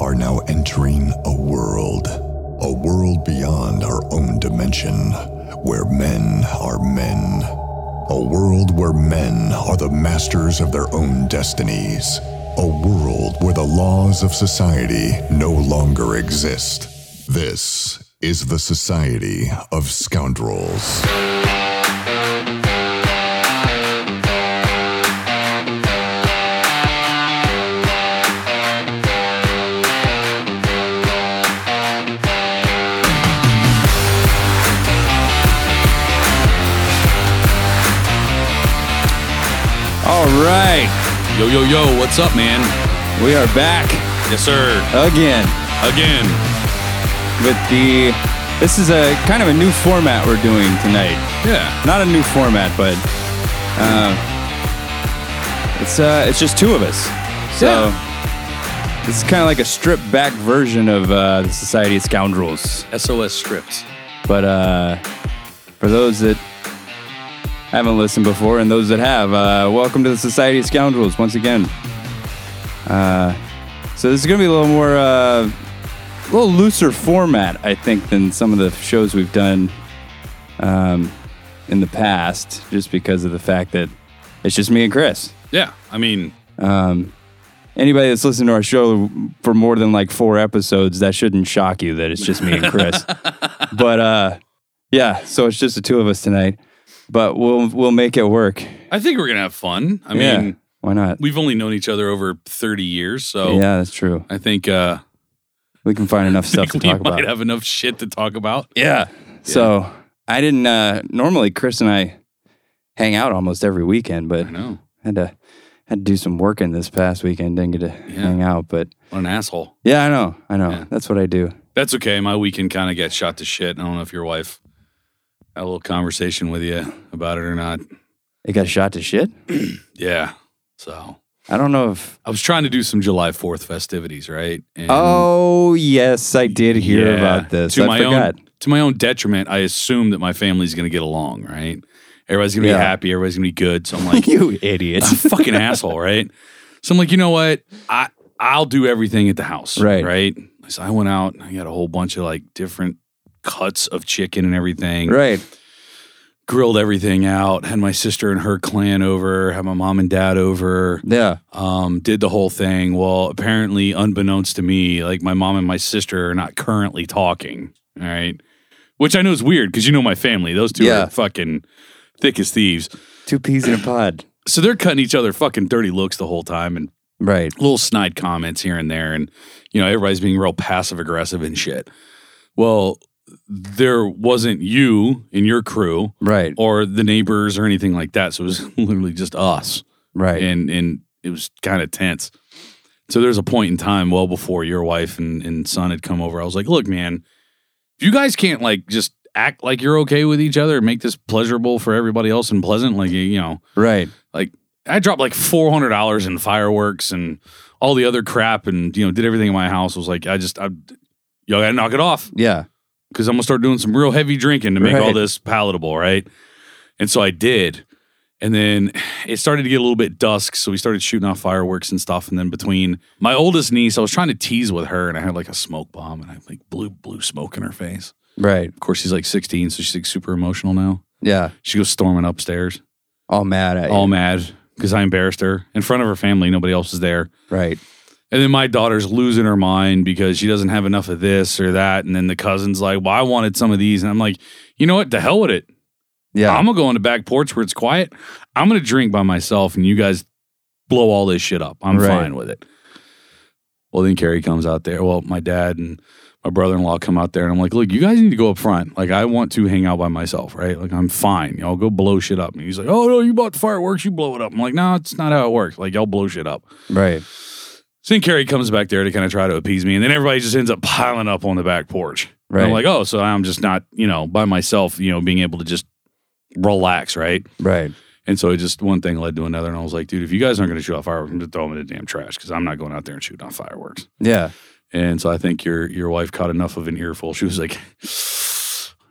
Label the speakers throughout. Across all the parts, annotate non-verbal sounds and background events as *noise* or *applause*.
Speaker 1: are now entering a world, a world beyond our own dimension, where men are men. A world where men are the masters of their own destinies. A world where the laws of society no longer exist. This is the Society of Scoundrels.
Speaker 2: All right.
Speaker 3: Yo, yo, yo, what's up, man?
Speaker 2: We are back
Speaker 3: Yes, sir.
Speaker 2: again
Speaker 3: Again.
Speaker 2: with the. This is a kind of a new format we're doing tonight.
Speaker 3: Yeah.
Speaker 2: Not a new format, but uh, it's uh, it's just two of us. So it's kind of like a stripped back version of uh, the Society of Scoundrels.
Speaker 3: SOS scripts.
Speaker 2: But uh, for those that haven't listened before and those that have, uh, welcome to the Society of Scoundrels once again. Uh, so this is going to be a little more, uh, a little looser format, I think, than some of the shows we've done um, in the past, just because of the fact that it's just me and Chris.
Speaker 3: Yeah. I mean,
Speaker 2: Anybody that's listened to our show for more than like four episodes, that shouldn't shock you that it's just me and Chris. but uh, yeah, so it's just the two of us tonight. But we'll we'll make it work.
Speaker 3: I think we're going to have fun. I
Speaker 2: yeah,
Speaker 3: mean,
Speaker 2: why not?
Speaker 3: we've only known each other over 30 years, so
Speaker 2: Yeah, that's true.
Speaker 3: I think uh *laughs*
Speaker 2: We can find enough stuff to
Speaker 3: we
Speaker 2: talk
Speaker 3: might
Speaker 2: about.
Speaker 3: have enough shit to talk about.
Speaker 2: Yeah. So I didn't uh, normally Chris and I hang out almost every weekend, but
Speaker 3: I know.
Speaker 2: had to had to do some working this past weekend. Didn't get to hang out, but
Speaker 3: What an asshole.
Speaker 2: yeah, I know, I know. That's what I do.
Speaker 3: That's okay. My weekend kind of got shot to shit. I don't know if your wife had a little conversation with you about it or not.
Speaker 2: It got shot to shit.
Speaker 3: Yeah. So
Speaker 2: I don't know if
Speaker 3: I was trying to do some July 4th festivities, right? And
Speaker 2: Oh yes, I did hear
Speaker 3: Yeah.
Speaker 2: about this.
Speaker 3: To
Speaker 2: I
Speaker 3: my
Speaker 2: forgot.
Speaker 3: own to my own detriment, I assume that my family's going to get along, right? Everybody's going to
Speaker 2: Yeah.
Speaker 3: be happy, everybody's going to be good. So
Speaker 2: *laughs*
Speaker 3: I'm like, *laughs*
Speaker 2: you
Speaker 3: I'm a
Speaker 2: idiots!
Speaker 3: fucking asshole, right? So I'm like, you know what? I I'll do everything at the house,
Speaker 2: Right.
Speaker 3: Right? So I went out, and I got a whole bunch of like different cuts of chicken and everything.
Speaker 2: right?
Speaker 3: Grilled everything out. Had my sister and her clan over. Had my mom and dad over
Speaker 2: Yeah.
Speaker 3: um, did the whole thing. Well, apparently, unbeknownst to me, like my mom and my sister are not currently talking. All right. Which I know is weird because you know my family. Those two
Speaker 2: Yeah.
Speaker 3: are fucking thick as thieves.
Speaker 2: Two peas in a pod.
Speaker 3: So they're cutting each other fucking dirty looks the whole time and
Speaker 2: Right.
Speaker 3: little snide comments here and there. And, you know, everybody's being real passive aggressive and shit. Well, there wasn't you and your crew
Speaker 2: Right.
Speaker 3: or the neighbors or anything like that. So it was *laughs* literally just us
Speaker 2: Right.
Speaker 3: and and it was kind of tense. So there's a point in time well before your wife and, and son had come over. I was like, look, man, if you guys can't like just act like you're okay with each other and make this pleasurable for everybody else and pleasant, like you know,
Speaker 2: right.
Speaker 3: like I dropped like four hundred dollars in fireworks and all the other crap and you know, did everything in my house. I was like, I just I y'all gotta knock it off
Speaker 2: Yeah.
Speaker 3: because I'm gonna start doing some real heavy drinking to make all
Speaker 2: Right.
Speaker 3: this palatable, right? And so I did. And then it started to get a little bit dusk, so we started shooting off fireworks and stuff. And then between my oldest niece, I was trying to tease with her, and I had like a smoke bomb, and I like blew blew smoke in her face.
Speaker 2: Right.
Speaker 3: Of course, she's like 16, so she's like super emotional now.
Speaker 2: Yeah.
Speaker 3: She goes storming upstairs,
Speaker 2: All mad at
Speaker 3: all
Speaker 2: you.
Speaker 3: mad because I embarrassed her in front of her family. Nobody else is there.
Speaker 2: Right.
Speaker 3: And then my daughter's losing her mind because she doesn't have enough of this or that. And then the cousin's like, well, I wanted some of these. And I'm like, you know what? To hell with it.
Speaker 2: Yeah.
Speaker 3: I'm going to go on the back porch where it's quiet. I'm going to drink by myself and you guys blow all this shit up. I'm
Speaker 2: Right.
Speaker 3: fine with it. Well, then Carrie comes out there. Well, my dad and my brother in law come out there. And I'm like, look, you guys need to go up front. Like, I want to hang out by myself, right? Like, I'm fine. Y'all go blow shit up. And he's like, oh, no, you bought fireworks. You blow it up. I'm like, no, it's not how it works. Like, y'all blow shit up.
Speaker 2: right.
Speaker 3: So then Carrie comes back there to kind of try to appease me, and then everybody just ends up piling up on the back porch. And I'm
Speaker 2: Right.
Speaker 3: like, oh, so I'm just not, you know, by myself, you know, being able to just relax, right?
Speaker 2: Right.
Speaker 3: And so it just one thing led to another, and I was like, dude, if you guys aren't going to shoot off fireworks, I'm just throw them in the damn trash because I'm not going out there and shooting off fireworks.
Speaker 2: Yeah.
Speaker 3: And so I think your your wife caught enough of an earful. She was like,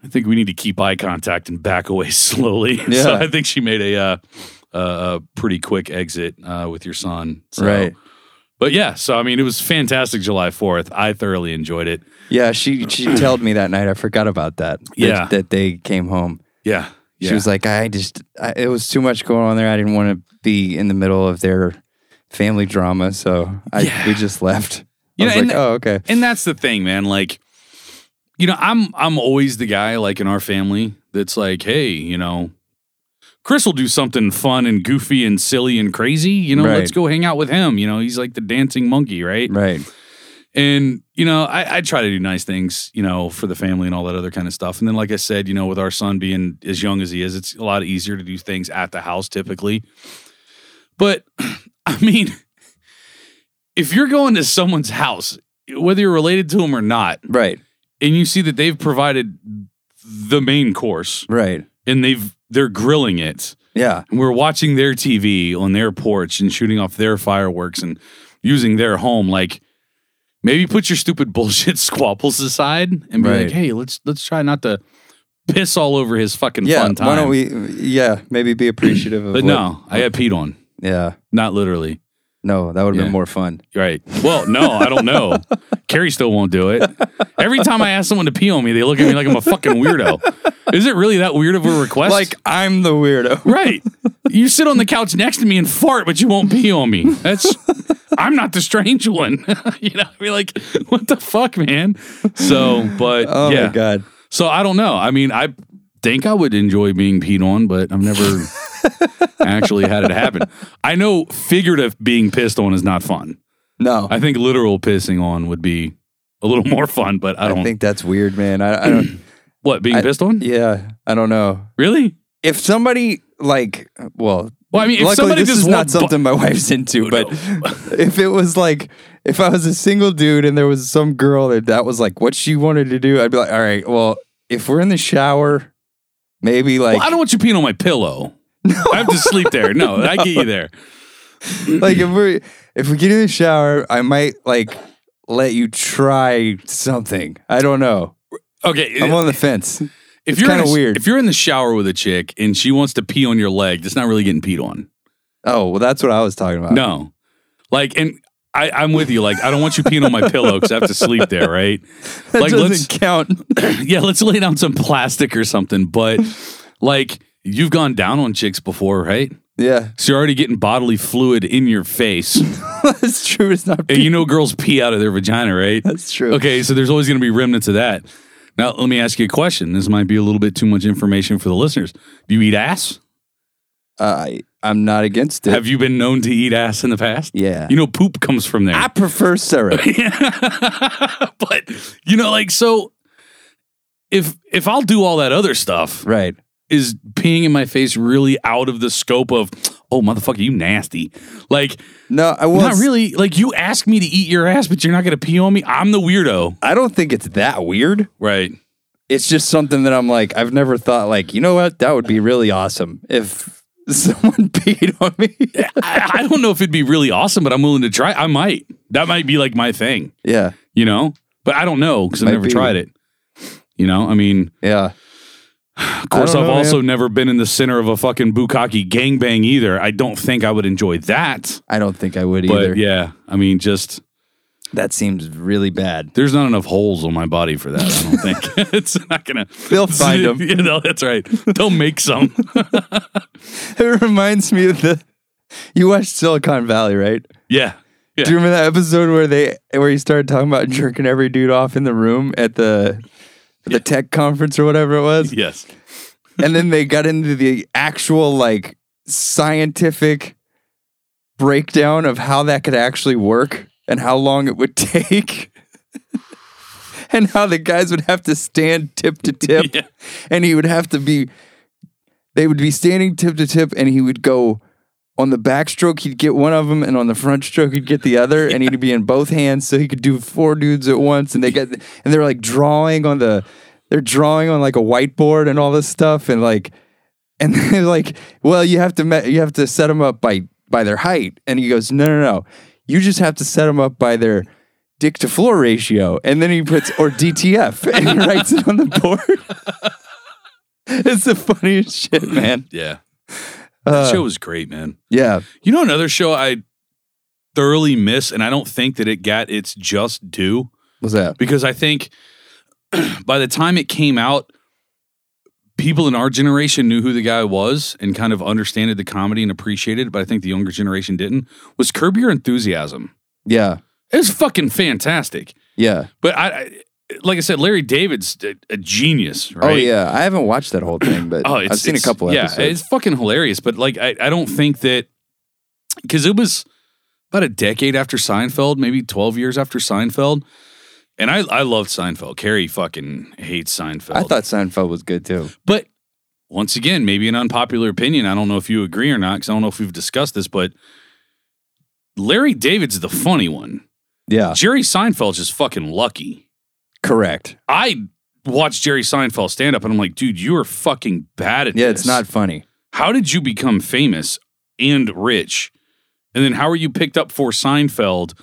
Speaker 3: I think we need to keep eye contact and back away *laughs* slowly. so
Speaker 2: Yeah.
Speaker 3: I think she made a uh, uh, a pretty quick exit uh, with your son. So-
Speaker 2: Right.
Speaker 3: But yeah, so I mean, it was fantastic July 4th. I thoroughly enjoyed it.
Speaker 2: Yeah, she
Speaker 3: *clears throat*
Speaker 2: she told me that night. I forgot about that. that-
Speaker 3: Yeah.
Speaker 2: that, they came home.
Speaker 3: Yeah. yeah.
Speaker 2: She was like, I just I, it was too much going on there. I didn't want to be in the middle of their family drama, so I
Speaker 3: Yeah.
Speaker 2: we just left.
Speaker 3: You
Speaker 2: I
Speaker 3: know,
Speaker 2: was
Speaker 3: and
Speaker 2: like,
Speaker 3: the-
Speaker 2: oh okay,
Speaker 3: And that's the thing, man. Like, you know, I'm I'm always the guy like in our family that's like, hey, you know, Chris will do something fun and goofy and silly and crazy. You know,
Speaker 2: Right.
Speaker 3: let's go hang out with him. You know, he's like the dancing monkey, right?
Speaker 2: right,
Speaker 3: And you know, I, I try to do nice things, you know, for the family and all that other kind of stuff. And then, like I said, you know, with our son being as young as he is, it's a lot easier to do things at the house typically. But *clears throat* I mean, if you're going to someone's house, whether you're related to them or not,
Speaker 2: right,
Speaker 3: and you see that they've provided the main course
Speaker 2: right.
Speaker 3: and they've they're grilling it,
Speaker 2: Yeah,
Speaker 3: and we're watching their TV on their porch and shooting off their fireworks and using their home, like maybe put your stupid *laughs* bullshit squabbles aside and be
Speaker 2: Right.
Speaker 3: like, hey, let's let's try not to piss all over his fucking
Speaker 2: yeah.
Speaker 3: fun time.
Speaker 2: Why don't we? Yeah, maybe be appreciative of.
Speaker 3: but
Speaker 2: what-
Speaker 3: no, I got peed on.
Speaker 2: Yeah,
Speaker 3: Not literally.
Speaker 2: no, that would have
Speaker 3: Yeah.
Speaker 2: been more fun.
Speaker 3: Right. Well, no, I
Speaker 2: *laughs*
Speaker 3: don't know. Carrie still won't do it. Every time I ask someone to pee on me, they look at me like I'm a fucking weirdo. Is it really that weird of a request?
Speaker 2: Like I'm the weirdo.
Speaker 3: Right. You sit on the couch next to me and fart, but you won't pee on me. That's I'm not the strange one. *laughs* you know, I mean like, what the fuck, man? So but
Speaker 2: Oh
Speaker 3: yeah.
Speaker 2: my god.
Speaker 3: So I don't know. I mean, I think I would enjoy being peed on, but
Speaker 2: *laughs*
Speaker 3: I've never actually had it happen. I know figurative being pissed on is not fun.
Speaker 2: No,
Speaker 3: I think literal pissing on would be a little more fun, but I
Speaker 2: I,
Speaker 3: don't
Speaker 2: think that's weird, man. I, I don't. *clears throat*
Speaker 3: what being
Speaker 2: I-
Speaker 3: pissed on?
Speaker 2: yeah, I don't know.
Speaker 3: Really?
Speaker 2: If somebody like, well,
Speaker 3: Well, I mean, if
Speaker 2: luckily
Speaker 3: somebody
Speaker 2: this
Speaker 3: just
Speaker 2: is
Speaker 3: walked
Speaker 2: not
Speaker 3: bu-
Speaker 2: something my wife's into, but *laughs* if it was like, if I was a single dude and there was some girl that that was like what she wanted to do, I'd be like, all right, well, if we're in the shower, maybe like,
Speaker 3: well, I don't want you peeing on
Speaker 2: *laughs*
Speaker 3: my pillow. I have to sleep there. No, I get you there.
Speaker 2: *laughs* like if we if we get in the shower, I might like let you try something. I don't know.
Speaker 3: Okay,
Speaker 2: I'm on the fence.
Speaker 3: if
Speaker 2: it's
Speaker 3: you're in
Speaker 2: kinda
Speaker 3: a-
Speaker 2: weird.
Speaker 3: if you're in the shower with a chick and she wants to pee on your leg, that's not really getting peed on.
Speaker 2: Oh well, that's what I was talking about.
Speaker 3: No, like, and I, I'm with you. Like, I don't want you peeing on my pillow because I have to sleep there, right?
Speaker 2: *laughs* that
Speaker 3: like,
Speaker 2: doesn't
Speaker 3: let's- *laughs*
Speaker 2: count. *laughs*
Speaker 3: *clears throat* yeah, let's lay down some plastic or something. But like, you've gone down on chicks before, right?
Speaker 2: yeah, *laughs*
Speaker 3: So you're already getting bodily fluid in your face,
Speaker 2: that's true. It's not.
Speaker 3: and you know girls pee out of their vagina, right?
Speaker 2: *laughs* That's true.
Speaker 3: Okay, so there's always going to be remnants of that. Now, let me ask you a question. This might be a little bit too much information for the listeners. Do you eat ass?
Speaker 2: I I'm not against it.
Speaker 3: *laughs* Have you been known to eat ass in the past?
Speaker 2: yeah,
Speaker 3: You know, poop comes from there.
Speaker 2: I prefer syrup.
Speaker 3: *laughs* but you know, like so, if if I'll do all that other
Speaker 2: *laughs*
Speaker 3: stuff,
Speaker 2: right.
Speaker 3: is peeing in my face really out of the scope of? Oh, motherfucker, you nasty! Like,
Speaker 2: No, I was
Speaker 3: not really. Like, you ask me to eat your ass, but you're not going to pee on me. I'm the weirdo,
Speaker 2: I don't think it's that weird.
Speaker 3: *laughs* right?
Speaker 2: It's just something that I'm like I've never thought like you know what that would be really awesome if *laughs* someone peed on me.
Speaker 3: I, I don't know if it'd be really awesome, but I'm willing to try. I might. That might be like my thing,
Speaker 2: yeah,
Speaker 3: you know? But I don't know because I've
Speaker 2: Might
Speaker 3: never
Speaker 2: be.
Speaker 3: tried it. You know, I mean,
Speaker 2: yeah.
Speaker 3: of course,
Speaker 2: don't
Speaker 3: I've
Speaker 2: know,
Speaker 3: also never been in the center of a fucking bukkake gangbang either. I don't think I would enjoy that.
Speaker 2: I don't think I would
Speaker 3: But
Speaker 2: either.
Speaker 3: yeah, I mean, just
Speaker 2: That seems really bad. *laughs*
Speaker 3: there's not enough holes on my body for that. I don't think *laughs* it's not gonna. *laughs*
Speaker 2: They'll find 'em.
Speaker 3: you know, that's right. They'll make some. *laughs*
Speaker 2: It reminds me of the you watched Silicon Valley, right?
Speaker 3: yeah, yeah.
Speaker 2: Do you remember that episode where they where he started talking about jerking every dude off in the room at the the tech conference or whatever it was?
Speaker 3: yes.
Speaker 2: and then they got into the actual like scientific breakdown of how that could actually work and how long it would *laughs* take and how the guys would have to stand tip to tip
Speaker 3: Yeah.
Speaker 2: and he would have to be they would be standing tip to tip and he would go on the backstroke he'd get one of them and on the front stroke he'd get the other and he'd be in both hands so he could do four dudes at once and they get and they're like drawing on the they're drawing on like a whiteboard and all this stuff and like and *laughs* they're like well you have to me- you have to set them up by by their height and he goes no no no you just have to set them up by their dick to floor ratio and then he puts or DTF *laughs* and he writes it on the board *laughs* it's the funniest shit man
Speaker 3: Yeah.
Speaker 2: Uh,
Speaker 3: that show was great, man.
Speaker 2: yeah
Speaker 3: You know another show I thoroughly miss, and I don't think that it got its just due
Speaker 2: What's that?
Speaker 3: because I think *clears throat* by the time it came out, people in our generation knew who the guy was and kind of understood the comedy and appreciated it, but I think the younger generation didn't. Was Curb Your Enthusiasm?
Speaker 2: Yeah.
Speaker 3: It was fucking fantastic.
Speaker 2: Yeah.
Speaker 3: But I, I like I said, Larry David's a, a genius, right?
Speaker 2: Oh yeah. I haven't watched that whole thing, but
Speaker 3: *clears throat* Oh,
Speaker 2: I've seen a couple
Speaker 3: Yeah,
Speaker 2: episodes.
Speaker 3: it's fucking hilarious. But like, I, I don't think that because it was about a decade after Seinfeld, maybe twelve years after Seinfeld, and I I loved Seinfeld. Carrie fucking hates Seinfeld.
Speaker 2: I thought Seinfeld was good too.
Speaker 3: but once again, maybe an unpopular opinion. I don't know if you agree or not because I don't know if we've discussed this, but Larry David's the funny one.
Speaker 2: Yeah.
Speaker 3: Jerry Seinfeld's just fucking lucky.
Speaker 2: Correct.
Speaker 3: I watched Jerry Seinfeld stand up and I'm like, dude, you are fucking bad at
Speaker 2: Yeah,
Speaker 3: this.
Speaker 2: it's not funny.
Speaker 3: How did you become famous and rich? And then how are you picked up for Seinfeld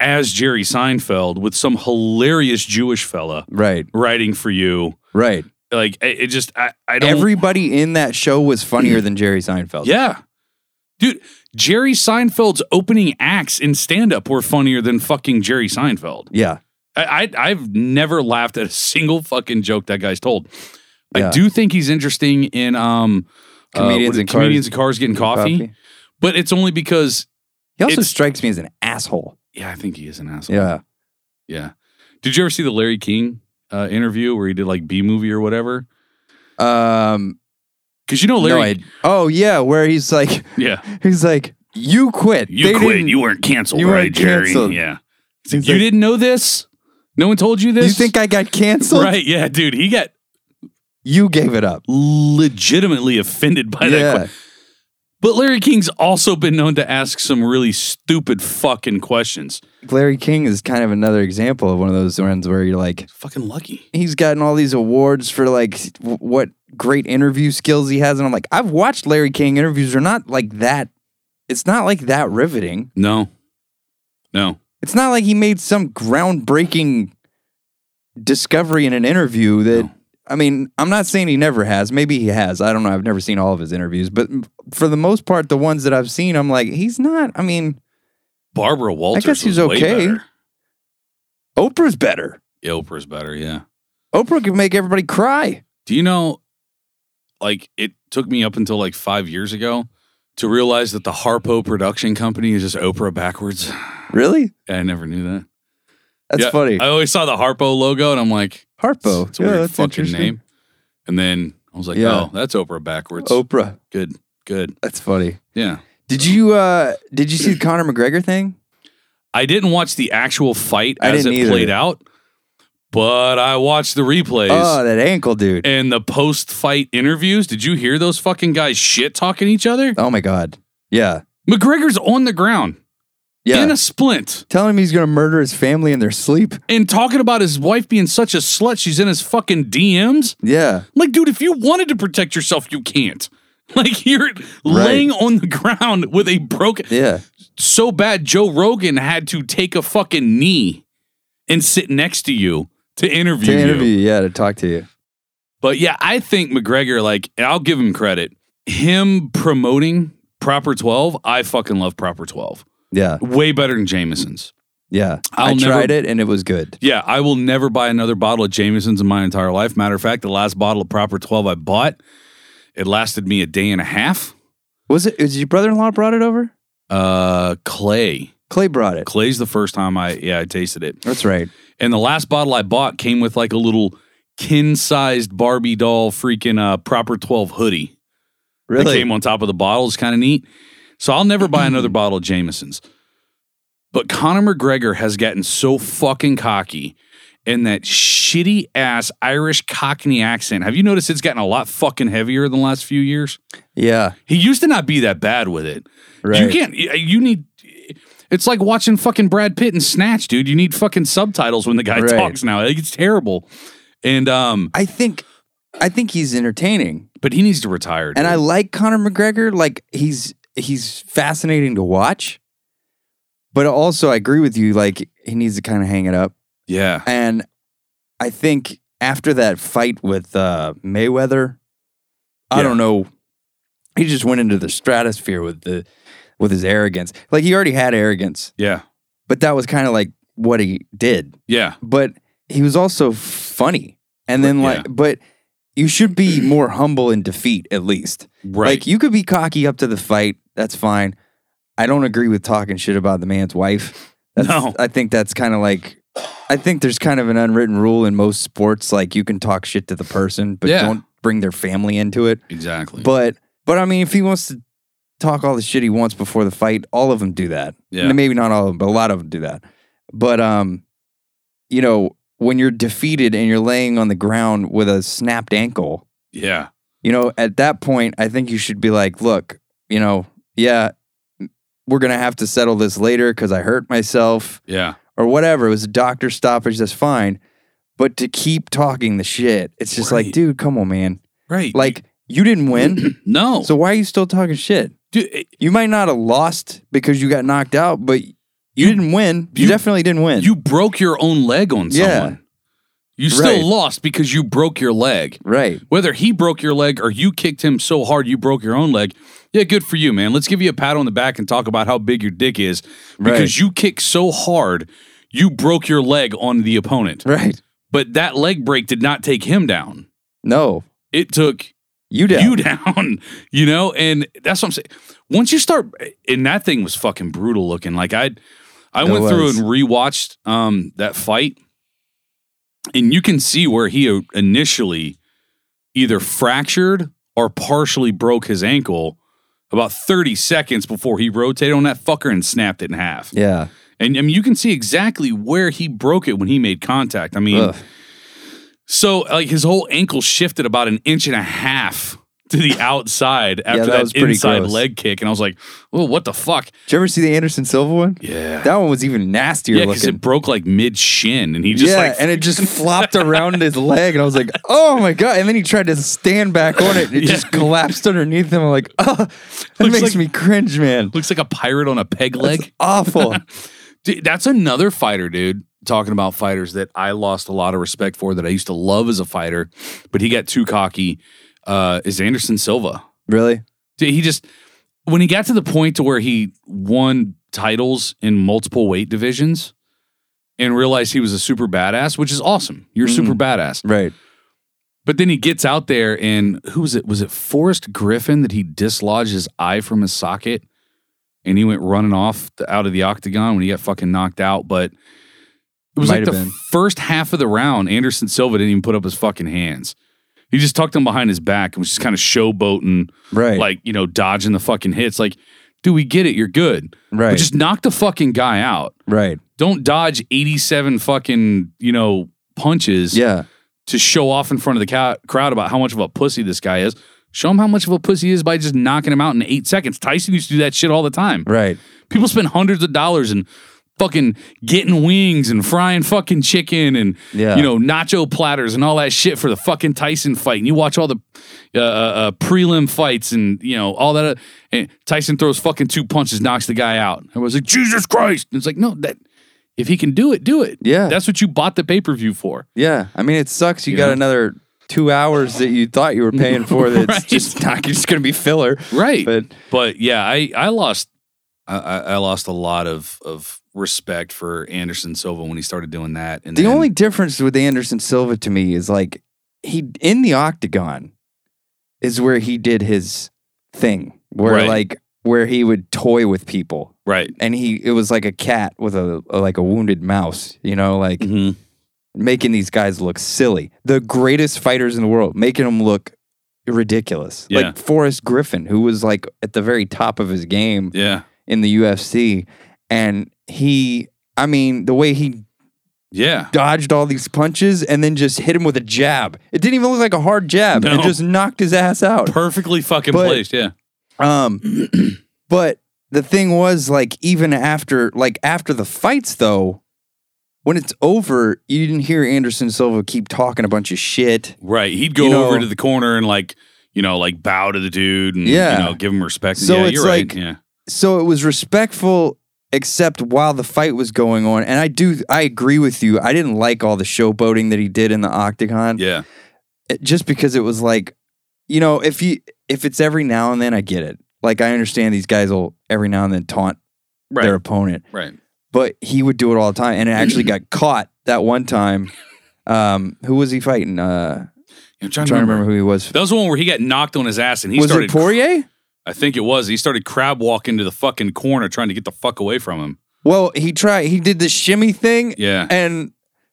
Speaker 3: as Jerry Seinfeld with some hilarious Jewish fella
Speaker 2: Right.
Speaker 3: writing for you?
Speaker 2: Right.
Speaker 3: Like it, it just I, I don't
Speaker 2: Everybody in that show was
Speaker 3: *clears throat*
Speaker 2: funnier than Jerry Seinfeld.
Speaker 3: Yeah. Dude, Jerry Seinfeld's opening acts in stand up were funnier than fucking Jerry Seinfeld.
Speaker 2: Yeah.
Speaker 3: I, I I've never laughed at a single fucking joke that guy's told. I
Speaker 2: Yeah.
Speaker 3: do think he's interesting in um uh,
Speaker 2: Comedians
Speaker 3: what is it,
Speaker 2: and Cars-
Speaker 3: comedians and cars getting coffee, but it's only because
Speaker 2: He also
Speaker 3: It's-
Speaker 2: strikes me as an asshole.
Speaker 3: yeah, I think he is an asshole.
Speaker 2: Yeah.
Speaker 3: Yeah. Did you ever see the Larry King uh, interview where he did like B movie or whatever?
Speaker 2: Um.
Speaker 3: Because you know
Speaker 2: no,
Speaker 3: Larry,
Speaker 2: I- oh yeah, where he's like, *laughs*
Speaker 3: yeah,
Speaker 2: he's like, you quit.
Speaker 3: you
Speaker 2: They
Speaker 3: quit.
Speaker 2: didn't-
Speaker 3: You weren't canceled,
Speaker 2: you
Speaker 3: right,
Speaker 2: weren't
Speaker 3: Jerry?
Speaker 2: canceled.
Speaker 3: Yeah. You
Speaker 2: He's like,
Speaker 3: didn't know this. No one told you this.
Speaker 2: You think I got canceled?
Speaker 3: right? Yeah, dude. He got
Speaker 2: You gave it up.
Speaker 3: legitimately offended by that. que-
Speaker 2: yeah.
Speaker 3: But Larry King's also been known to ask some really stupid fucking questions.
Speaker 2: Larry King is kind of another example of one of those ones where you're like,
Speaker 3: Fucking lucky.
Speaker 2: he's gotten all these awards for like w- what great interview skills he has, and I'm like, I've watched Larry King interviews. They're not like that. It's not like that riveting.
Speaker 3: No. No.
Speaker 2: It's not like he made some groundbreaking discovery in an interview that.
Speaker 3: No.
Speaker 2: I mean, I'm not saying he never has. Maybe he has. I don't know. I've never seen all of his interviews, but m- for the most part, the ones that I've seen, I'm like, he's not. I mean,
Speaker 3: Barbara Walters.
Speaker 2: guess he's
Speaker 3: was way
Speaker 2: okay.
Speaker 3: better.
Speaker 2: Oprah's better.
Speaker 3: Yeah, Oprah's better. Yeah.
Speaker 2: Oprah can make everybody cry.
Speaker 3: Do you know, like, it took me up until like five years ago to realize that the Harpo production company is just Oprah backwards. *laughs*
Speaker 2: Really?
Speaker 3: I never knew that.
Speaker 2: That's
Speaker 3: Yeah,
Speaker 2: funny.
Speaker 3: I always saw the Harpo logo and I'm like,
Speaker 2: Harpo.
Speaker 3: it's a weird
Speaker 2: that's
Speaker 3: fucking
Speaker 2: interesting.
Speaker 3: name. And then I was like,
Speaker 2: Yeah.
Speaker 3: oh, that's Oprah backwards.
Speaker 2: Oprah.
Speaker 3: Good. Good.
Speaker 2: That's funny.
Speaker 3: Yeah.
Speaker 2: Did you uh did you see the Conor McGregor thing?
Speaker 3: I didn't watch the actual fight
Speaker 2: I
Speaker 3: as it
Speaker 2: didn't either.
Speaker 3: played out, but I watched the replays
Speaker 2: Oh, that ankle dude.
Speaker 3: and the post fight interviews. Did you hear those fucking guys shit talking each other?
Speaker 2: Oh my god. Yeah.
Speaker 3: McGregor's on the ground
Speaker 2: Yeah.
Speaker 3: in a splint
Speaker 2: Telling him he's gonna murder his family in their sleep.
Speaker 3: and talking about his wife being such a slut. She's in his fucking DMs.
Speaker 2: Yeah.
Speaker 3: Like, dude, if you wanted to protect yourself, you can't. *laughs* Like, you're laying on the ground with a broken.
Speaker 2: Yeah.
Speaker 3: so bad Joe Rogan had to take a fucking knee and sit next to you to interview,
Speaker 2: To
Speaker 3: you.
Speaker 2: interview, you, yeah, to talk to you.
Speaker 3: But yeah, I think McGregor, like, and I'll give him credit. Him promoting Proper 12, I fucking love Proper 12.
Speaker 2: Yeah.
Speaker 3: Way better than Jameson's.
Speaker 2: Yeah.
Speaker 3: I'll
Speaker 2: I
Speaker 3: never-
Speaker 2: tried it and it was good.
Speaker 3: Yeah, I will never buy another bottle of Jameson's in my entire life. Matter of fact, the last bottle of Proper 12 I bought, it lasted me a day and a half.
Speaker 2: Was it was your brother in law brought it over?
Speaker 3: Uh, Clay.
Speaker 2: Clay brought it.
Speaker 3: Clay's the first time I, yeah, I tasted it.
Speaker 2: That's right.
Speaker 3: And the last bottle I bought came with like a little kin sized Barbie doll freaking uh, proper 12 hoodie. It
Speaker 2: Really?
Speaker 3: came on top of the bottle. It's kind of neat. So I'll never buy
Speaker 2: *clears throat*
Speaker 3: another bottle of Jameson's. But Conor McGregor has gotten so fucking cocky in that shitty ass Irish Cockney accent. Have you noticed it's gotten a lot fucking heavier in the last few years?
Speaker 2: Yeah.
Speaker 3: He used to not be that bad with it.
Speaker 2: Right.
Speaker 3: You can't. You you need. It's like watching fucking Brad Pitt and Snatch, dude. You need fucking subtitles when the guy
Speaker 2: Right.
Speaker 3: talks now. Like, it's terrible. And um,
Speaker 2: I think I think he's entertaining.
Speaker 3: but he needs to retire.
Speaker 2: And
Speaker 3: dude.
Speaker 2: I like Conor McGregor. Like he's he's fascinating to watch. But also I agree with you, like he needs to kind of hang it up.
Speaker 3: yeah,
Speaker 2: And I think after that fight with uh, Mayweather, I
Speaker 3: Yeah.
Speaker 2: don't know. He just went into the stratosphere with the with his arrogance. Like he already had arrogance,
Speaker 3: Yeah.
Speaker 2: but that was kind of like what he did.
Speaker 3: Yeah.
Speaker 2: But he was also funny. And then
Speaker 3: Right,
Speaker 2: like but you should be more humble in defeat at least.
Speaker 3: Right.
Speaker 2: Like you could be cocky up to the fight. That's fine. I don't agree with talking shit about the man's wife. That's,
Speaker 3: No.
Speaker 2: I think that's kind of like I think there's kind of an unwritten rule in most sports like you can talk shit to the person but
Speaker 3: Yeah. Mm-hmm.
Speaker 2: don't bring their family into it.
Speaker 3: exactly.
Speaker 2: But but I mean, if he wants to talk all the shit he wants before the fight, all of them do that.
Speaker 3: Yeah.
Speaker 2: And Maybe not all of them, but a lot of them do that. But um, you know, when you're defeated and you're laying on the ground with a snapped ankle,
Speaker 3: yeah.
Speaker 2: you know, at that point, I think you should be like, look, you know, yeah, we're gonna have to settle this later because I hurt myself
Speaker 3: Yeah.
Speaker 2: or whatever. It was a doctor stoppage. That's fine. But to keep talking the shit, it's just like,
Speaker 3: Right.
Speaker 2: dude, come on, man.
Speaker 3: Right.
Speaker 2: Like, you didn't win.
Speaker 3: *clears throat* no.
Speaker 2: So eh, why are you still talking shit?
Speaker 3: Dude, it-
Speaker 2: You might not have lost because you got knocked out, but you, didn't win. You,
Speaker 3: you-
Speaker 2: definitely didn't win.
Speaker 3: you broke your own leg on
Speaker 2: Yeah.
Speaker 3: someone. You still
Speaker 2: Right.
Speaker 3: lost because you broke your leg.
Speaker 2: right.
Speaker 3: Whether he broke your leg or you kicked him so hard you broke your own leg, yeah, good for you, man. Let's give you a pat on the back and talk about how big your dick is because
Speaker 2: Right.
Speaker 3: you kicked so hard you broke your leg on the opponent.
Speaker 2: Right.
Speaker 3: But that leg break did not take him down.
Speaker 2: No.
Speaker 3: It took
Speaker 2: You did.
Speaker 3: you *laughs* down, you know? And that's what I'm saying. Once you start, and that thing was fucking brutal looking. Like I, I
Speaker 2: It
Speaker 3: went through
Speaker 2: was.
Speaker 3: and rewatched um, that fight, and you can see where he initially either fractured or partially broke his ankle about 30 seconds before he rotated on that fucker and snapped it in half.
Speaker 2: yeah.
Speaker 3: And I mean, you can see exactly where he broke it when he made contact. I mean,
Speaker 2: Ugh.
Speaker 3: so like his whole ankle shifted about an inch and a half to *laughs* the outside after
Speaker 2: that
Speaker 3: that,
Speaker 2: was pretty
Speaker 3: inside
Speaker 2: gross.
Speaker 3: leg kick, and I was like, "Oh, what the fuck?"
Speaker 2: Did you ever see the Anderson Silva one?
Speaker 3: Yeah,
Speaker 2: That one was even nastier
Speaker 3: yeah, because
Speaker 2: looking.
Speaker 3: it broke like mid shin, and he just
Speaker 2: yeah,
Speaker 3: like,
Speaker 2: and it
Speaker 3: *laughs*
Speaker 2: just flopped around his leg, and I was like, "Oh my god!" And then he tried to stand back on it, and it
Speaker 3: *laughs* Yeah.
Speaker 2: just collapsed underneath him. I'm like, "Oh, that
Speaker 3: Looks
Speaker 2: makes
Speaker 3: like-
Speaker 2: me cringe, man.
Speaker 3: looks like a pirate on a peg leg.
Speaker 2: Awful."
Speaker 3: *laughs* Dude, that's another fighter, dude. Talking about fighters that I lost a lot of respect for that I used to love as a fighter, but he got too cocky. Uh, is Anderson Silva?
Speaker 2: really?
Speaker 3: Dude, he just when he got to the point to where he won titles in multiple weight divisions and realized he was a super badass, which is awesome. You're super
Speaker 2: Mm-hmm.
Speaker 3: badass.
Speaker 2: Right.
Speaker 3: But then he gets out there and who was it? Was it Forrest Griffin that he dislodged his eye from his socket and he went running off the, out of the octagon when he got fucking knocked out. But it was
Speaker 2: Might
Speaker 3: like the
Speaker 2: have been.
Speaker 3: first half of the round, Anderson Silva didn't even put up his fucking hands. He just tucked him behind his back and was just kind of showboating
Speaker 2: Right.
Speaker 3: like you know dodging the fucking hits like dude we get it you're good
Speaker 2: right.
Speaker 3: but just knock the fucking guy out
Speaker 2: right.
Speaker 3: don't dodge 87 fucking you know punches
Speaker 2: Yeah.
Speaker 3: to show off in front of the ca- crowd about how much of a pussy this guy is show him how much of a pussy he is by just knocking him out in eight seconds tyson used to do that shit all the time
Speaker 2: Right.
Speaker 3: people spend hundreds of dollars and fucking getting wings and frying fucking chicken and
Speaker 2: Yeah.
Speaker 3: you know nacho platters and all that shit for the fucking Tyson fight and you watch all the uh, uh, uh, prelim fights and you know all that uh, and Tyson throws fucking two punches knocks the guy out I was like Jesus Christ and it's like no that if he can do it do it
Speaker 2: Yeah.
Speaker 3: that's what you bought the pay per view for
Speaker 2: Yeah, I mean, it sucks. You
Speaker 3: You
Speaker 2: got
Speaker 3: know?
Speaker 2: another two hours that you thought you were paying
Speaker 3: *laughs*
Speaker 2: for. That's
Speaker 3: Right.
Speaker 2: just not. You're just gonna be filler,
Speaker 3: right
Speaker 2: but
Speaker 3: but yeah, I I lost I, I I lost a lot of of respect for Anderson Silva when he started doing that. And
Speaker 2: the
Speaker 3: then-
Speaker 2: only difference with Anderson Silva to me is like he in the octagon is where he did his thing, where
Speaker 3: Right.
Speaker 2: like where he would toy with people,
Speaker 3: right.
Speaker 2: and he it was like a cat with a, a like a wounded mouse, you know, like
Speaker 3: Mm-hmm.
Speaker 2: making these guys look silly. The greatest fighters in the world, making them look ridiculous.
Speaker 3: Yeah.
Speaker 2: Like Forrest Griffin, who was like at the very top of his game
Speaker 3: Yeah.
Speaker 2: in the UFC. And he, I mean, the way he
Speaker 3: Yeah.
Speaker 2: dodged all these punches and then just hit him with a jab. It didn't even look like a hard jab. It
Speaker 3: No.
Speaker 2: just knocked his ass out.
Speaker 3: Perfectly fucking
Speaker 2: But-
Speaker 3: placed. Yeah.
Speaker 2: Um, *clears throat* but the thing was, like, even after, like, after the fights, though, when it's over, you didn't hear Anderson Silva keep talking a bunch of shit.
Speaker 3: Right. He'd go
Speaker 2: You know-
Speaker 3: over to the corner and like, you know, like bow to the dude and
Speaker 2: Yeah.
Speaker 3: you know, give him respect.
Speaker 2: So
Speaker 3: yeah,
Speaker 2: it's
Speaker 3: you're
Speaker 2: like-
Speaker 3: right. Yeah.
Speaker 2: So it was respectful, except while the fight was going on. And I do, I agree with you. I didn't like all the showboating that he did in the octagon,
Speaker 3: Yeah.
Speaker 2: It- just because it was like, you know, if you if it's every now and then, I get it. Like I understand these guys will every now and then taunt
Speaker 3: Right.
Speaker 2: their opponent,
Speaker 3: right.
Speaker 2: but he would do it all the time, and it actually
Speaker 3: *clears throat*
Speaker 2: got caught that one time. Um, who was he fighting? Uh,
Speaker 3: I'm
Speaker 2: I'm trying to remember who he was.
Speaker 3: That was the one where he got knocked on his ass and he
Speaker 2: was
Speaker 3: started.
Speaker 2: it Poirier?
Speaker 3: I think it was. He started crab walking to the fucking corner trying to get the fuck away from him.
Speaker 2: Well, he tried. He did the shimmy thing
Speaker 3: Yeah.
Speaker 2: and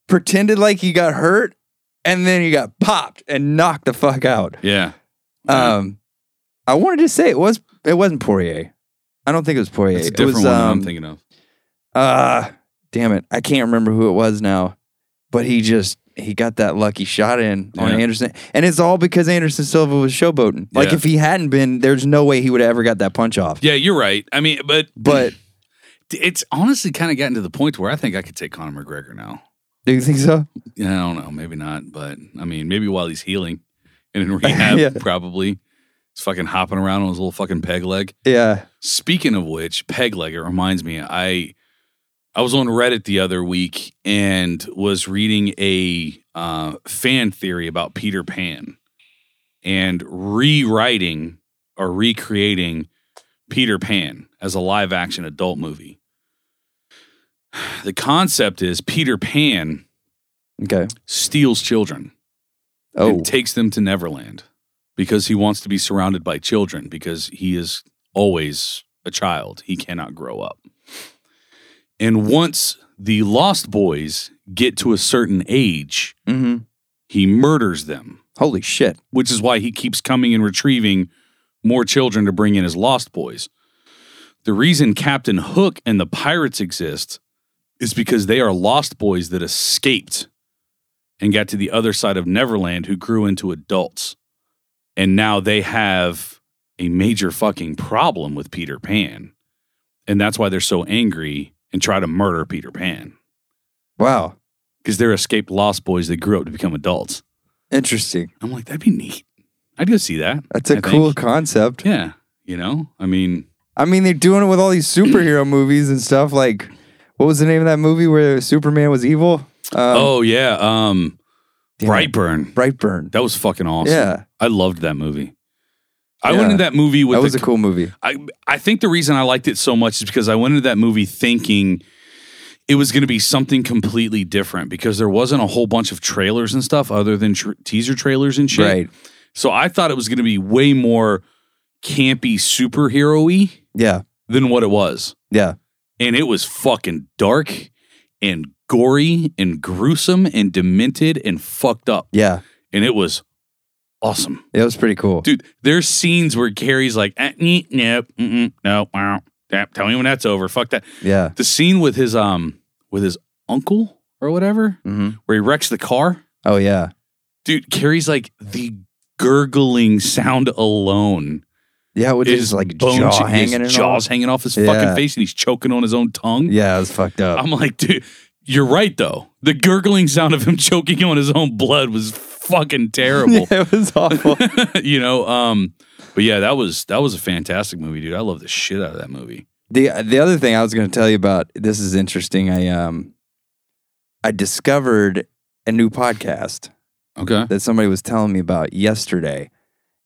Speaker 2: pretended like he got hurt, and then he got popped and knocked the fuck out.
Speaker 3: Yeah. Yeah.
Speaker 2: Um, I wanted to say it was it wasn't Poirier. I don't think it was Poirier.
Speaker 3: That's a
Speaker 2: it
Speaker 3: different
Speaker 2: was
Speaker 3: one than I'm
Speaker 2: um,
Speaker 3: thinking of.
Speaker 2: uh damn it, I can't remember who it was now, but he just he got that lucky shot in on
Speaker 3: Yeah.
Speaker 2: Anderson, and it's all because Anderson Silva was showboating. Like
Speaker 3: Yeah.
Speaker 2: if he hadn't been, there's no way he would have ever got that punch off.
Speaker 3: Yeah, you're right. I mean, but
Speaker 2: But
Speaker 3: it's honestly kind of gotten to the point where I think I could take Conor McGregor now.
Speaker 2: do you think so?
Speaker 3: Yeah, I don't know. Maybe not. But I mean, maybe while he's healing and in *laughs* rehab,
Speaker 2: Yeah.
Speaker 3: probably. He's fucking hopping around on his little fucking peg leg.
Speaker 2: Yeah.
Speaker 3: Speaking of which, peg leg, it reminds me, I I was on Reddit the other week and was reading a uh, fan theory about Peter Pan and rewriting or recreating Peter Pan as a live action adult movie. *sighs* The concept is Peter Pan
Speaker 2: Okay.
Speaker 3: steals children
Speaker 2: Oh.
Speaker 3: and takes them to Neverland because he wants to be surrounded by children because he is always a child. He cannot grow up. And once the Lost Boys get to a certain age,
Speaker 2: hmm
Speaker 3: he murders them,
Speaker 2: Holy shit.
Speaker 3: which is why he keeps coming and retrieving more children to bring in as Lost Boys. The reason Captain Hook and the pirates exist is because they are Lost Boys that escaped and got to the other side of Neverland who grew into adults. And now they have a major fucking problem with Peter Pan. And that's why they're so angry and try to murder Peter Pan
Speaker 2: Wow.
Speaker 3: because they're escaped Lost Boys that grew up to become adults.
Speaker 2: Interesting.
Speaker 3: I'm like, that'd be neat. I'd go see that.
Speaker 2: That's a
Speaker 3: I think.
Speaker 2: cool concept.
Speaker 3: Yeah. You know, I mean,
Speaker 2: I mean, they're doing it with all these
Speaker 3: *clears throat*
Speaker 2: superhero movies and stuff. Like, what was the name of that movie where Superman was evil? Um,
Speaker 3: oh, yeah. Um,
Speaker 2: damn it.
Speaker 3: Brightburn.
Speaker 2: Brightburn.
Speaker 3: That was fucking awesome.
Speaker 2: Yeah,
Speaker 3: I loved that movie. I
Speaker 2: Yeah.
Speaker 3: went into that movie with
Speaker 2: that was
Speaker 3: the-
Speaker 2: a cool movie.
Speaker 3: I I think the reason I liked it so much is because I went into that movie thinking it was going to be something completely different because there wasn't a whole bunch of trailers and stuff other than tr- teaser trailers and shit.
Speaker 2: Right.
Speaker 3: So I thought it was going to be way more campy superhero-y
Speaker 2: Yeah.
Speaker 3: than what it was.
Speaker 2: Yeah.
Speaker 3: And it was fucking dark and gory and gruesome and demented and fucked up.
Speaker 2: Yeah.
Speaker 3: And it was awesome.
Speaker 2: It was pretty cool.
Speaker 3: Dude, there's scenes where Carrie's like, eh, nee, nope, mm-mm, no, wow, yeah, tell me when that's over. Fuck that.
Speaker 2: Yeah.
Speaker 3: The scene with his um with his uncle or whatever,
Speaker 2: hmm
Speaker 3: where he wrecks the car.
Speaker 2: Oh yeah.
Speaker 3: Dude, Carrie's like the gurgling sound alone
Speaker 2: Yeah. Which is like
Speaker 3: bone
Speaker 2: jaw
Speaker 3: ch- his
Speaker 2: hanging. and all.
Speaker 3: jaws hanging off his
Speaker 2: Yeah.
Speaker 3: fucking face, and he's choking on his own tongue.
Speaker 2: Yeah, it was fucked up. *laughs*
Speaker 3: I'm like, dude, you're right though. The gurgling sound of him *laughs* choking on his own blood was fucking *laughs* terrible.
Speaker 2: it was awful. *laughs*
Speaker 3: you know um but yeah that was that was a fantastic movie dude i love the shit out of that movie
Speaker 2: the The other thing I was going to tell you about. This is interesting. I um, I discovered a new podcast.
Speaker 3: okay
Speaker 2: that somebody was telling me about yesterday.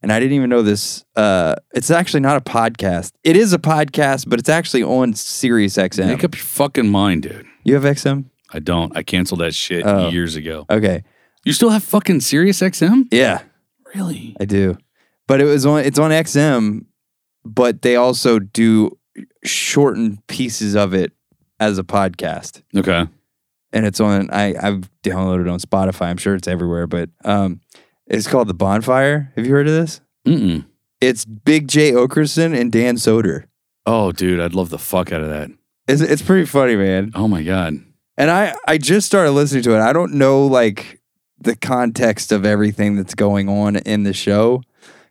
Speaker 2: And I didn't even know this. Uh, it's actually not a podcast. It is a podcast, but it's actually on Sirius XM.
Speaker 3: make up your fucking mind dude
Speaker 2: you have XM?
Speaker 3: i don't i canceled that shit
Speaker 2: Oh.
Speaker 3: years ago
Speaker 2: Okay.
Speaker 3: you still have fucking sirius xm
Speaker 2: Yeah,
Speaker 3: really
Speaker 2: I do. But it was on it's on XM, but they also do shortened pieces of it as a podcast.
Speaker 3: okay
Speaker 2: And it's on I, I've downloaded it on Spotify. I'm sure it's everywhere, but um it's called The Bonfire. Have you heard of this?
Speaker 3: Mm-mm.
Speaker 2: It's Big J Okerson and Dan Soder.
Speaker 3: oh dude i'd love the fuck out of that
Speaker 2: It's, it's pretty funny, man.
Speaker 3: oh my god
Speaker 2: And I I just started listening to it. I don't know like the context of everything that's going on in the show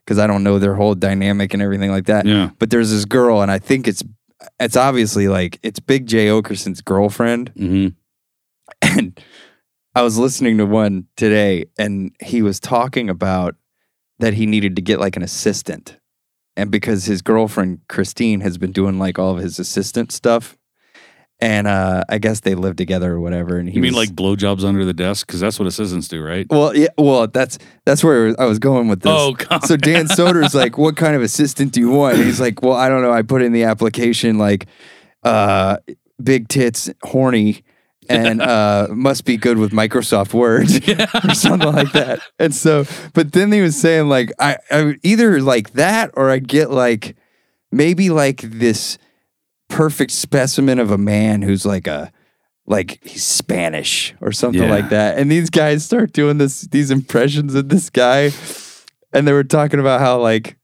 Speaker 2: because I don't know their whole dynamic and everything like that.
Speaker 3: yeah
Speaker 2: But there's this girl, and I think it's it's obviously like it's Big J Okerson's girlfriend. *laughs*
Speaker 3: mm-hmm.
Speaker 2: And I was listening to one today, and he was talking about that he needed to get like an assistant, and because his girlfriend Christine has been doing like all of his assistant stuff, and uh, I guess they lived together or whatever. And he
Speaker 3: You mean
Speaker 2: was-
Speaker 3: like blowjobs under the desk? Because that's what assistants do, right?
Speaker 2: well, yeah, well, that's that's where I was going with this.
Speaker 3: Oh, *laughs* God.
Speaker 2: so Dan Soder's like, "What kind of assistant do you want?" And he's like, "Well, I don't know. I put in the application like, uh, big tits, horny." and uh, must be good with Microsoft Word or something like that. And so, but then he was saying like, I, I would either like that or I get like maybe like this perfect specimen of a man who's like a like he's Spanish or something
Speaker 3: Yeah.
Speaker 2: like that. And these guys start doing this these impressions of this guy, and they were talking about how like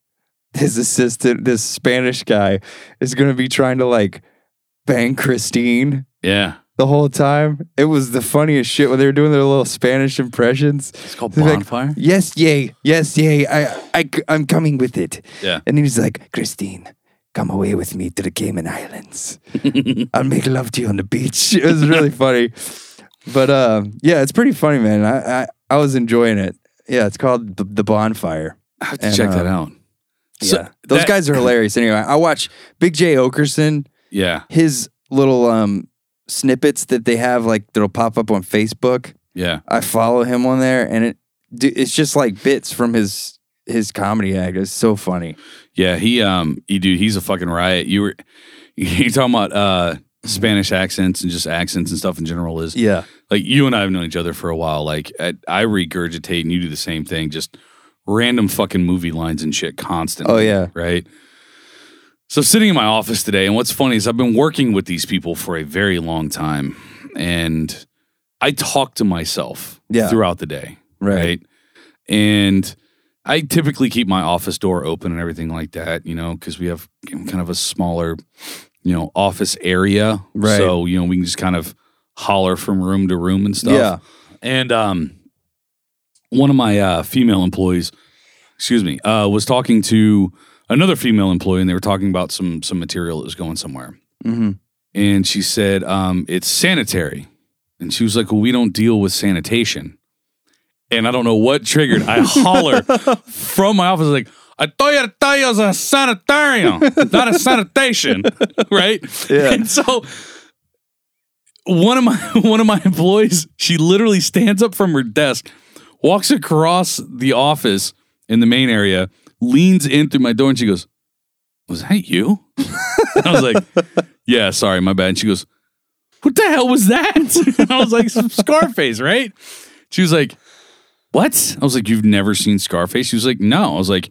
Speaker 2: his assistant, this Spanish guy, is going to be trying to like bang Christine
Speaker 3: Yeah.
Speaker 2: the whole time. It was the funniest shit when they were doing their little Spanish impressions.
Speaker 3: It's called
Speaker 2: They're like,
Speaker 3: bonfire.
Speaker 2: Yes, yay, yes, yay. I, I, I'm coming with it.
Speaker 3: Yeah.
Speaker 2: And he's like, Christine, come away with me to the Cayman
Speaker 3: *laughs*
Speaker 2: Islands. I'll make love to you on the beach. *laughs* It was really funny, but um, yeah, it's pretty funny, man. I, I, I was enjoying it. Yeah, it's called the, the bonfire.
Speaker 3: I have to
Speaker 2: And,
Speaker 3: check
Speaker 2: uh,
Speaker 3: that out. So
Speaker 2: yeah, those
Speaker 3: that-
Speaker 2: guys are hilarious. Anyway, I watch Big J Okerson
Speaker 3: Yeah.
Speaker 2: his little um snippets that they have like that'll pop up on Facebook.
Speaker 3: Yeah.
Speaker 2: I follow him on there, and it du- it's just like bits from his his comedy act. It's so funny.
Speaker 3: Yeah. He um he dude, he's a fucking riot. You were *laughs* you talking about uh Spanish accents and just accents and stuff in general is
Speaker 2: Yeah,
Speaker 3: like you and I have known each other for a while. Like I, I regurgitate and you do the same thing, just random fucking movie lines and shit constantly.
Speaker 2: Oh, yeah.
Speaker 3: Right. So sitting in my office today, and what's funny is I've been working with these people for a very long time. And I talk to myself
Speaker 2: Yeah.
Speaker 3: throughout the day.
Speaker 2: Right.
Speaker 3: And I typically keep my office door open and everything like that, you know, because we have kind of a smaller, you know, office area.
Speaker 2: Right.
Speaker 3: So, you know, we can just kind of holler from room to room and stuff.
Speaker 2: yeah.
Speaker 3: And um, one of my uh, female employees, excuse me, uh, was talking to another female employee, and they were talking about some some material that was going somewhere.
Speaker 2: hmm
Speaker 3: And she said, um, "It's sanitary," and she was like, "Well, we don't deal with sanitation." And I don't know what triggered. I holler from my office like. I thought you thought it was a sanitarium, not a sanitation, *laughs* right?
Speaker 2: Yeah.
Speaker 3: And so one of my *laughs* one of my employees, she literally stands up from her desk, walks across the office in the main area, leans in through my door, and she goes, "Was that you?" *laughs* And I was like, "Yeah, sorry, my bad." And she goes, "What the hell was that?" *laughs* And I was like, "Some Scarface, right?" She was like, "What?" I was like, "You've never seen Scarface?" She was like, "No." I was like,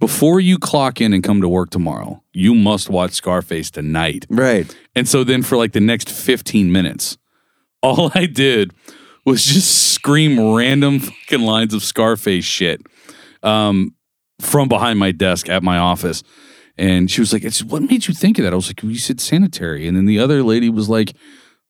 Speaker 3: "Before you clock in and come to work tomorrow, you must watch Scarface tonight." *laughs*
Speaker 2: Right.
Speaker 3: And so then for like the next 15 minutes, all I did was just scream random fucking lines of Scarface shit um, from behind my desk at my office. And she was like, it's, What made you think of that? I was like, well, You said sanitary. And then the other lady was like,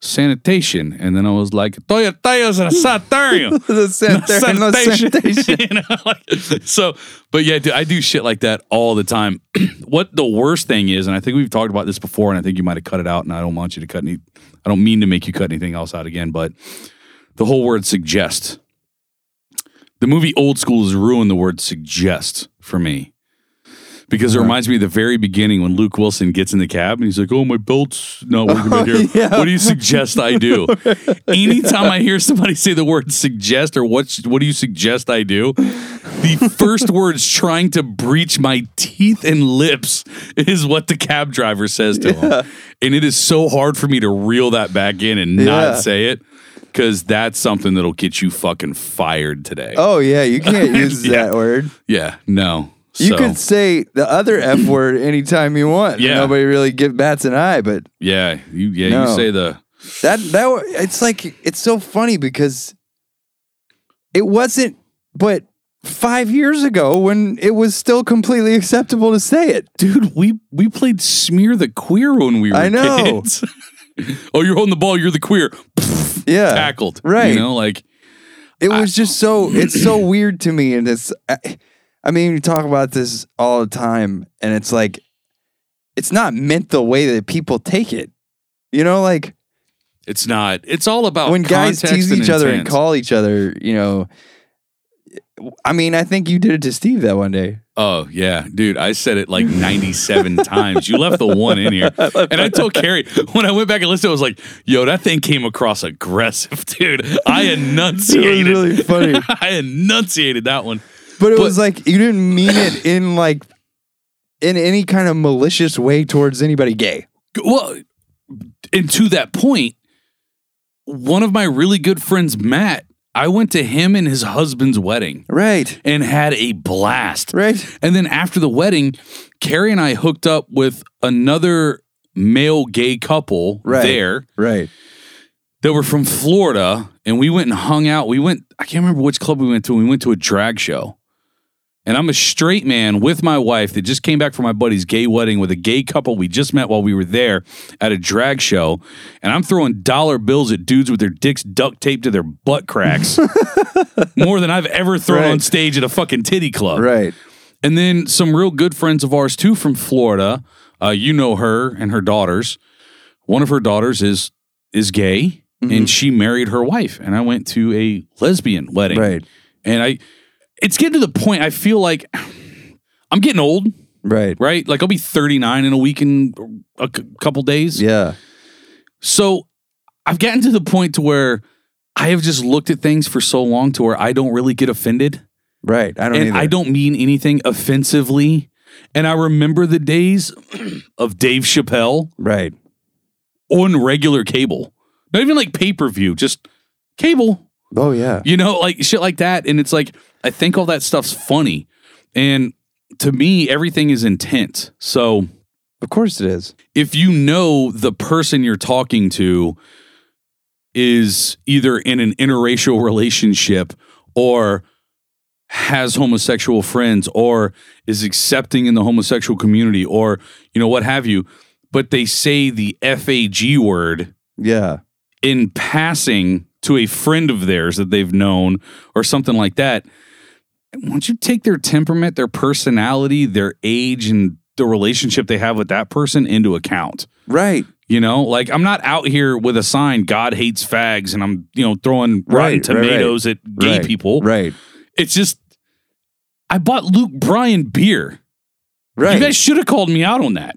Speaker 3: Sanitation. And then I was like, Toyotayo's in a sanitarium.
Speaker 2: *laughs* The
Speaker 3: *laughs*
Speaker 2: sanitarium, no *laughs* sanitation.
Speaker 3: You know, like, so, but yeah, dude, I do shit like that all the time. *clears throat* what the worst thing is, and I think we've talked about this before, and I think you might have cut it out, and I don't want you to cut any. I don't mean to make you cut anything else out again, but the whole word suggest. The movie Old School has ruined the word suggest for me. Because it reminds me of the very beginning when Luke Wilson gets in the cab and he's like, "Oh, my belt's not working right here.
Speaker 2: *laughs* yeah.
Speaker 3: What do you suggest
Speaker 2: *laughs*
Speaker 3: I do?" Anytime I hear somebody say the word "suggest" or "what what do you suggest I do," the first words trying to breach my teeth and lips is what the cab driver says to him, and it is so hard for me to reel that back in and
Speaker 2: Yeah.
Speaker 3: not say it because that's something that'll get you fucking fired today.
Speaker 2: Oh yeah, you
Speaker 3: *laughs*
Speaker 2: can't use that word.
Speaker 3: Yeah, no.
Speaker 2: You
Speaker 3: so,
Speaker 2: could say the other
Speaker 3: *clears throat*
Speaker 2: f word anytime you want.
Speaker 3: Yeah.
Speaker 2: Nobody really give bats an eye, but
Speaker 3: yeah, you yeah
Speaker 2: No.
Speaker 3: you say the
Speaker 2: that that wa- it's like it's so funny because it wasn't but five years ago when it was still completely acceptable to say it
Speaker 3: dude, we we played smear the queer when we were
Speaker 2: I know.
Speaker 3: kids. *laughs* oh, you're holding the ball. You're the queer.
Speaker 2: yeah
Speaker 3: *laughs* Tackled.
Speaker 2: right.
Speaker 3: You know, like
Speaker 2: it was just so it's so weird to me and it's I, I mean you talk about this all the time and it's like it's not meant the way that people take it you know like
Speaker 3: it's not. It's all about
Speaker 2: when guys
Speaker 3: Oh, context
Speaker 2: tease
Speaker 3: and
Speaker 2: each other and
Speaker 3: intent.
Speaker 2: call each other, you know,
Speaker 4: I mean, I think you did it to Steve that one day.
Speaker 3: Oh yeah, dude! I said it
Speaker 2: *laughs*
Speaker 3: like ninety-seven times. You left the one in here, and I told Carrie when I went back and listened, I was like, "Yo, that thing came across aggressive, *laughs* dude.
Speaker 2: *laughs*
Speaker 3: I enunciated.
Speaker 4: really
Speaker 3: *laughs*
Speaker 4: funny.
Speaker 3: I enunciated that one.
Speaker 4: But it
Speaker 3: But-
Speaker 4: was like you didn't mean it in like in any kind of malicious way towards anybody gay.
Speaker 3: Well, and to that point, one of my really good friends, Matt, I went to him and his husband's wedding
Speaker 4: Right.
Speaker 3: and had a blast.
Speaker 4: Right.
Speaker 3: And then after the wedding, Carrie and I hooked up with another male gay couple
Speaker 4: Right.
Speaker 3: there
Speaker 4: Right.
Speaker 3: that were from Florida, and we went and hung out. We went, I can't remember which club we went to. We went to a drag show. And I'm a straight man with my wife that just came back from my buddy's gay wedding with a gay couple we just met while we were there at a drag show. And I'm throwing dollar bills at dudes with their dicks duct taped to their
Speaker 4: *laughs*
Speaker 3: butt cracks more than I've ever thrown
Speaker 4: Right.
Speaker 3: on stage at a fucking titty club.
Speaker 4: Right.
Speaker 3: And then some real good friends of ours too from Florida. Uh, you know her and her daughters. One of her daughters is is gay,
Speaker 4: Mm-hmm.
Speaker 3: and she married her wife. And I went to a lesbian wedding.
Speaker 4: Right.
Speaker 3: And I, it's getting to the point I feel like *sighs* I'm getting old,
Speaker 4: Right.
Speaker 3: right? Like I'll be 39 in a week and a c- couple days.
Speaker 4: Yeah.
Speaker 3: So I've gotten to the point to where I have just looked at things for so long to where I don't really get offended
Speaker 4: Right. I don't
Speaker 3: and
Speaker 4: either.
Speaker 3: I don't mean anything offensively. And I remember the days *clears throat* of Dave Chappelle
Speaker 4: right.
Speaker 3: on regular cable, not even like pay per view, just cable,
Speaker 4: Oh yeah.
Speaker 3: you know, like shit like that. And it's like, I think all that stuff's funny. And to me, everything is intent. So
Speaker 4: Of course it is.
Speaker 3: if you know the person you're talking to is either in an interracial relationship or has homosexual friends or is accepting in the homosexual community or you know what have you but they say the fag word
Speaker 4: Yeah.
Speaker 3: in passing to a friend of theirs that they've known or something like that once you take their temperament their personality their age and the relationship they have with that person into account
Speaker 4: Right.
Speaker 3: you know, like I'm not out here with a sign "God hates fags" and I'm you know throwing rotten
Speaker 4: Right, right, right.
Speaker 3: tomatoes at gay
Speaker 4: Right,
Speaker 3: people.
Speaker 4: Right.
Speaker 3: It's just I bought Luke Bryan beer.
Speaker 4: Right.
Speaker 3: You guys should have called me out on that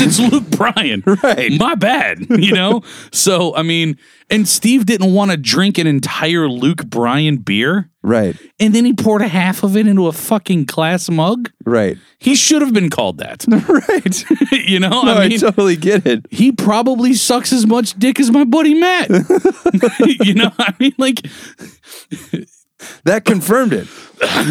Speaker 4: *laughs*
Speaker 3: it's Luke Bryan.
Speaker 4: right.
Speaker 3: My bad, *laughs* you know. so I mean, and Steve didn't want to drink an entire Luke Bryan beer,
Speaker 4: Right.
Speaker 3: and then he poured a half of it into a fucking glass mug.
Speaker 4: Right.
Speaker 3: He should have been called that.
Speaker 4: *laughs* Right.
Speaker 3: *laughs* you know,
Speaker 4: No, I,
Speaker 3: I mean,
Speaker 4: totally get it.
Speaker 3: he probably sucks as much dick as my
Speaker 4: *laughs*
Speaker 3: buddy Matt. *laughs* you know, I mean, like,
Speaker 4: That confirmed it.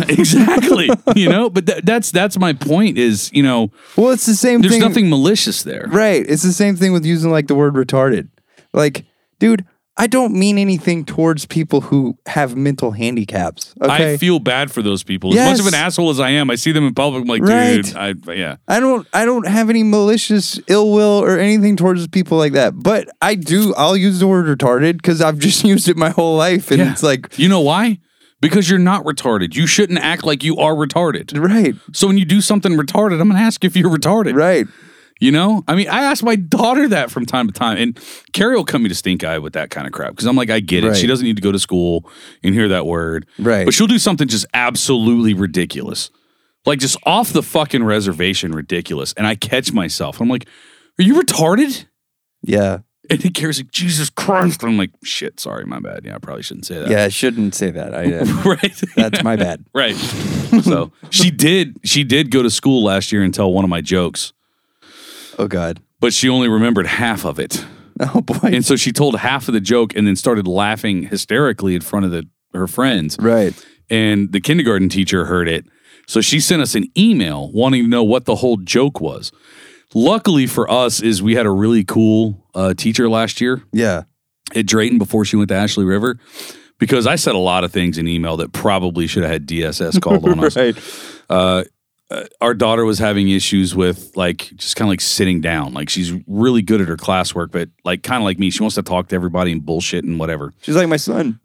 Speaker 3: exactly. You know, but tha- that's that's my point. Is you know,
Speaker 4: Well, it's the same
Speaker 3: there's
Speaker 4: thing.
Speaker 3: nothing malicious there.
Speaker 4: Right. It's the same thing with using like the word retarded. Like, dude, I don't mean anything towards people who have mental handicaps. Okay.
Speaker 3: I feel bad for those people. As much of
Speaker 4: Yes.
Speaker 3: an asshole as I am, I see them in public. I'm like, dude, I yeah.
Speaker 4: I don't I don't have any malicious ill will or anything towards people like that. But I do I'll use the word retarded because I've just *laughs* used it my whole life and
Speaker 3: Yeah.
Speaker 4: it's like
Speaker 3: You know why? Because you're not retarded. You shouldn't act like you are retarded.
Speaker 4: right,
Speaker 3: So when you do something retarded, I'm gonna ask if you're retarded.
Speaker 4: right.
Speaker 3: You know, I mean, I ask my daughter that from time to time, and Carrie will come me to stink eye with that kind of crap because I'm like, I get it.
Speaker 4: Right.
Speaker 3: She doesn't need to go to school and hear that word,
Speaker 4: Right.
Speaker 3: But she'll do something just absolutely ridiculous, like just off the fucking reservation, ridiculous. And I catch myself. I'm like, Are you retarded?
Speaker 4: Yeah.
Speaker 3: And then Carrie's like, Jesus Christ! I'm like, Shit, sorry, my bad. Yeah, I probably shouldn't say that.
Speaker 4: Yeah, I shouldn't say that. I
Speaker 2: *laughs*
Speaker 4: uh,
Speaker 3: *laughs* right. *laughs*
Speaker 4: that's my bad.
Speaker 3: Right. so she did. She did go to school last year and tell one of my jokes,
Speaker 4: Oh god.
Speaker 3: but she only remembered half of it.
Speaker 4: *laughs* Oh boy.
Speaker 2: *laughs*
Speaker 3: And so she told half of the joke and then started laughing hysterically in front of the her friends.
Speaker 4: Right.
Speaker 3: And the kindergarten teacher heard it. So she sent us an email wanting to know what the whole joke was. Luckily for us is we had a really cool uh, teacher last year
Speaker 4: Yeah.
Speaker 3: at Drayton before she went to Ashley River because I said a lot of things in email that probably should have had DSS called on us.
Speaker 4: Right.
Speaker 3: Uh, uh, our daughter was having issues with like just kind of like sitting down. Like she's really good at her classwork, but like kind of like me, she wants to talk to everybody and bullshit and whatever.
Speaker 4: She's like my son.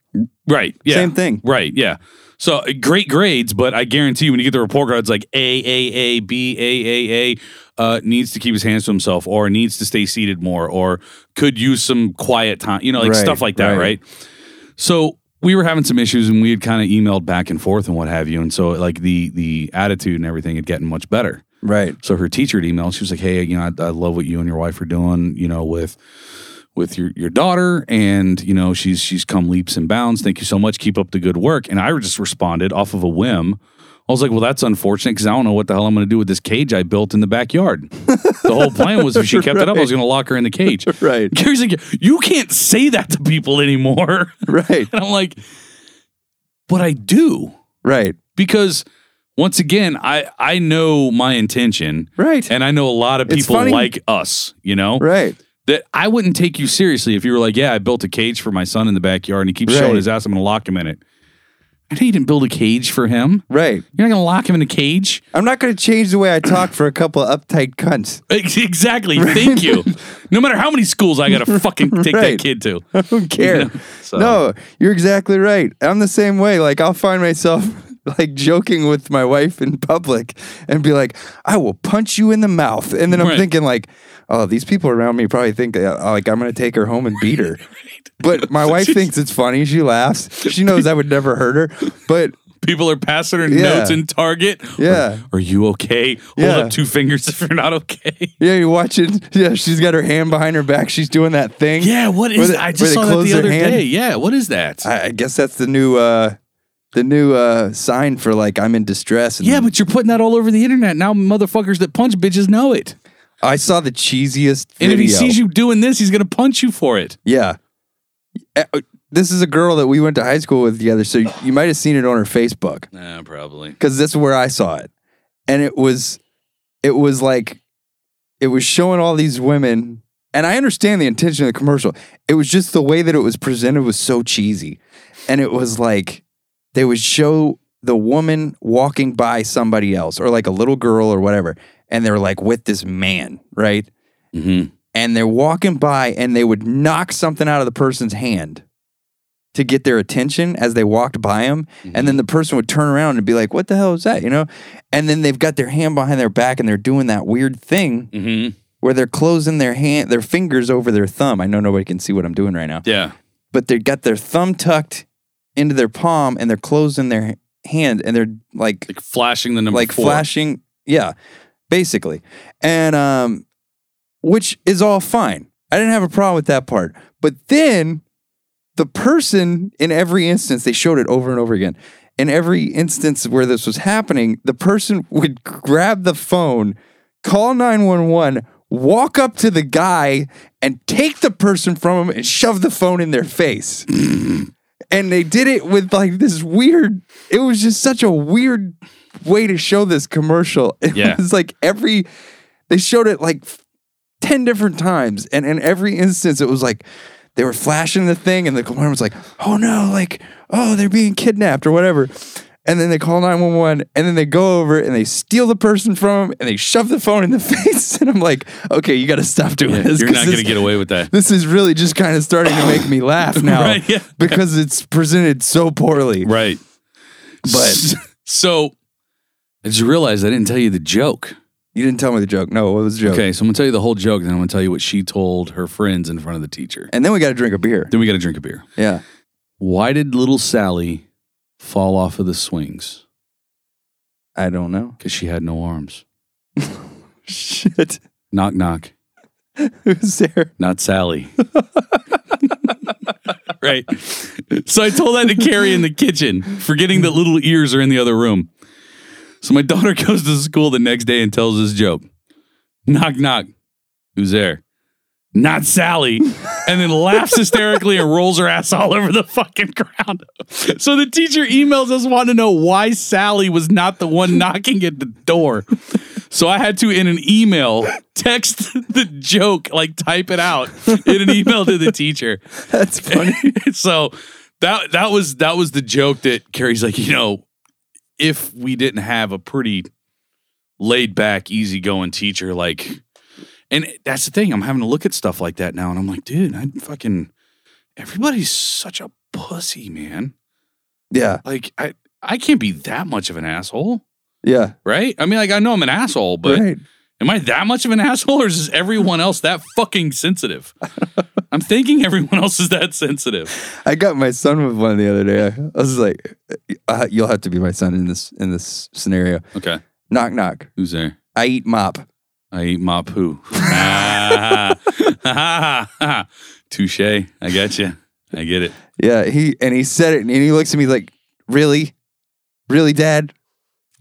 Speaker 3: Right. Yeah.
Speaker 4: Same thing.
Speaker 3: Right. Yeah. So uh, great grades, but I guarantee you when you get the report card, it's like A A A B A A A uh, needs to keep his hands to himself, or needs to stay seated more, or could use some quiet time. You know, like
Speaker 4: Right,
Speaker 3: stuff like that,
Speaker 4: right.
Speaker 3: right? So we were having some issues and we had kind of emailed back and forth and what have you. And so like the the attitude and everything had gotten much better.
Speaker 2: Right.
Speaker 3: So her teacher had emailed. She was like, "Hey, you know, I, I love what you and your wife are doing. You know, with with your your daughter, and you know, she's she's come leaps and bounds. Thank you so much. Keep up the good work." And I just responded off of a whim. I was like, "Well, that's unfortunate because I don't know what the hell I'm going to do with this cage I built in the backyard." the whole plan was if she kept it up, I was going to lock her in the cage.
Speaker 2: Right.
Speaker 4: *laughs*
Speaker 3: Gary's like, "You can't say that to people anymore." *laughs*
Speaker 2: Right.
Speaker 3: and I'm like, "But I do."
Speaker 2: Right.
Speaker 3: because once again, I I know my intention,
Speaker 2: Right.
Speaker 3: and I know a lot of
Speaker 2: It's
Speaker 3: people
Speaker 2: funny.
Speaker 3: like us, you know,
Speaker 2: Right.
Speaker 3: that I wouldn't take you seriously if you were like, yeah, I built a cage for my son in the backyard, and he keeps
Speaker 2: Right.
Speaker 3: showing his ass. I'm gonna lock him in it. I know you didn't build a cage for him.
Speaker 2: Right.
Speaker 3: You're not gonna lock him in a cage. *laughs*
Speaker 2: I'm not going to change the way I talk for a couple of uptight cunts.
Speaker 3: Ex- Exactly. Thank you. No matter how many schools I
Speaker 2: *laughs*
Speaker 3: gotta fucking take
Speaker 2: Right.
Speaker 3: that kid to.
Speaker 2: *laughs* I don't care.
Speaker 3: You know, *laughs* so-
Speaker 2: No, you're exactly right. I'm the same way. Like I'll find myself *laughs* like joking with my wife in public and be like, "I will punch you in the mouth," and then I'm
Speaker 3: Right.
Speaker 2: thinking like, "Oh, these people around me probably think that, uh, like I'm going to take her home and beat
Speaker 3: *laughs*
Speaker 2: her." But my wife thinks it's funny. She laughs. She knows I would never hurt her.
Speaker 3: *laughs*
Speaker 2: But
Speaker 3: People are passing her
Speaker 2: Yeah.
Speaker 3: notes in Target.
Speaker 2: Yeah.
Speaker 3: Are, are you okay?
Speaker 2: Yeah.
Speaker 3: Hold up two fingers *laughs* if you're not okay.
Speaker 2: yeah, you're watching. *laughs* Yeah, she's got her hand behind her back. She's doing that thing.
Speaker 3: Yeah, what
Speaker 2: Where
Speaker 3: is?
Speaker 2: they-
Speaker 3: I
Speaker 2: where
Speaker 3: just
Speaker 2: they
Speaker 3: saw that
Speaker 2: close
Speaker 3: the
Speaker 2: their
Speaker 3: other
Speaker 2: hand.
Speaker 3: day. Yeah, what is that?
Speaker 2: I, I guess that's the new uh the new uh sign for like I'm in distress. And
Speaker 3: yeah, but you're putting that all over the internet now. Motherfuckers that punch bitches know it.
Speaker 2: I saw the cheesiest.
Speaker 3: And if he
Speaker 2: video.
Speaker 3: sees you doing this, he's gonna punch you for it.
Speaker 2: Yeah. Uh, uh, This is a girl that we went to high school with together, so you- you might have seen it on her Facebook
Speaker 3: Nah, probably.
Speaker 2: because that's where I saw it, and it was, it was like, it was showing all these women, and I understand the intention of the commercial. It was just the way that it was presented was so cheesy, and it was like, they would show the woman walking by somebody else or like a little girl or whatever, and they were like with this man, right?
Speaker 3: Mm-hmm.
Speaker 2: and they're walking by and they would knock something out of the person's hand to get their attention as they walked by him and then the person would turn around and be like what the hell is that you know and then they've got their hand behind their back and they're doing that weird thing
Speaker 3: Mm-hmm.
Speaker 2: where they're closing their hand their fingers over their thumb i know nobody can see what i'm doing right now
Speaker 3: Yeah.
Speaker 2: but they've got their thumb tucked into their palm and they're closing their hand and they're like
Speaker 3: Like flashing the number
Speaker 2: like
Speaker 3: four.
Speaker 2: flashing yeah basically and um which is all fine i didn't have a problem with that part but then the person in every instance they showed it over and over again in every instance where this was happening the person would grab the phone call 911 walk up to the guy and take the person from him and shove the phone in their face and they did it with like this weird it was just such a weird way to show this commercial *laughs* it
Speaker 3: Yeah.
Speaker 2: was like every they showed it like f- 10 different times and in every instance it was like they were flashing the thing and the woman was like oh no like oh they're being kidnapped or whatever and then they call 911 and then they go over and they steal the person from them and they shove the phone in the *laughs* face and i'm like okay you got to stop doing
Speaker 3: Yeah,
Speaker 2: this
Speaker 3: *laughs* you're
Speaker 2: 'cause
Speaker 3: not gonna
Speaker 2: this-
Speaker 3: get away with *laughs* that.
Speaker 2: this is really just kind of starting to
Speaker 3: *coughs*
Speaker 2: make me
Speaker 3: *laughs*
Speaker 2: laugh now
Speaker 3: Right, yeah.
Speaker 2: because it's presented so poorly.
Speaker 3: Right.
Speaker 2: But
Speaker 3: *laughs* so I just realized I didn't tell you the joke.
Speaker 2: you didn't tell me the joke. No, it was a joke.
Speaker 3: Okay, so I'm gonna tell you the whole joke, then I'm gonna tell you what she told her friends in front of the teacher.
Speaker 2: And then we got to drink a beer.
Speaker 3: Then we gotta drink a beer.
Speaker 2: Yeah.
Speaker 3: Why did little Sally fall off of the swings?
Speaker 2: I don't know. *laughs*
Speaker 3: Because she had no arms.
Speaker 2: Shit. *laughs*
Speaker 3: Knock knock.
Speaker 2: Who's there?
Speaker 3: not Sally. *laughs* right. So I told that to Carrie in the kitchen, forgetting that little ears are in the other room. So my daughter *laughs* goes to school the next day and tells this joke knock, knock. Who's there? Not Sally. And then laughs hysterically and rolls her ass all over the fucking ground. So the teacher emails us wanting to know why Sally was not the one knocking at the door. So I had to, in an email, text *laughs* the joke, like type it out in an email to the teacher. *laughs*
Speaker 2: That's funny.
Speaker 3: so that that was that was the joke that Carrie's like, you know, if we didn't have a pretty laid back, easygoing teacher, like, and that's the thing, I'm having to look at stuff like that now, and I'm like, dude, I fucking everybody's such a pussy, man.
Speaker 2: yeah.
Speaker 3: Like, I I can't be that much of an asshole,
Speaker 2: Yeah.
Speaker 3: right? I mean, like, I know I'm an asshole, but
Speaker 2: right.
Speaker 3: Am I that much of an asshole, or is everyone else that fucking
Speaker 2: *laughs*
Speaker 3: sensitive? I'm thinking everyone else is that sensitive.
Speaker 2: I got my son with one the other day. I was like, uh, "You'll have to be my son in this in this scenario."
Speaker 3: Okay,
Speaker 2: Knock knock.
Speaker 3: who's there?
Speaker 2: I eat mop.
Speaker 3: I eat my poo. *laughs* Touche. I got you. I get it.
Speaker 2: Yeah, he and he said it, and he looks at me like, "Really, really, Dad?"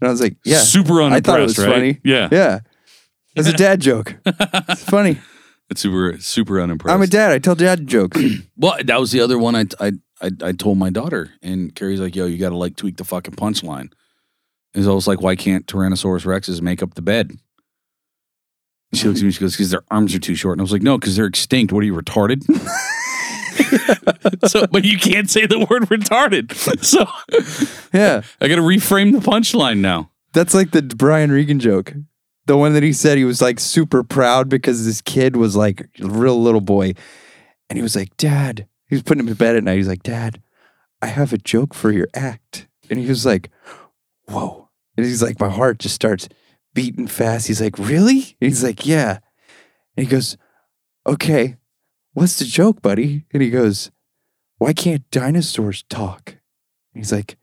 Speaker 2: And I was like,
Speaker 3: *laughs*
Speaker 2: "Yeah,
Speaker 3: Super
Speaker 2: I
Speaker 3: unimpressed,
Speaker 2: thought it was
Speaker 3: right?
Speaker 2: funny.
Speaker 3: Yeah.
Speaker 2: yeah." It's a dad joke. It's funny.
Speaker 3: It's super, super unimpressed.
Speaker 2: I'm a dad. I tell dad jokes.
Speaker 3: Well, that was the other one I I I, I told my daughter, and Carrie's like, "Yo, you got to like tweak the fucking punchline." And so I was like, "Why can't Tyrannosaurus rexes make up the bed?" And she looks at me. She goes, "Because their arms are too short." And I was like, "No, because they're extinct. What are you retarded?" *laughs* so, but you can't say the word retarded. So
Speaker 2: yeah,
Speaker 3: I got to reframe the punchline now.
Speaker 2: that's like the Brian Regan joke. The one that he said he was like super proud because this kid was like a real little boy, and he was like, "Dad," he was putting him to bed at night. He's like, "Dad, I have a joke for your act," and he was like, "Whoa!" And he's like, "My heart just starts beating fast." He's like, "Really?" And he's like, "Yeah," and he goes, "Okay, what's the joke, buddy?" And he goes, "Why can't dinosaurs talk?" And he's like,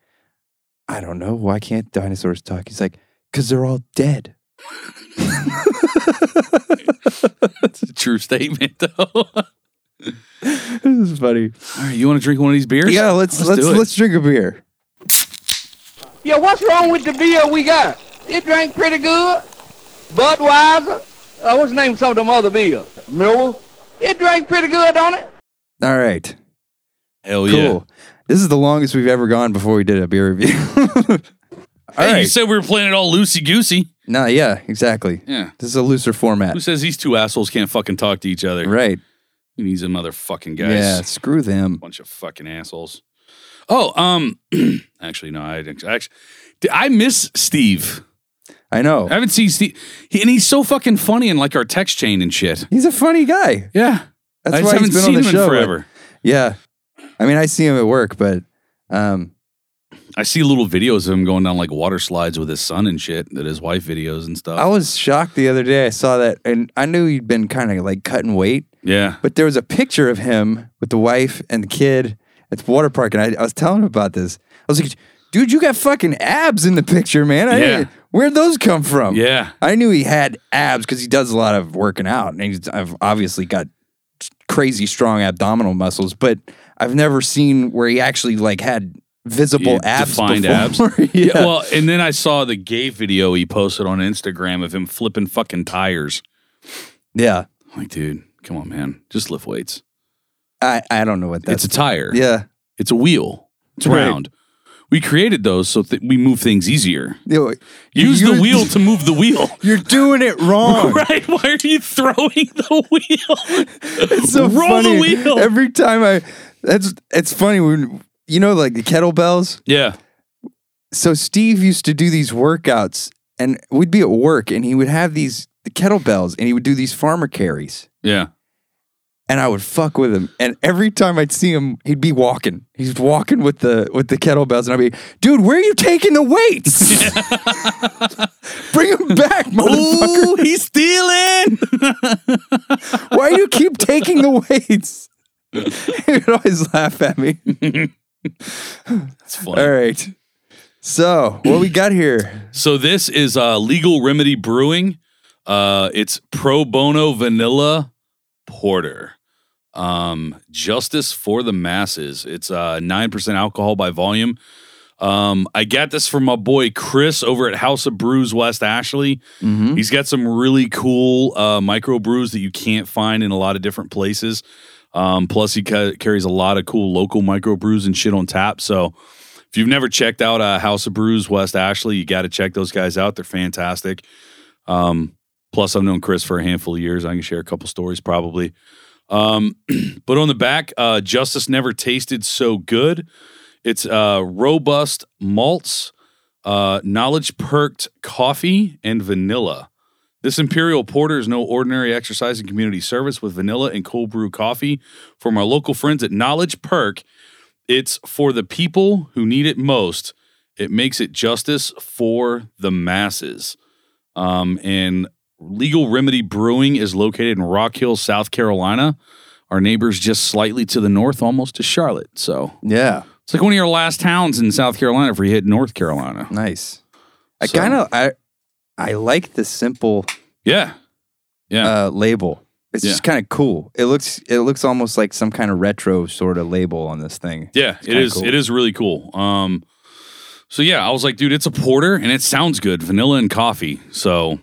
Speaker 2: I don't know. Why can't dinosaurs talk? He's like, because they're all dead. *laughs*
Speaker 3: That's a true statement, though. *laughs* All
Speaker 2: this is funny.
Speaker 3: right, you want to drink one of these beers?
Speaker 2: Yeah, let's let's
Speaker 3: do
Speaker 2: let's,
Speaker 3: it.
Speaker 2: drink a beer.
Speaker 5: Yeah, what's wrong with the beer we got? It drank pretty good. Budweiser. Uh, what's the name of some of them other beers? Miller. It drank pretty good, don't it?
Speaker 2: All right,
Speaker 3: Hell
Speaker 2: cool.
Speaker 3: Oh, yeah!
Speaker 2: This is the longest we've ever gone before we did a beer review. *laughs* All
Speaker 3: Hey,
Speaker 2: right.
Speaker 3: you said we were playing it all loosey goosey.
Speaker 2: nah, yeah, exactly.
Speaker 3: Yeah.
Speaker 2: This is a looser format,
Speaker 3: Who says these two assholes can't fucking talk to each other?
Speaker 2: right?
Speaker 3: These motherfucking guys.
Speaker 2: Yeah, screw them.
Speaker 3: Bunch of fucking assholes. Oh, um, *clears throat* actually, no, I didn't. Actually, did I miss Steve.
Speaker 2: I know.
Speaker 3: I haven't seen Steve. He, and he's so fucking funny in like our text chain and shit.
Speaker 2: He's a funny guy.
Speaker 3: Yeah.
Speaker 2: That's
Speaker 3: I just
Speaker 2: why
Speaker 3: haven't
Speaker 2: he's been
Speaker 3: seen
Speaker 2: on the
Speaker 3: him
Speaker 2: show
Speaker 3: in
Speaker 2: but-
Speaker 3: forever.
Speaker 2: Yeah, I mean, I see him at work, but um,
Speaker 3: I see little videos of him going down like water slides with his son and shit that his wife videos and stuff.
Speaker 2: I was shocked the other day. I saw that, and I knew he'd been kind of like cutting weight.
Speaker 3: yeah.
Speaker 2: But there was a picture of him with the wife and the kid at the water park, and I, I was telling him about this. I was like, "Dude, you got fucking abs in the picture, man. I
Speaker 3: Yeah.
Speaker 2: didn't- where'd those come *laughs* from?"
Speaker 3: Yeah.
Speaker 2: I knew he had abs because he does a lot of working out, and he's I've obviously got crazy strong abdominal muscles. But I've never seen where he actually like had visible
Speaker 3: Yeah,
Speaker 2: abs.
Speaker 3: defined
Speaker 2: before. *laughs* yeah.
Speaker 3: Yeah, Well, and then I saw the gay video he posted on Instagram of him flipping fucking tires.
Speaker 2: yeah.
Speaker 3: I'm like, dude, come on, man. Just lift weights.
Speaker 2: I I don't know what that's.
Speaker 3: it's a tire.
Speaker 2: yeah.
Speaker 3: It's a wheel. It's
Speaker 2: Right.
Speaker 3: round. We created those so that we move things easier.
Speaker 2: You-
Speaker 3: Use the
Speaker 2: you're-
Speaker 3: *laughs* wheel to move the wheel.
Speaker 2: You're doing
Speaker 3: *laughs*
Speaker 2: it wrong.
Speaker 3: Right? Why are you throwing the wheel?
Speaker 2: It's so
Speaker 3: Roll
Speaker 2: funny.
Speaker 3: the wheel.
Speaker 2: Every time I, that's it's funny when you know like the kettlebells.
Speaker 3: yeah.
Speaker 2: So Steve used to do these workouts, and we'd be at work, and he would have these the kettlebells, and he would do these farmer carries,
Speaker 3: Yeah.
Speaker 2: and I would fuck with him. And every time I'd see him, he'd be walking. He's walking with the with the kettlebells, and I'd be, dude, where are you taking the weights? *laughs* Bring him back, motherfucker!
Speaker 3: Ooh, he's stealing.
Speaker 2: *laughs* Why do you keep taking the weights? *laughs* he would always laugh at me.
Speaker 3: It's funny.
Speaker 2: All right. So what we got here?
Speaker 3: So this is uh, Legal Remedy Brewing. Uh, it's pro bono vanilla porter. Um, justice for the masses. It's uh, nine percent alcohol by volume. Um, I got this from my boy Chris over at House of Brews West Ashley. He's got some really cool uh, micro brews that you can't find in a lot of different places. Um, plus, he ca- carries a lot of cool local micro brews and shit on tap. So, if you've never checked out uh, House of Brews West Ashley, you got to check those guys out. They're fantastic. Um, plus, I've known Chris for a handful of years. I can share a couple stories probably. Um, *clears throat* but on the back, uh, Justice Never Tasted So Good. It's uh, robust malts, uh, knowledge perked coffee, and vanilla. This Imperial Porter is no ordinary exercise and community service with vanilla and cold brew coffee from our local friends at Knowledge Perk. It's for the people who need it most. It makes it justice for the masses. Um, and Legal Remedy Brewing is located in Rock Hill, South Carolina. Our neighbors just slightly to the north, almost to Charlotte. So
Speaker 2: Yeah.
Speaker 3: it's like one of your last towns in South Carolina if we hit North Carolina.
Speaker 2: Nice. I
Speaker 3: So-
Speaker 2: kind of I I like the simple
Speaker 3: Yeah. Yeah.
Speaker 2: uh, label. It's
Speaker 3: Yeah.
Speaker 2: just kind of cool. It looks it looks almost like some kind of retro sort of label on this thing.
Speaker 3: Yeah, it
Speaker 2: kinda
Speaker 3: is.
Speaker 2: cool.
Speaker 3: It is really cool. Um, so yeah, I was like, dude, it's a porter, and it sounds good, vanilla and coffee. So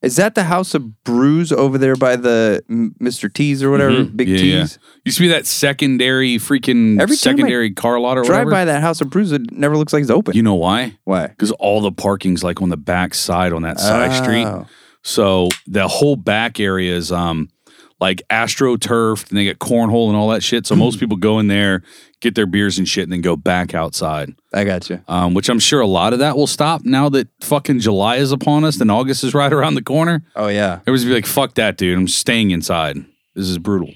Speaker 2: Is that the House of Brews over there by the M- Mr. T's or whatever
Speaker 3: Mhm.
Speaker 2: Big
Speaker 3: Yeah, yeah.
Speaker 2: T's?
Speaker 3: used to be that secondary freaking
Speaker 2: Every time I
Speaker 3: secondary car lot or
Speaker 2: Drive
Speaker 3: whatever.
Speaker 2: by that House of Brews, it never looks like it's open.
Speaker 3: you know why?
Speaker 2: Why?
Speaker 3: Because all the parking's like on the back side on that side street.
Speaker 2: Oh.
Speaker 3: So the whole back area is um like astroturfed and they get cornhole and all that shit.
Speaker 2: *clears throat*
Speaker 3: So most people go in there, get their beers and shit, and then go back outside.
Speaker 2: I got you.
Speaker 3: Um, which I'm sure a lot of that will stop now that fucking July is upon us and August is right around the corner.
Speaker 2: Oh yeah.
Speaker 3: Everybody's be like, fuck that, dude. I'm staying inside. This is brutal.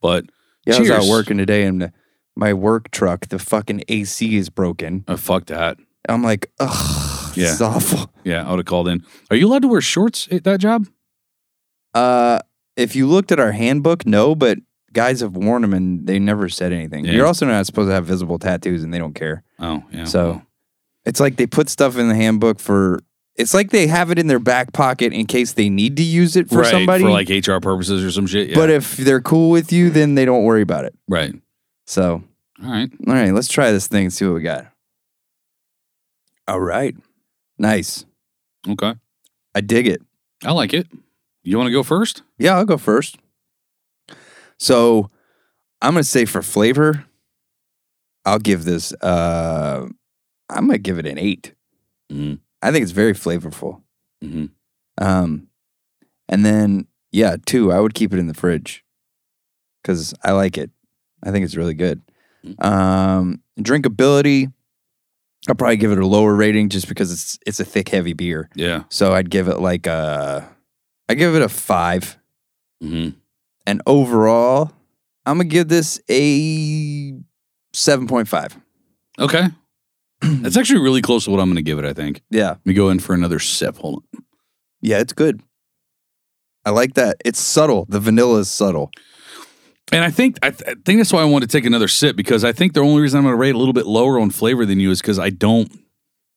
Speaker 3: But
Speaker 2: Yeah, I was
Speaker 3: Cheers.
Speaker 2: out working today and the- my work truck, the fucking AC is broken.
Speaker 3: uh, fuck that.
Speaker 2: I'm like, ugh, this
Speaker 3: Yeah.
Speaker 2: is awful.
Speaker 3: Yeah, I would have called in. Are you allowed to wear shorts at that job?
Speaker 2: Uh, if you looked at our handbook, no, but guys have worn them and they never said anything.
Speaker 3: Yeah.
Speaker 2: You're also not supposed to have visible tattoos and they don't care.
Speaker 3: Oh, yeah.
Speaker 2: So it's like they put stuff in the handbook for. It's like they have it in their back pocket in case they need to use it for
Speaker 3: right,
Speaker 2: somebody.
Speaker 3: for like HR purposes or some shit. Yeah.
Speaker 2: But if they're cool with you, then they don't worry about it.
Speaker 3: right.
Speaker 2: So,
Speaker 3: All right.
Speaker 2: all right, let's try this thing and see what we got. All right. Nice.
Speaker 3: Okay.
Speaker 2: I dig it.
Speaker 3: I like it. You want to go first?
Speaker 2: Yeah, I'll go first. So I'm gonna say for flavor, I'll give this uh I'm gonna give it an eight.
Speaker 3: Mhm.
Speaker 2: I think it's very flavorful. Mm-hmm.
Speaker 3: Mhm.
Speaker 2: Um and then yeah, two, I would keep it in the fridge. Cause I like it. I think it's really good. Um drinkability, I'll probably give it a lower rating just because it's it's a thick, heavy beer.
Speaker 3: Yeah.
Speaker 2: So I'd give it like a I give it a five.
Speaker 3: hmm
Speaker 2: Mm-hmm. And overall, I'm gonna give this a 7.5.
Speaker 3: Okay. *clears throat* That's actually really close to what I'm going to give it, I think.
Speaker 2: Yeah.
Speaker 3: Let me go in for another sip. Hold on.
Speaker 2: Yeah, it's good. I like that. It's subtle. The vanilla is subtle.
Speaker 3: And I think I, th- I think that's why I want to take another sip because I think the only reason I'm going to rate a little bit lower on flavor than you is because I don't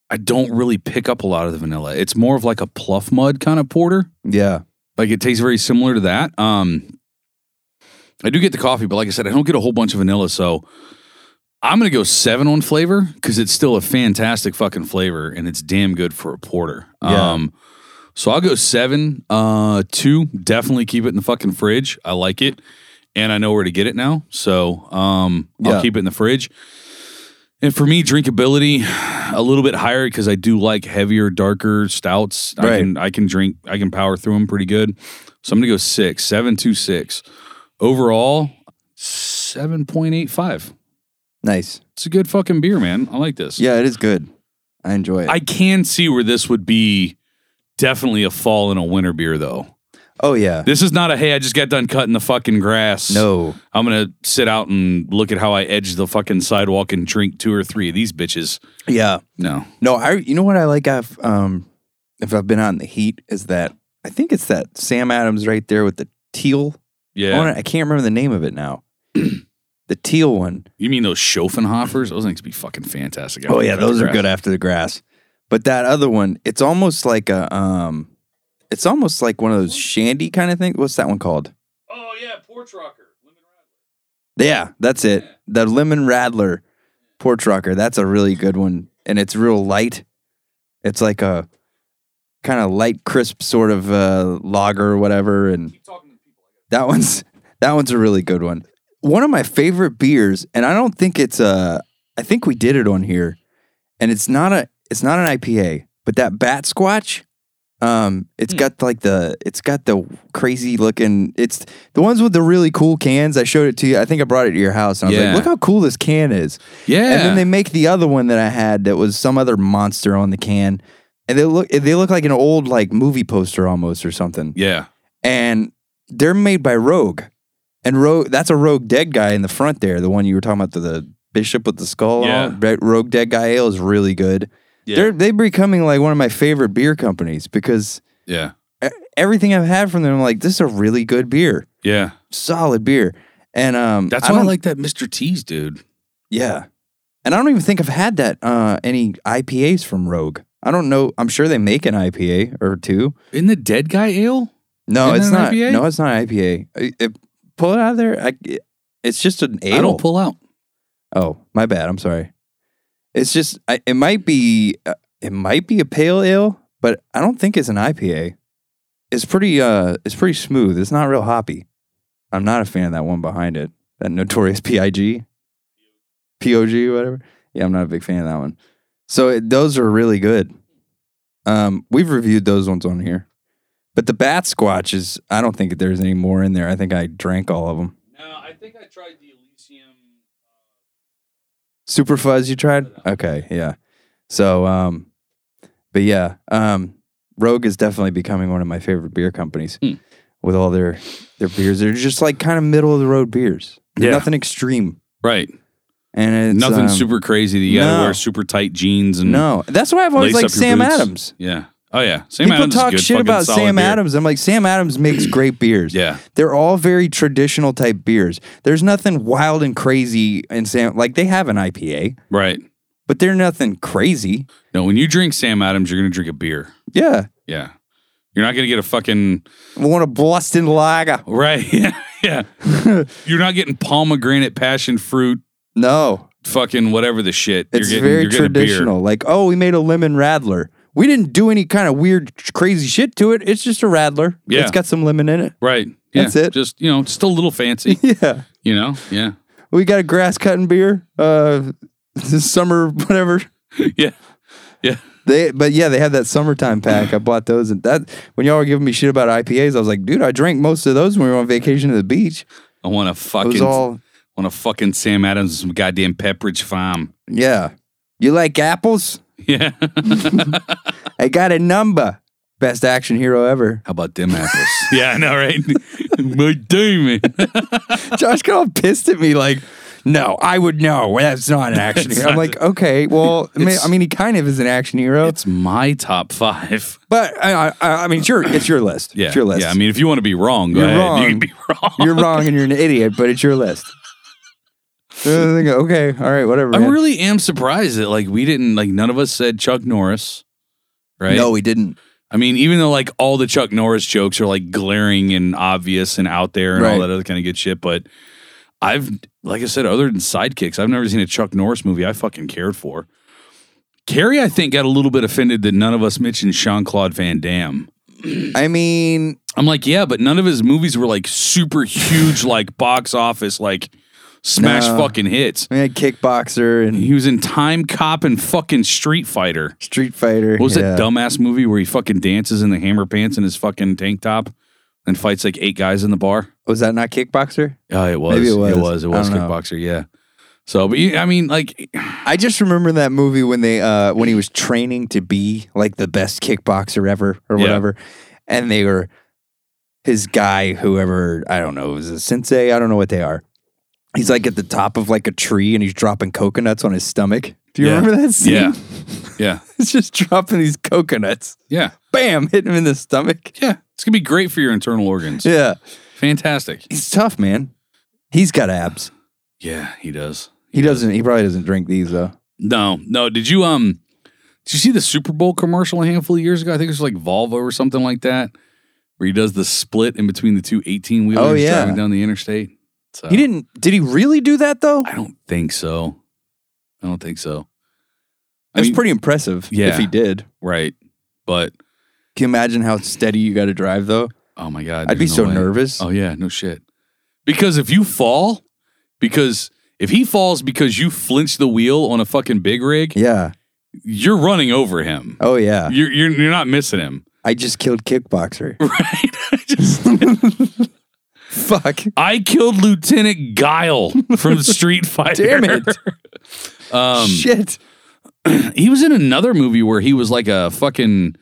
Speaker 3: I don't really pick up a lot of the vanilla. It's more of like a pluff mud kind of porter.
Speaker 2: Yeah.
Speaker 3: Like it tastes very similar to that. Um, I do get the coffee, but like I said, I don't get a whole bunch of vanilla. So I'm going to go seven on flavor because it's still a fantastic fucking flavor and it's damn good for a porter.
Speaker 2: Yeah.
Speaker 3: Um, so I'll go seven, uh, two. Definitely keep it in the fucking fridge. I like it, and I know where to get it now. So um,
Speaker 2: Yeah.
Speaker 3: I'll keep it in the fridge. And for me, drinkability a little bit higher because I do like heavier, darker stouts. I
Speaker 2: Right.
Speaker 3: can I can drink. I can power through them pretty good. So I'm gonna go six, seven, two, six. Overall, seven point eight five.
Speaker 2: Nice.
Speaker 3: It's a good fucking beer, man. I like this.
Speaker 2: Yeah, it is good. I enjoy it.
Speaker 3: I can see where this would be definitely a fall and a winter beer though.
Speaker 2: oh yeah.
Speaker 3: This is not a hey, I just got done cutting the fucking grass.
Speaker 2: No.
Speaker 3: I'm gonna sit out and look at how I edge the fucking sidewalk and drink two or three of these bitches.
Speaker 2: Yeah.
Speaker 3: No.
Speaker 2: No, I you know what I like I've um if I've been out in the heat is that I think it's that Sam Adams right there with the teal
Speaker 3: Yeah.
Speaker 2: on it. I can't remember the name of it now. *clears throat* the teal one.
Speaker 3: You mean those Schopenhoffers? Those things be fucking fantastic.
Speaker 2: Oh yeah, those are
Speaker 3: Grass.
Speaker 2: good after the grass. But that other one, it's almost like a um it's almost like one of those shandy kind of thing. What's that one called?
Speaker 3: Oh yeah, porch rocker. Lemon
Speaker 2: Yeah, that's it. The lemon rattler porch rocker. That's a really good one. And it's real light. It's like a kind of light, crisp sort of uh lager or whatever. And that one's that one's a really good one. One of my favorite beers, and I don't think it's a I think we did it on here. And it's not a it's not an IPA, but that bat squatch, um, it's got like the it's got the crazy looking it's the ones with the really cool cans. I showed it to you. I think I brought it to your house and I was
Speaker 3: Yeah.
Speaker 2: like, look how cool this can is.
Speaker 3: Yeah.
Speaker 2: And then they make the other one that I had that was some other monster on the can. And they look they look like an old like movie poster almost or something
Speaker 3: yeah.
Speaker 2: and they're made by Rogue. And Rogue, that's a Rogue Dead guy in the front there, the one you were talking about, the, the bishop with the skull.
Speaker 3: Yeah.
Speaker 2: on. Ro- Rogue Dead Guy Ale is really good.
Speaker 3: Yeah.
Speaker 2: They're they're becoming like one of my favorite beer companies because
Speaker 3: Yeah.
Speaker 2: e- everything I've had from them, I'm like, this is a really good beer,
Speaker 3: Yeah.
Speaker 2: solid beer. And um,
Speaker 3: That's why I,
Speaker 2: don't-
Speaker 3: like that Mr. T's, dude.
Speaker 2: Yeah. And I don't even think I've had that uh, any IPAs from Rogue. I don't know. I'm sure they make an IPA or two.
Speaker 3: Isn't the dead guy ale?
Speaker 2: No,
Speaker 3: Isn't
Speaker 2: it's
Speaker 3: that an
Speaker 2: not.
Speaker 3: IPA?
Speaker 2: No, it's not IPA. I- I- pull it out of there. I, it's just an ale.
Speaker 3: I don't pull out.
Speaker 2: oh, my bad. I'm sorry. It's just I, it might be uh, it might be a pale ale, but I don't think it's an IPA. It's pretty uh it's pretty smooth. It's not real hoppy. I'm not a fan of that one behind it. That notorious *laughs* PIG, POG, whatever. Yeah, I'm not a big fan of that one. So it, those are really good. Um, we've reviewed those ones on here, but the Bat Squatch is. I don't think there's any more in there. I think I drank all of them.
Speaker 3: No, I think I tried the Elysium.
Speaker 2: Super Fuzz you tried? Okay, yeah. So um but yeah, um Rogue is definitely becoming one of my favorite beer companies
Speaker 3: Hmm.
Speaker 2: with all their their beers. They're just like kind of middle of the road beers. They're
Speaker 3: Yeah.
Speaker 2: Nothing extreme.
Speaker 3: Right.
Speaker 2: And it's
Speaker 3: Nothing
Speaker 2: um,
Speaker 3: super crazy that you gotta
Speaker 2: no.
Speaker 3: wear super tight jeans and
Speaker 2: No. That's why I've always
Speaker 3: lace
Speaker 2: liked
Speaker 3: up your
Speaker 2: Sam
Speaker 3: boots.
Speaker 2: Adams.
Speaker 3: Yeah. Oh yeah. Sam
Speaker 2: People
Speaker 3: Adams
Speaker 2: talk
Speaker 3: is good.
Speaker 2: shit
Speaker 3: fucking
Speaker 2: about
Speaker 3: solid
Speaker 2: Sam
Speaker 3: beer.
Speaker 2: Adams. I'm like, Sam Adams
Speaker 3: *clears throat*
Speaker 2: makes great beers.
Speaker 3: Yeah.
Speaker 2: They're all very traditional type beers. There's nothing wild and crazy in Sam like they have an IPA,
Speaker 3: Right.
Speaker 2: but they're nothing crazy.
Speaker 3: No, when you drink Sam Adams, you're gonna drink a beer.
Speaker 2: Yeah.
Speaker 3: Yeah. You're not gonna get a fucking
Speaker 2: I want a Boston lager.
Speaker 3: Right. *laughs* Yeah.
Speaker 2: *laughs*
Speaker 3: yeah. you're not getting pomegranate passion fruit,
Speaker 2: No,
Speaker 3: fucking whatever the shit.
Speaker 2: it's
Speaker 3: you're getting,
Speaker 2: very
Speaker 3: you're getting a beer.
Speaker 2: traditional. Like, oh, we made a lemon radler. We didn't do any kind of weird, crazy shit to it. It's just a radler.
Speaker 3: Yeah.
Speaker 2: It's got some lemon in it. *laughs*
Speaker 3: Right. Yeah.
Speaker 2: That's it.
Speaker 3: Just you know, just a
Speaker 2: *laughs*
Speaker 3: little fancy.
Speaker 2: Yeah.
Speaker 3: you know?
Speaker 2: *laughs*
Speaker 3: Yeah.
Speaker 2: We got a grass cutting beer, uh, *laughs* this summer, *laughs* whatever.
Speaker 3: Yeah. Yeah.
Speaker 2: They, but yeah, they have that summertime pack. I bought those, and that when y'all were giving me shit about IPAs, I was like, dude, I drank most of those when we were on vacation to the beach.
Speaker 3: I want a
Speaker 2: It was
Speaker 3: fucking
Speaker 2: all,
Speaker 3: want a fucking Sam Adams and some goddamn Pepperidge Farm. *laughs*
Speaker 2: yeah. You like apples?
Speaker 3: Yeah.
Speaker 2: I got a number. Best action hero ever.
Speaker 3: How about them apples? *laughs* yeah, I
Speaker 2: *laughs*
Speaker 3: know, right? My demon.
Speaker 2: Josh got all pissed at me like, no, I would know. That's not an action hero. I'm like, okay, well, I mean, I mean, he kind of is an action hero,
Speaker 3: It's my top five.
Speaker 2: but I, I, I mean, it's your, it's your list.
Speaker 3: Yeah.
Speaker 2: It's your list.
Speaker 3: Yeah. I mean, if you want to be wrong, go
Speaker 2: You're
Speaker 3: ahead.
Speaker 2: wrong.
Speaker 3: You can be wrong.
Speaker 2: you're wrong and you're an idiot, but it's your list. So I think, okay, all right, whatever.
Speaker 3: I
Speaker 2: man.
Speaker 3: really am surprised that like we didn't like none of us said Chuck Norris. Right?
Speaker 2: No, he didn't.
Speaker 3: I mean, even though like all the Chuck Norris jokes are like glaring and obvious and out there and all
Speaker 2: Right.
Speaker 3: that other kind of good shit, but I've like I said, other than sidekicks, I've never seen a Chuck Norris movie I fucking cared for. Carrie, I think, got a little bit offended that none of us mentioned Sean Claude Van Damme.
Speaker 2: I mean,
Speaker 3: I'm like, yeah, but none of his movies were like super huge, like box office, like smash
Speaker 2: No.
Speaker 3: fucking hits.
Speaker 2: we had kickboxer and
Speaker 3: He was in Time Cop and fucking Street Fighter.
Speaker 2: Street Fighter.
Speaker 3: What was
Speaker 2: Yeah.
Speaker 3: that dumbass movie where he fucking dances in the hammer pants and his fucking tank top and fights like eight guys in the bar?
Speaker 2: Was that not kickboxer?
Speaker 3: Oh, it was.
Speaker 2: Maybe it was.
Speaker 3: It was. It
Speaker 2: I
Speaker 3: was
Speaker 2: don't know.
Speaker 3: Kickboxer, yeah. So, but you, I
Speaker 2: *laughs*
Speaker 3: mean, like,
Speaker 2: I just remember that movie when they uh when he was training to be like the best kickboxer ever or
Speaker 3: Yeah.
Speaker 2: whatever, and they were his guy, whoever I don't know, it was a sensei, I don't know what they are. He's like at the top of like a tree and he's dropping coconuts on his stomach. Do you
Speaker 3: Yeah.
Speaker 2: remember that scene?
Speaker 3: yeah. Yeah.
Speaker 2: *laughs* He's just dropping these coconuts.
Speaker 3: Yeah.
Speaker 2: Bam, hitting him in the stomach.
Speaker 3: Yeah. It's going to be great for your internal organs.
Speaker 2: Yeah.
Speaker 3: Fantastic.
Speaker 2: He's tough, man. He's got abs.
Speaker 3: Yeah, he does.
Speaker 2: He doesn't he probably doesn't drink these though.
Speaker 3: No, no. Did you, um, did you see the Super Bowl commercial a handful of years ago? I think it was like Volvo or something like that, where he does the split in between the two 18 wheelers
Speaker 2: Oh, yeah.
Speaker 3: driving down the interstate. So.
Speaker 2: He didn't did he really do that though?
Speaker 3: Uh. I don't think so. I don't think so. I
Speaker 2: It was
Speaker 3: mean,
Speaker 2: pretty impressive if
Speaker 3: yeah.
Speaker 2: he did.
Speaker 3: right, but
Speaker 2: Can you imagine how steady you got to drive though?
Speaker 3: oh my god,
Speaker 2: I'd be
Speaker 3: there's
Speaker 2: so
Speaker 3: no way.
Speaker 2: nervous.
Speaker 3: Oh yeah, no shit. Because if you fall, because if he falls because you flinch the wheel on a fucking big
Speaker 2: *laughs*
Speaker 3: rig,
Speaker 2: Yeah.
Speaker 3: you're running over him.
Speaker 2: Oh yeah.
Speaker 3: You're, you're you're not missing him, *laughs*
Speaker 2: I just killed kickboxer. *laughs*
Speaker 3: right? *laughs* I just-
Speaker 2: Fuck.
Speaker 3: I killed Lieutenant Guile
Speaker 2: *laughs*
Speaker 3: from Street Fighter.
Speaker 2: Damn it.
Speaker 3: *laughs* Um,
Speaker 2: Shit.
Speaker 3: He was in another movie where he was like a fucking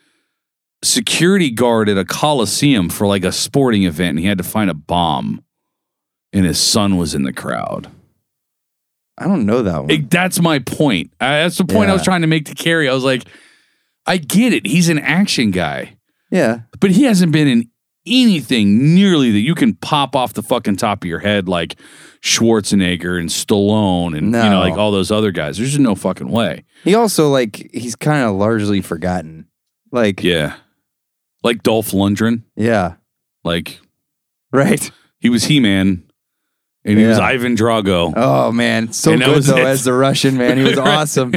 Speaker 3: security guard at a coliseum for like a sporting event and he had to find a bomb and his son was in the crowd.
Speaker 2: I don't know that one.
Speaker 3: It- that's my point. Uh, that's the point I was
Speaker 2: Yeah.
Speaker 3: trying to make to Carrie. I was like, I get it. He's an action guy.
Speaker 2: Yeah.
Speaker 3: but he hasn't been in anything nearly that you can pop off the fucking top of your head like Schwarzenegger and Stallone and you know
Speaker 2: No.
Speaker 3: like all those other guys. There's just no fucking way.
Speaker 2: He also like he's kind of largely forgotten. Like yeah.
Speaker 3: Yeah, like Dolph Lundgren, like
Speaker 2: Right.
Speaker 3: he was He Man, and he was
Speaker 2: Yeah.
Speaker 3: Ivan Drago.
Speaker 2: Oh man, so
Speaker 3: And that
Speaker 2: good
Speaker 3: was
Speaker 2: though
Speaker 3: it.
Speaker 2: as the Russian man. He was
Speaker 3: *laughs* Right.
Speaker 2: awesome.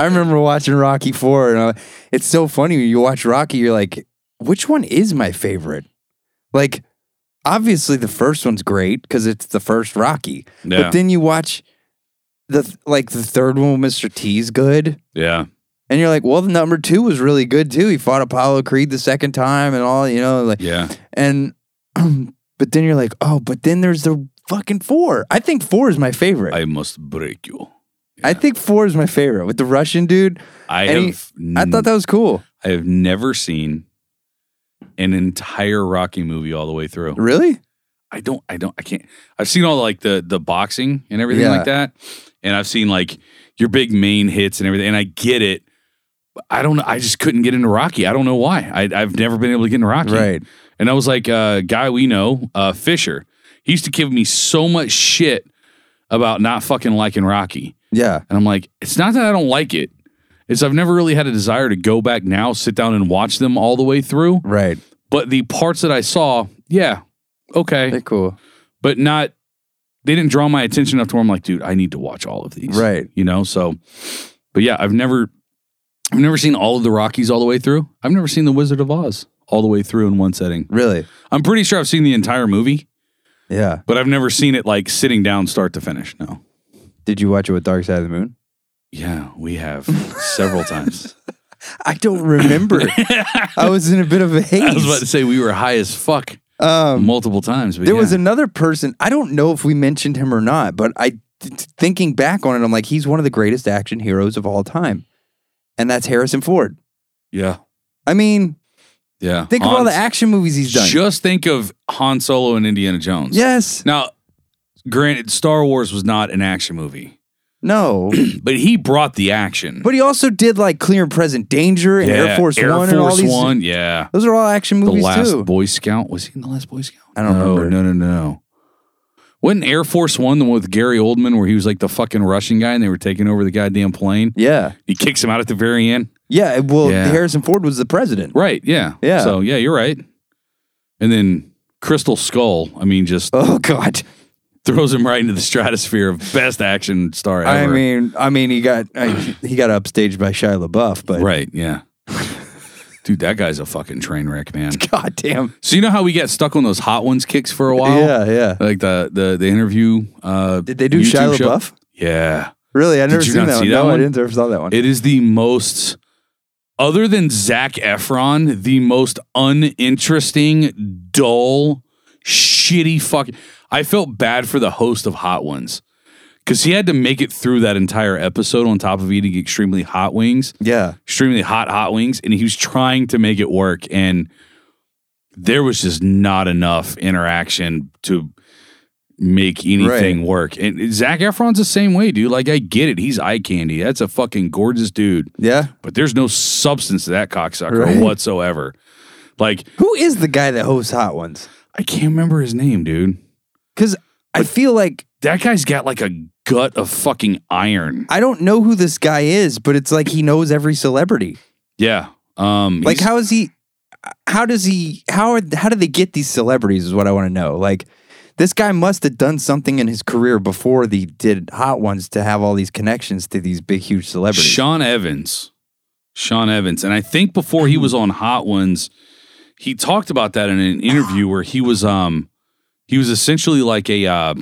Speaker 2: I remember watching Rocky Four, and I, it's so funny when you watch Rocky. You're like, which one is my favorite? Like, obviously the first one's great because it's the first Rocky.
Speaker 3: Yeah.
Speaker 2: But then you watch the th- like the third one, with Mr. T's good,
Speaker 3: Yeah,
Speaker 2: and you're like, well, the number two was really good too. He fought Apollo Creed the second time, and all you know, like
Speaker 3: yeah,
Speaker 2: and *clears throat* but then you're like, oh, but then there's the fucking four. I think four is my favorite. I,
Speaker 3: I must break you.
Speaker 2: think four is my favorite with the Russian dude.
Speaker 3: I
Speaker 2: And he-
Speaker 3: have.
Speaker 2: I thought that was cool.
Speaker 3: I have never seen an entire Rocky movie all the way through.
Speaker 2: Really?
Speaker 3: I don't, I don't, I can't. I've seen all like the the boxing and everything
Speaker 2: Yeah.
Speaker 3: like that, and I've seen like your big main hits and everything, and I get it. But I don't. I just couldn't get into Rocky. I don't know why. I, I've never been able to get into Rocky.
Speaker 2: Right.
Speaker 3: And I was like, uh, guy we know, uh, Fisher. He used to give me so much shit about not fucking liking Rocky,
Speaker 2: Yeah.
Speaker 3: and I'm like, it's not that I don't like it. It's I've never really had a desire to go back now, sit down and watch them all the way through.
Speaker 2: Right.
Speaker 3: But the parts that I saw, yeah, okay
Speaker 2: They're cool.
Speaker 3: but not they didn't draw my attention enough to where I'm like, dude, I need to watch all of these.
Speaker 2: Right.
Speaker 3: You know, so but yeah, I've never I've never seen all of the Rockies all the way through. I've never seen The Wizard of Oz all the way through in one setting.
Speaker 2: Really?
Speaker 3: I'm pretty sure I've seen the entire movie,
Speaker 2: Yeah.
Speaker 3: but I've never seen it like sitting down start to finish. No.
Speaker 2: Did you watch it with Dark Side of the Moon?
Speaker 3: Yeah, we have several *laughs* times.
Speaker 2: I don't remember. *laughs* I was in a bit of a haze.
Speaker 3: *laughs* I was about to say we were high as fuck
Speaker 2: um,
Speaker 3: multiple times. But
Speaker 2: there
Speaker 3: yeah.
Speaker 2: was another person. I don't know if we mentioned him or not, but I thinking back on it, I'm like, he's one of the greatest action heroes of all time, and that's Harrison Ford.
Speaker 3: yeah,
Speaker 2: I mean,
Speaker 3: yeah.
Speaker 2: Think of all the
Speaker 3: Hans-
Speaker 2: action movies he's done.
Speaker 3: Just think of Han Solo and Indiana Jones.
Speaker 2: Yes.
Speaker 3: Now, granted, Star Wars was not an action movie, *clears throat*
Speaker 2: No.
Speaker 3: but he brought the action.
Speaker 2: but he also did like Clear and Present Danger and Air Force One and all these.
Speaker 3: One, yeah.
Speaker 2: Those are all action
Speaker 3: The
Speaker 2: movies
Speaker 3: last
Speaker 2: too.
Speaker 3: Boy Scout was he in the last Boy Scout?
Speaker 2: I don't
Speaker 3: no,
Speaker 2: remember.
Speaker 3: No, no, no, no. Wasn't Air Force One the one with Gary Oldman where he was like the fucking Russian guy and they were taking over the goddamn plane?
Speaker 2: yeah.
Speaker 3: He kicks him out at the very end.
Speaker 2: Yeah. Well,
Speaker 3: Yeah.
Speaker 2: Harrison Ford was the president.
Speaker 3: Right? Yeah.
Speaker 2: Yeah.
Speaker 3: So yeah, you're right. And then Crystal Skull. I mean, just
Speaker 2: Oh God.
Speaker 3: throws him right into the stratosphere of best action star ever.
Speaker 2: I mean, I mean, he got I, he got upstaged by Shia LaBeouf, but *laughs*
Speaker 3: Right, yeah. *laughs* Dude, that guy's a fucking train wreck, man.
Speaker 2: God damn.
Speaker 3: So you know how we got stuck on those hot ones kicks for a while?
Speaker 2: Yeah. Yeah.
Speaker 3: Like the the the interview uh
Speaker 2: Did they do
Speaker 3: YouTube
Speaker 2: Shia
Speaker 3: show?
Speaker 2: LaBeouf?
Speaker 3: Yeah.
Speaker 2: Really? I never
Speaker 3: you
Speaker 2: seen
Speaker 3: not
Speaker 2: that,
Speaker 3: see
Speaker 2: one.
Speaker 3: that
Speaker 2: No,
Speaker 3: one?
Speaker 2: I didn't ever saw that one.
Speaker 3: It is the most other than Zach Efron, the most uninteresting, dull, shitty fucking I felt bad for the host of Hot Ones. Cause he had to make it through that entire episode on top of eating extremely hot wings.
Speaker 2: yeah.
Speaker 3: extremely hot hot wings and he was trying to make it work and there was just not enough interaction to make anything work and zach efron's the same way dude like i get it he's eye candy that's a fucking gorgeous dude
Speaker 2: Yeah.
Speaker 3: but there's no substance to that cocksucker
Speaker 2: Right.
Speaker 3: whatsoever like
Speaker 2: Who is the guy that hosts Hot Ones?
Speaker 3: i can't remember his name dude
Speaker 2: Because I feel like
Speaker 3: that guy's got like a gut of fucking iron
Speaker 2: I don't know who this guy is, but it's like he knows every celebrity.
Speaker 3: yeah um
Speaker 2: Like
Speaker 3: he's-
Speaker 2: how is he? How does he? How are? How do they get these celebrities? Is what I want to know. Like this guy must have done something in his career before they did Hot Ones to have all these connections to these big, huge celebrities.
Speaker 3: Sean Evans. Sean Evans. And I think before he was on Hot Ones, he talked about that in an interview where he was um he was essentially like a uh,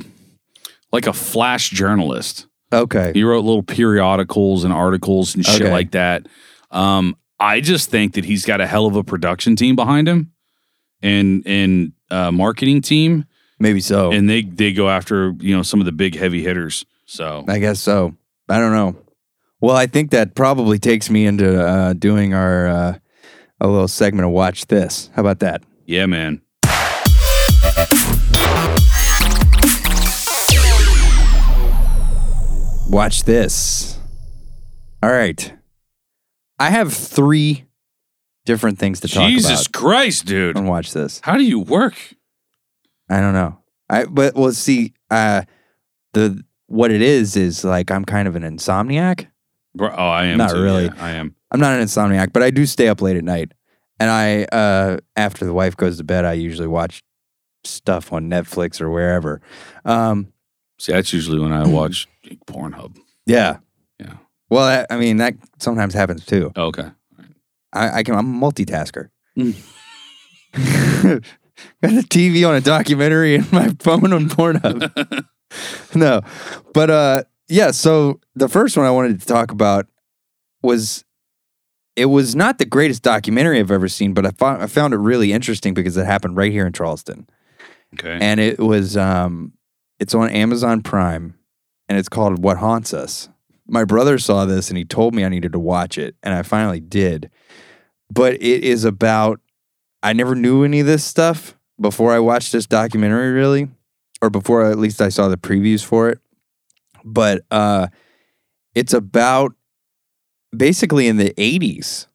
Speaker 3: like a flash journalist.
Speaker 2: okay,
Speaker 3: He wrote little periodicals and articles and shit
Speaker 2: Okay.
Speaker 3: like that. Um I just think that he's got a hell of a production team behind him and and uh marketing team
Speaker 2: maybe so.
Speaker 3: and they they go after, you know, some of the big heavy hitters. So
Speaker 2: I guess so. I don't know. Well, I think that probably takes me into uh, doing our uh, a little segment of watch this. How about that?
Speaker 3: yeah, man.
Speaker 2: Watch this. All right. I have three different things to talk
Speaker 3: Jesus
Speaker 2: about
Speaker 3: Christ, dude.
Speaker 2: and watch this.
Speaker 3: How do you work?
Speaker 2: I don't know. I but well see uh the what it is is like I'm kind of an insomniac.
Speaker 3: Bro, oh, I am.
Speaker 2: Not
Speaker 3: too,
Speaker 2: really.
Speaker 3: yeah, I am.
Speaker 2: I'm not an insomniac, but I do stay up late at night. And I uh after the wife goes to bed, I usually watch stuff on Netflix or wherever. Um
Speaker 3: See, that's usually
Speaker 2: *clears throat*
Speaker 3: when I watch Pornhub.
Speaker 2: yeah.
Speaker 3: Yeah.
Speaker 2: Well, that, I mean that sometimes happens too.
Speaker 3: Okay.
Speaker 2: I, I can I'm a multitasker.
Speaker 3: Mm.
Speaker 2: *laughs* Got a TV on a documentary and my *laughs* phone on Pornhub. no. But uh yeah, so the first one I wanted to talk about was it was not the greatest documentary I've ever seen, but I found I found it really interesting because it happened right here in Charleston.
Speaker 3: Okay.
Speaker 2: And it was um it's on Amazon Prime and it's called What Haunts Us. My brother saw this and he told me I needed to watch it and I finally did. But it is about I never knew any of this stuff before I watched this documentary really or before at least I saw the previews for it. But uh it's about basically in the 80s.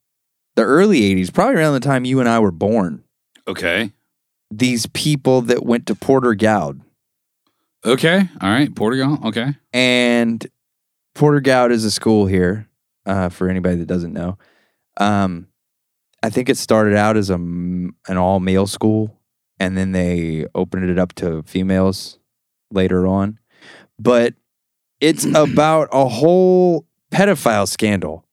Speaker 2: The early 80s, probably around the time you and I were born.
Speaker 3: okay.
Speaker 2: These people that went to Porter Goud
Speaker 3: Okay. All right. Portugal. Okay.
Speaker 2: and Porter Goud is a school here. Uh, for anybody that doesn't know, um, I think it started out as a m- an all male school, and then they opened it up to females later on. But it's about a whole pedophile scandal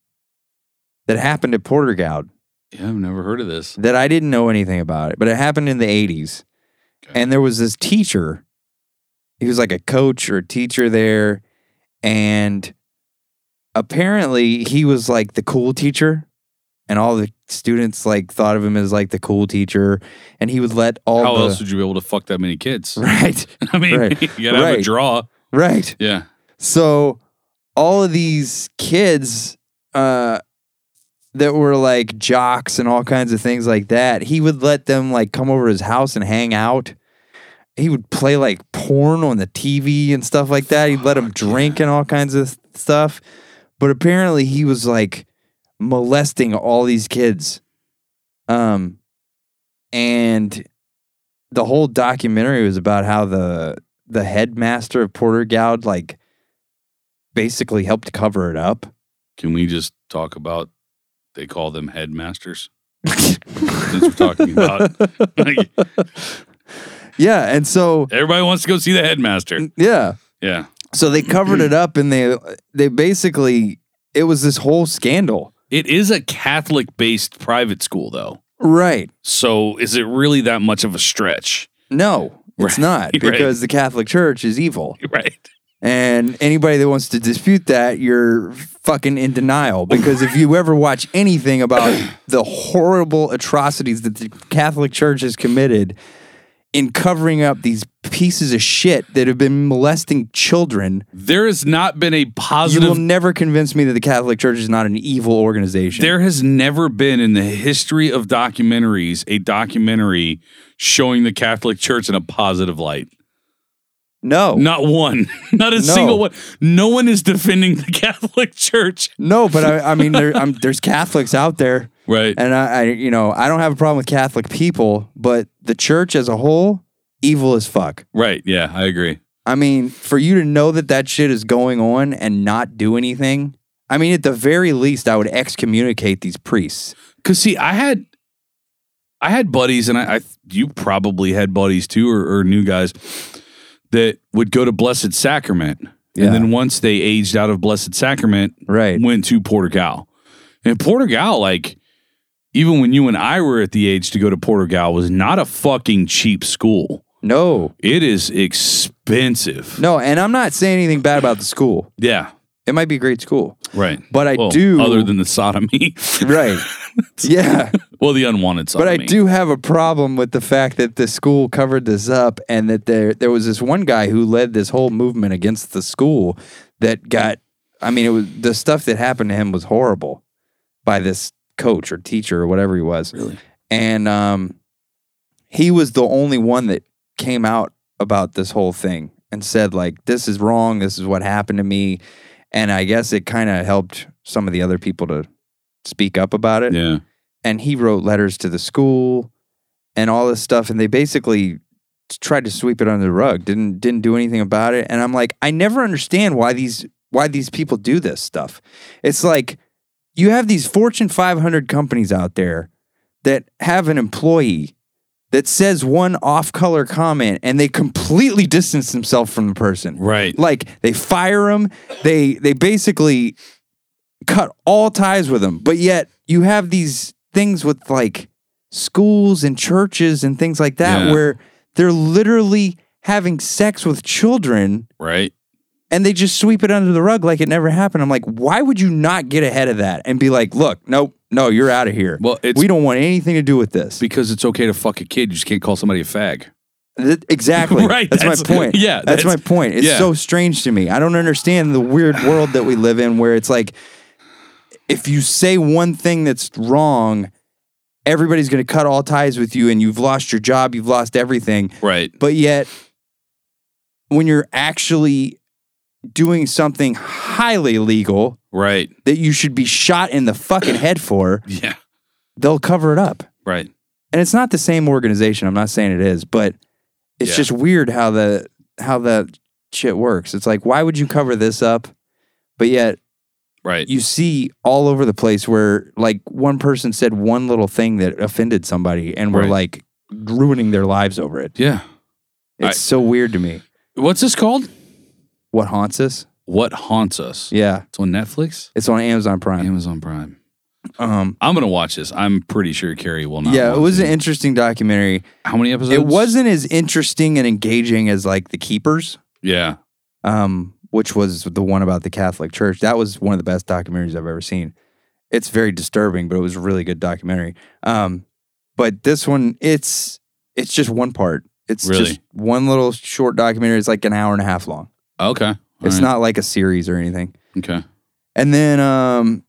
Speaker 2: that happened at Porter Goud
Speaker 3: Yeah, I've never heard of this.
Speaker 2: that I didn't know anything about it, but it happened in the 80s.
Speaker 3: Okay.
Speaker 2: And there was this teacher. He was like a coach or a teacher there. And apparently he was like the cool teacher. And all the students like thought of him as like the cool teacher. And he would let all
Speaker 3: How
Speaker 2: the
Speaker 3: else would you be able to fuck that many kids?
Speaker 2: *laughs*
Speaker 3: *laughs*
Speaker 2: Right.
Speaker 3: I mean,
Speaker 2: Right.
Speaker 3: you gotta have a
Speaker 2: Right.
Speaker 3: draw.
Speaker 2: Right.
Speaker 3: Yeah.
Speaker 2: So all of these kids uh that were like jocks and all kinds of things like that, he would let them like come over to his house and hang out. He would play like porn on the TV and stuff like that. He'd let them drink and all kinds of stuff. But apparently he was like molesting all these kids. Um and the whole documentary was about how the the headmaster of Porter Goud like basically helped cover it
Speaker 3: *laughs*
Speaker 2: up.
Speaker 3: Can we just talk about? They call them headmasters. Since we're talking
Speaker 2: *laughs*
Speaker 3: about, like,
Speaker 2: yeah, and so
Speaker 3: everybody wants to go see the headmaster.
Speaker 2: yeah,
Speaker 3: Yeah.
Speaker 2: so they covered it
Speaker 3: Mm.
Speaker 2: up, and they they basically it was this whole scandal,
Speaker 3: It is a Catholic-based private school, though.
Speaker 2: right?
Speaker 3: So is it really that much of a stretch? *laughs*
Speaker 2: No, it's
Speaker 3: Right,
Speaker 2: not
Speaker 3: *laughs* right.
Speaker 2: because the Catholic Church is evil,
Speaker 3: Right.
Speaker 2: and anybody that wants to dispute that, you're fucking in
Speaker 3: *laughs*
Speaker 2: denial. Because if you ever watch anything
Speaker 3: *coughs*
Speaker 2: about the horrible atrocities that the Catholic Church has committed in covering up these pieces of shit that have been molesting children.
Speaker 3: There has not been a
Speaker 2: You
Speaker 3: positive
Speaker 2: will never convince me that the Catholic Church is not an evil organization.
Speaker 3: There has never been in the history of documentaries a documentary showing the Catholic Church in a positive light.
Speaker 2: no, no,
Speaker 3: Not one. *laughs* Not a single one. No one is defending the *laughs* Catholic Church.
Speaker 2: but I, I mean, there, i there's Catholics out there,
Speaker 3: Right.
Speaker 2: and I, I, you know, I don't have a problem with Catholic people, but the church as a whole, evil as fuck.
Speaker 3: Right. Yeah, I agree.
Speaker 2: I mean, for you to know that that shit is going on and not do anything, I mean, at the very least, I would excommunicate these priests.
Speaker 3: Cause see, I had I had buddies and I, I you probably had buddies too or, or new guys that would go to Blessed Sacrament.
Speaker 2: Yeah.
Speaker 3: And then once they aged out of Blessed Sacrament,
Speaker 2: Right.
Speaker 3: went to Porter Gal. And Porter Gal, like, even when you and I were at the age to go to Porter Gal, was not a fucking cheap school.
Speaker 2: No,
Speaker 3: It is expensive.
Speaker 2: no, and I'm not saying anything bad about the school.
Speaker 3: Yeah.
Speaker 2: It might be a great school,
Speaker 3: Right.
Speaker 2: but I
Speaker 3: Well,
Speaker 2: do
Speaker 3: Other than the sodomy. *laughs*
Speaker 2: right. *laughs* yeah.
Speaker 3: well, the unwanted
Speaker 2: But I
Speaker 3: sodomy.
Speaker 2: do have a problem with the fact that the school covered this up and that there there was this one guy who led this whole movement against the school that got I mean it was the stuff that happened to him was horrible by this coach or teacher or whatever he was.
Speaker 3: Really?
Speaker 2: And um he was the only one that came out about this whole thing and said like this is wrong, this is what happened to me and I guess it kind of helped some of the other people to speak up about it
Speaker 3: Yeah.
Speaker 2: and he wrote letters to the school and all this stuff and they basically tried to sweep it under the rug didn't didn't do anything about it and i'm like i never understand why these why these people do this stuff it's like you have these fortune 500 companies out there that have an employee that says one off-color comment and they completely distance themselves from the person
Speaker 3: Right.
Speaker 2: like they fire him they they basically cut all ties with them but yet you have these things with like schools and churches and things like that
Speaker 3: Yeah.
Speaker 2: where they're literally having sex with children
Speaker 3: Right.
Speaker 2: and they just sweep it under the rug like it never happened i'm like why would you not get ahead of that and be like look nope no you're out of here
Speaker 3: Well, it's
Speaker 2: we don't want anything to do with this
Speaker 3: because it's okay to fuck a kid. You just can't call somebody a fag.
Speaker 2: Th- exactly.
Speaker 3: *laughs* Right,
Speaker 2: That's,
Speaker 3: that's-
Speaker 2: my point.
Speaker 3: yeah,
Speaker 2: That's,
Speaker 3: that's-
Speaker 2: my point. It's
Speaker 3: yeah.
Speaker 2: so strange to me. I don't understand the weird world that we live in where it's like if you say one thing that's wrong, everybody's going to cut all ties with you and you've lost your job, you've lost everything.
Speaker 3: Right.
Speaker 2: But yet when you're actually doing something highly illegal *laughs*
Speaker 3: Right.
Speaker 2: that you should be shot in the fucking head for,
Speaker 3: Yeah.
Speaker 2: they'll cover it up
Speaker 3: Right.
Speaker 2: and it's not the same organization. I'm not saying it is, but it's
Speaker 3: Yeah.
Speaker 2: just weird how the how that shit works. It's like why would you cover this up? But yet
Speaker 3: Right.
Speaker 2: you see all over the place where like one person said one little thing that offended somebody and we're
Speaker 3: Right.
Speaker 2: like ruining their lives over it.
Speaker 3: yeah.
Speaker 2: It's
Speaker 3: I-
Speaker 2: so weird to me.
Speaker 3: What's this called?
Speaker 2: What haunts us?
Speaker 3: What haunts us?
Speaker 2: Yeah.
Speaker 3: It's on Netflix,
Speaker 2: It's on Amazon Prime.
Speaker 3: Amazon Prime.
Speaker 2: Um
Speaker 3: I'm gonna watch this. I'm pretty sure Carrie will not.
Speaker 2: yeah, it
Speaker 3: want
Speaker 2: was
Speaker 3: to.
Speaker 2: an interesting documentary.
Speaker 3: How many episodes?
Speaker 2: It wasn't as interesting and engaging as like The Keepers.
Speaker 3: Yeah.
Speaker 2: um, which was the one about the Catholic Church. That was one of the best documentaries I've ever seen. It's very disturbing, but it was a really good documentary. Um, but this one, it's it's just one part. It's
Speaker 3: Really?
Speaker 2: just one little short documentary. It's like an hour and a half long.
Speaker 3: Okay. All
Speaker 2: it's
Speaker 3: right.
Speaker 2: not like a series or anything. *laughs*
Speaker 3: Okay.
Speaker 2: And then, um,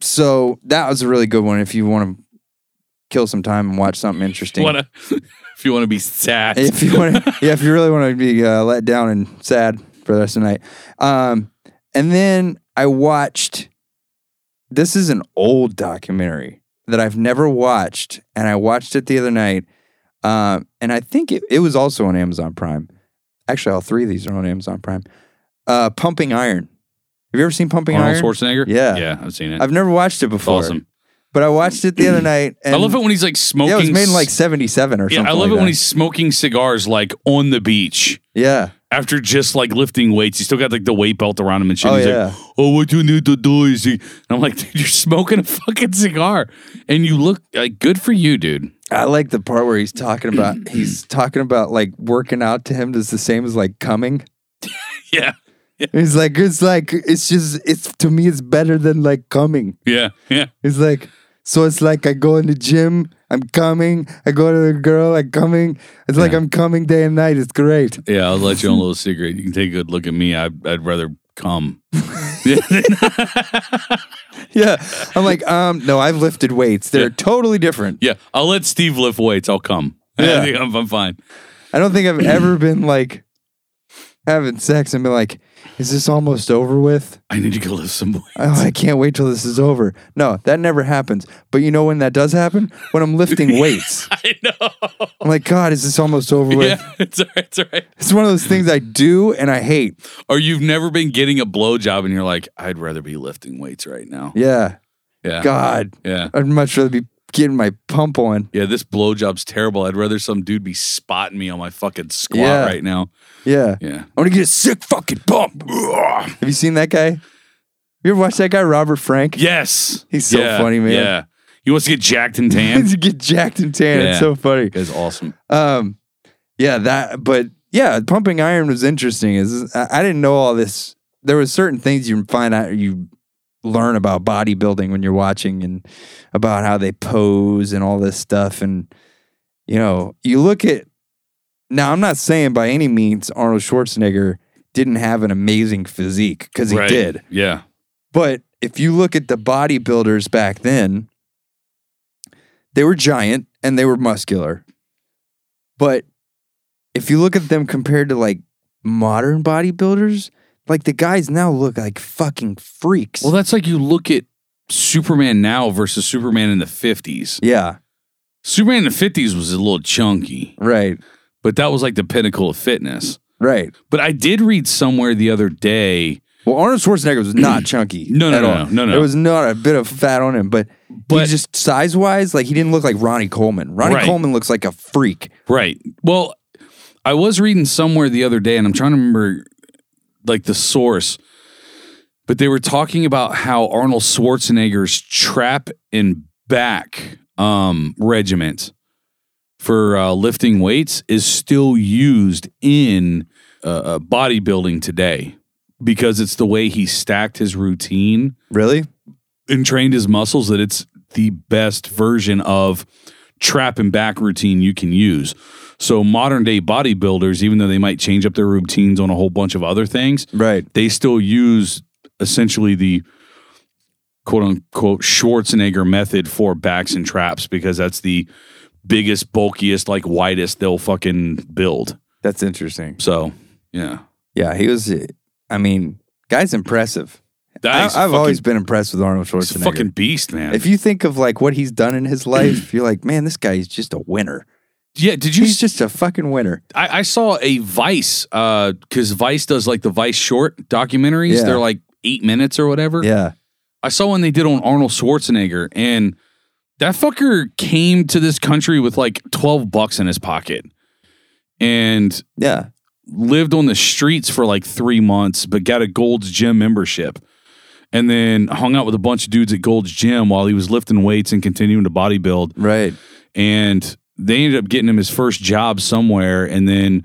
Speaker 2: so that was a really good one. If you want to kill some time and watch something interesting,
Speaker 3: Wanna, *laughs* if you want to be sad.
Speaker 2: if you
Speaker 3: *laughs*
Speaker 2: want to, yeah, if you really want to be uh, let down and sad for the rest of the night. Um, and then I watched. This is an old documentary that I've never watched, and I watched it the other night. Um, and I think it, it was also on Amazon Prime. Actually, all three of these are on Amazon Prime. Uh, Pumping Iron. Have you ever seen Pumping
Speaker 3: Arnold
Speaker 2: Iron?
Speaker 3: Schwarzenegger.
Speaker 2: Yeah.
Speaker 3: Yeah. I've seen it.
Speaker 2: I've never watched it
Speaker 3: it's
Speaker 2: before,
Speaker 3: awesome.
Speaker 2: but I watched it the other night. And
Speaker 3: *clears throat* I love it when he's like smoking.
Speaker 2: Yeah, it was made in
Speaker 3: s-
Speaker 2: like '77 or
Speaker 3: Yeah,
Speaker 2: something.
Speaker 3: I love
Speaker 2: like
Speaker 3: it when
Speaker 2: that.
Speaker 3: he's smoking cigars like on the beach
Speaker 2: yeah.
Speaker 3: after just like lifting weights. He's still got like the weight belt around him and shit.
Speaker 2: Oh,
Speaker 3: he's
Speaker 2: yeah.
Speaker 3: like, oh, what do you need to do? Is he? And I'm like, dude, you're smoking a fucking cigar, and you look like good for you, dude.
Speaker 2: I like the part where he's talking about he's talking about like working out to him is the same as like coming.
Speaker 3: *laughs* Yeah.
Speaker 2: He's like it's like it's just it's to me it's better than like coming.
Speaker 3: Yeah. Yeah.
Speaker 2: It's like so it's like I go in the gym, I'm coming. I go to the girl, I'm coming. It's like I'm coming day and night. It's great.
Speaker 3: Yeah, I'll let you on a little secret. You can take a good look at me. I, I'd rather come.
Speaker 2: Yeah, *laughs* I'm like um no, I've lifted weights. They're totally different.
Speaker 3: *laughs* yeah, I'll let Steve lift weights. I'll come. *laughs*
Speaker 2: Yeah.
Speaker 3: I think I'm, I'm fine.
Speaker 2: I don't think I've ever been like having sex and been like, is this almost over with?
Speaker 3: I need to go lift some weights.
Speaker 2: Oh, I can't wait till this is over. No, that never happens. But you know when that does happen? When I'm
Speaker 3: *laughs*
Speaker 2: lifting weights.
Speaker 3: I know.
Speaker 2: I'm like, God, is this almost over with?
Speaker 3: *laughs* Yeah, it's all right. It's all right.
Speaker 2: It's one of those things I do and I hate.
Speaker 3: Or you've never been getting a blowjob and you're like, I'd rather be lifting weights right now.
Speaker 2: Yeah.
Speaker 3: Yeah.
Speaker 2: God,
Speaker 3: Yeah.
Speaker 2: I'd much rather be getting my pump on.
Speaker 3: Yeah, this blowjob's terrible. I'd rather some dude be spotting me on my fucking squat
Speaker 2: Yeah.
Speaker 3: right now.
Speaker 2: Yeah.
Speaker 3: Yeah.
Speaker 2: I want to get a sick fucking pump. Ugh. Have you seen that guy? You ever watch that guy, Robert Frank?
Speaker 3: Yes.
Speaker 2: He's so
Speaker 3: Yeah.
Speaker 2: funny, man.
Speaker 3: Yeah. He wants to get jacked and
Speaker 2: *laughs*
Speaker 3: tanned.
Speaker 2: you get jacked and tan. It's
Speaker 3: Yeah.
Speaker 2: so funny.
Speaker 3: *laughs*
Speaker 2: *laughs*
Speaker 3: That's awesome.
Speaker 2: Um, yeah, that. But yeah, pumping iron was interesting. Is I I didn't know all this. There was certain things you find out you learn about bodybuilding when you're watching and about how they pose and all this stuff. And you know, you look at now. I'm not saying by any means Arnold Schwarzenegger didn't have an amazing physique because he
Speaker 3: Right.
Speaker 2: did.
Speaker 3: Yeah.
Speaker 2: But if you look at the bodybuilders back then, they were giant and they were muscular. But if you look at them compared to like modern bodybuilders, like the guys now look like fucking freaks.
Speaker 3: Well, that's like you look at Superman now versus Superman in the 50s.
Speaker 2: Yeah.
Speaker 3: Superman in the 50s was a little chunky,
Speaker 2: Right.
Speaker 3: but that was like the pinnacle of fitness.
Speaker 2: Right.
Speaker 3: But I did read somewhere the other day,
Speaker 2: Well, Arnold Schwarzenegger was
Speaker 3: *clears throat*
Speaker 2: not chunky.
Speaker 3: No, no,
Speaker 2: at
Speaker 3: no,
Speaker 2: all.
Speaker 3: no, no, no.
Speaker 2: There was not a bit of fat on him, but, he
Speaker 3: But-
Speaker 2: just size wise, like he didn't look like Ronnie Coleman. Ronnie
Speaker 3: Right.
Speaker 2: Coleman looks like a freak.
Speaker 3: right? Well, I was reading somewhere the other day, and I'm trying to remember like the source, but they were talking about how Arnold Schwarzenegger's trap and back um, regiment for uh, lifting weights is still used in uh, uh, bodybuilding today because it's the way he stacked his routine
Speaker 2: Really?
Speaker 3: and trained his muscles that it's the best version of trap and back routine you can use. So modern day bodybuilders, even though they might change up their routines on a whole bunch of other things,
Speaker 2: Right.
Speaker 3: they still use essentially the quote unquote Schwarzenegger method for backs and traps because that's the biggest, bulkiest, like widest they'll fucking build.
Speaker 2: That's interesting.
Speaker 3: So yeah.
Speaker 2: Yeah, he was. I mean, guy's impressive. I, I've
Speaker 3: That's Ah, fucking,
Speaker 2: always been impressed with Arnold
Speaker 3: he's a
Speaker 2: Schwarzenegger.
Speaker 3: fucking beast, man.
Speaker 2: if you think of like what he's done in
Speaker 3: *clears throat*
Speaker 2: his life, you're like, man, this guy is just a winner.
Speaker 3: yeah, did you
Speaker 2: He's just a fucking winner.
Speaker 3: I, I saw a Vice because Vice does like the Vice short documentaries.
Speaker 2: Yeah.
Speaker 3: They're like eight minutes or whatever.
Speaker 2: Yeah.
Speaker 3: I saw one they did on Arnold Schwarzenegger, and that fucker came to this country with like twelve bucks in his pocket, and
Speaker 2: Yeah.
Speaker 3: lived on the streets for like three months, but got a Gold's Gym membership. And then hung out with a bunch of dudes at Gold's Gym while he was lifting weights and continuing to bodybuild
Speaker 2: Right.
Speaker 3: and they ended up getting him his first job somewhere and then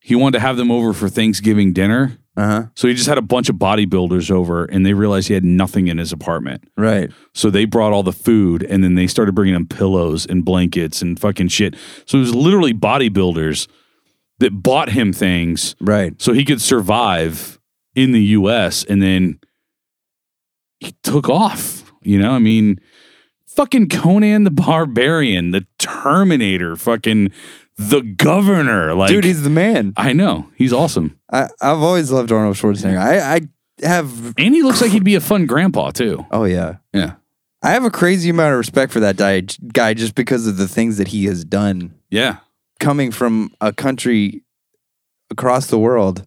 Speaker 3: he wanted to have them over for Thanksgiving dinner.
Speaker 2: Uh huh.
Speaker 3: So he just had a bunch of bodybuilders over and they realized he had nothing in his apartment.
Speaker 2: Right.
Speaker 3: So they brought all the food and then they started bringing him pillows and blankets and fucking shit. So it was literally bodybuilders that bought him things
Speaker 2: Right.
Speaker 3: so he could survive in the US and then he took off. You know, I mean, fucking Conan the Barbarian, the Terminator, fucking the governor. Like,
Speaker 2: Dude, he's the man.
Speaker 3: I know he's awesome.
Speaker 2: I, I've always loved Arnold Schwarzenegger. I, I have.
Speaker 3: And he looks like he'd be a fun grandpa too.
Speaker 2: Oh yeah.
Speaker 3: Yeah.
Speaker 2: I have a crazy amount of respect for that di- guy just because of the things that he has done.
Speaker 3: Yeah.
Speaker 2: Coming from a country across the world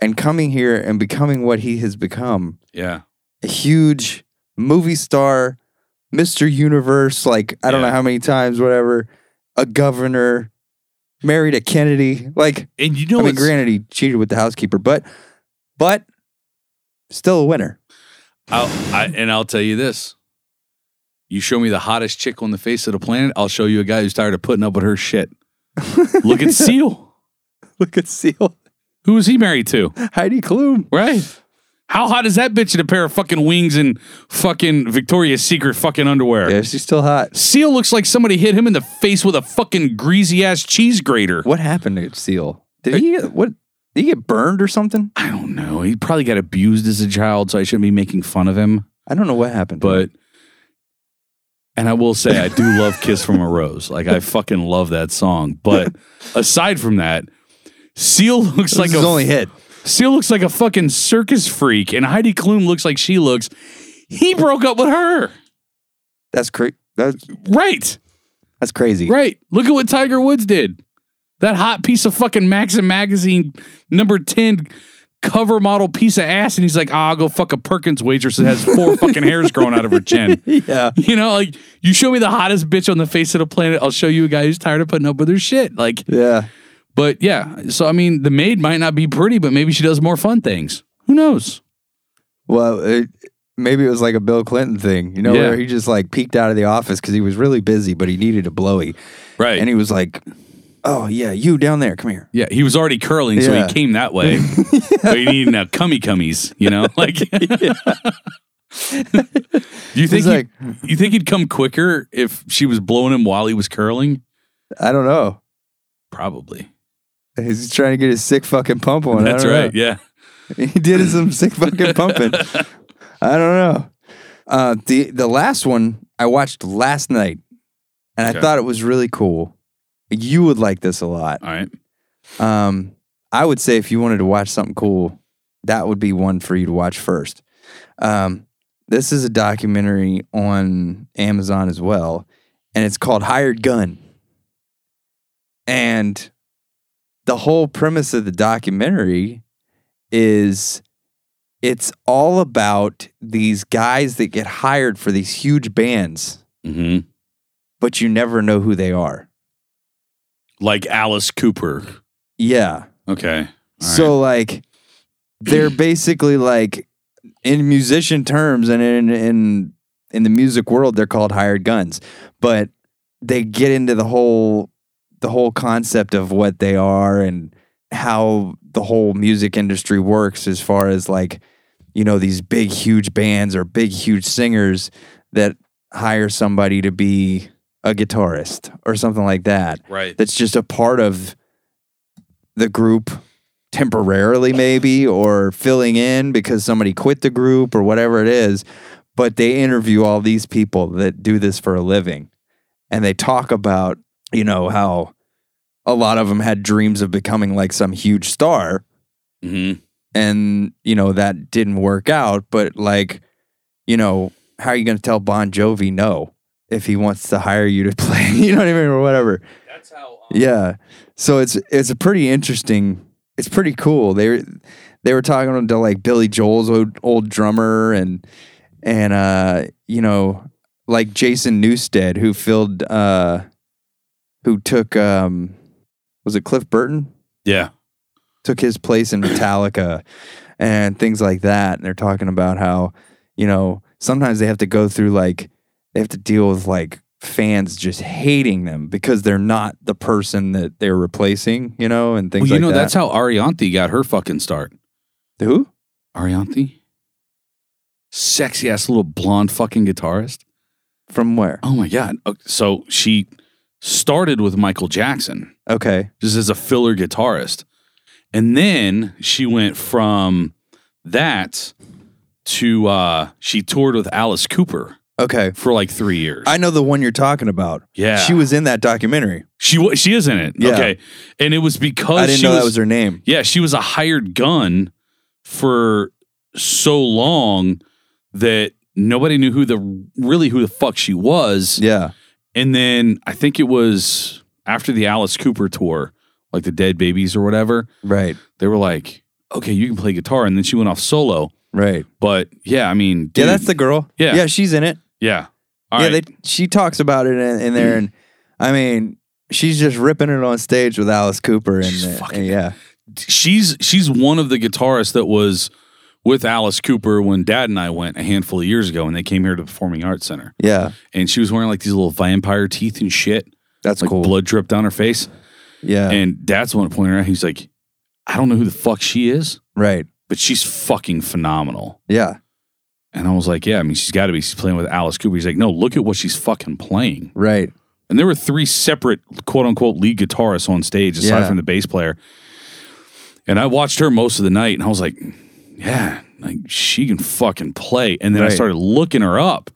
Speaker 2: and coming here and becoming what he has become
Speaker 3: Yeah.
Speaker 2: a huge movie star, Mr. Universe, like I don't
Speaker 3: Yeah.
Speaker 2: know how many times, whatever, a governor, married a Kennedy. Like,
Speaker 3: And you know,
Speaker 2: I mean,
Speaker 3: what's-
Speaker 2: granted, he cheated with the housekeeper, but, but still a winner. *laughs*
Speaker 3: I'll, I, and I'll tell you this. You show me the hottest chick on the face of the planet, I'll show you a guy who's tired of putting up with
Speaker 2: *laughs*
Speaker 3: her shit. Look at Seal.
Speaker 2: Look at Seal.
Speaker 3: Who is he married to?
Speaker 2: Heidi Klum.
Speaker 3: Right. How hot is that bitch in a pair of fucking wings and fucking Victoria's Secret fucking underwear?
Speaker 2: Yeah, she's still hot.
Speaker 3: Seal looks like somebody hit him in the face with a fucking greasy ass cheese grater.
Speaker 2: What happened to Seal? Did he get, what? Did he get burned or something?
Speaker 3: I don't know. He probably got abused as a child, so I shouldn't be making fun of him.
Speaker 2: I don't know what happened.
Speaker 3: But, and I will say,
Speaker 2: *laughs*
Speaker 3: I do love Kiss from a Rose. Like, I fucking love that song.
Speaker 2: *laughs*
Speaker 3: But aside from that, Seal looks
Speaker 2: like
Speaker 3: like a
Speaker 2: his only hit.
Speaker 3: Seal looks like a fucking circus freak, and Heidi Klum looks like she looks. He broke up with her.
Speaker 2: That's crazy. That's
Speaker 3: Right.
Speaker 2: that's crazy.
Speaker 3: Right. Look at what Tiger Woods did. That hot piece of fucking Maxim magazine number 10 cover model piece of ass. And he's like, ah, I'll go fuck a Perkins waitress that has four fucking hairs growing out of her chin.
Speaker 2: Yeah.
Speaker 3: You know, like you show me the hottest bitch on the face of the planet. I'll show you a guy who's tired of putting up with her shit. Like,
Speaker 2: Yeah.
Speaker 3: but yeah. So, I mean, the maid might not be pretty, but maybe she does more fun things. Who knows?
Speaker 2: Well, it, maybe it was like a Bill Clinton thing, you know,
Speaker 3: Yeah.
Speaker 2: where he just like peeked out of the office because he was really busy, but he needed a blowy,
Speaker 3: Right.
Speaker 2: and he was like, "Oh yeah, you down there, come here."
Speaker 3: yeah. He was already curling, so
Speaker 2: Yeah.
Speaker 3: he came
Speaker 2: *laughs*
Speaker 3: that way. but he needed now cummy cummies, you know? Like, *laughs* do you think
Speaker 2: He's
Speaker 3: he
Speaker 2: like, "Hmm,
Speaker 3: You think he'd come quicker if she was blowing him while he was curling?
Speaker 2: "I don't know."
Speaker 3: Probably.
Speaker 2: He's trying to get his sick fucking pump on. I
Speaker 3: That's
Speaker 2: don't know.
Speaker 3: right. Yeah.
Speaker 2: *laughs* he did some sick fucking
Speaker 3: *laughs*
Speaker 2: pumping. I don't know. Uh, the the last one I watched last night, and I
Speaker 3: Okay.
Speaker 2: thought it was really cool. You would like this a lot.
Speaker 3: All right.
Speaker 2: Um, I would say if you wanted to watch something cool, that would be one for you to watch first. Um, This is a documentary on Amazon as well, and it's called Hired Gun. And the whole premise of the documentary is it's all about these guys that get hired for these huge bands,
Speaker 3: Mm-hmm.
Speaker 2: but you never know who they are.
Speaker 3: Like Alice Cooper.
Speaker 2: Yeah.
Speaker 3: Okay. All right.
Speaker 2: so like
Speaker 3: *clears throat*
Speaker 2: they're basically like in musician terms and in in in the music world they're called hired guns but they get into the whole the whole concept of what they are and how the whole music industry works as far as like you know these big huge bands or big huge singers that hire somebody to be a guitarist or something like that
Speaker 3: right.
Speaker 2: that's just a part of the group temporarily maybe or filling in because somebody quit the group or whatever it is but they interview all these people that do this for a living and they talk about you know how a lot of them had dreams of becoming like some huge star
Speaker 3: Mm-hmm.
Speaker 2: and you know that didn't work out but like you know how are you going to tell bon jovi no if he wants to hire you to *laughs* play you know what i mean or whatever
Speaker 3: That's how. um,
Speaker 2: yeah. So it's it's a pretty interesting. It's pretty cool. They were they were talking to like Billy Joel's old, old drummer and and uh you know like Jason Newstead who filled uh who took um was it Cliff Burton
Speaker 3: Yeah.
Speaker 2: took his place in Metallica and things like that. And they're talking about how you know sometimes they have to go through like they have to deal with like fans just hating them because they're not the person that they're replacing, you know, and
Speaker 3: Well,
Speaker 2: things
Speaker 3: you
Speaker 2: like
Speaker 3: know,
Speaker 2: that.
Speaker 3: that's how Arianti got her fucking start.
Speaker 2: who?
Speaker 3: Arianti? Sexy ass little blonde fucking guitarist.
Speaker 2: From where?
Speaker 3: Oh my God. Uh, So she started with Michael Jackson
Speaker 2: Okay.
Speaker 3: just as a filler guitarist. And then she went from that to uh she toured with Alice Cooper
Speaker 2: Okay.
Speaker 3: for like 3 years.
Speaker 2: I know the one you're talking about.
Speaker 3: yeah.
Speaker 2: She was in that documentary.
Speaker 3: she wa- she is in it.
Speaker 2: Yeah.
Speaker 3: Okay. And it was because
Speaker 2: I didn't
Speaker 3: Oh, she
Speaker 2: know
Speaker 3: was,
Speaker 2: that was her name.
Speaker 3: Yeah, she was a hired gun for so long that nobody knew who the really who the fuck she was.
Speaker 2: Yeah.
Speaker 3: And then I think it was after the Alice Cooper tour, like the Dead Babies or whatever,
Speaker 2: Right.
Speaker 3: they were like, okay, you can play guitar. And then she went off solo.
Speaker 2: Right.
Speaker 3: But yeah, I mean,
Speaker 2: Yeah,
Speaker 3: dude,
Speaker 2: that's the girl.
Speaker 3: Yeah.
Speaker 2: Yeah, she's in it.
Speaker 3: yeah. All
Speaker 2: yeah,
Speaker 3: right.
Speaker 2: they, she talks about it in, in there, and I mean, she's just ripping it on stage with Alice Cooper, and,
Speaker 3: She's
Speaker 2: uh,
Speaker 3: fucking-
Speaker 2: yeah,
Speaker 3: she's she's one of the guitarists that was with Alice Cooper when Dad and I went a handful of years ago, and they came here to the Performing Arts Center,
Speaker 2: yeah,
Speaker 3: and she was wearing like these little vampire teeth and shit,
Speaker 2: that's
Speaker 3: like
Speaker 2: cool.
Speaker 3: blood dripped down her face.
Speaker 2: yeah,
Speaker 3: And Dad's the one pointing her out. He's like, I don't know who the fuck she is,
Speaker 2: right.
Speaker 3: but she's fucking phenomenal.
Speaker 2: Yeah,
Speaker 3: And I was like, yeah, I mean, she's got to be. She's playing with Alice Cooper. He's like, no, look at what she's fucking playing.
Speaker 2: right.
Speaker 3: And there were three separate quote unquote lead guitarists on stage, aside
Speaker 2: Yeah.
Speaker 3: from the bass player. And I watched her most of the night and I was like, yeah, like she can fucking play. And then I
Speaker 2: Right.
Speaker 3: started looking her up.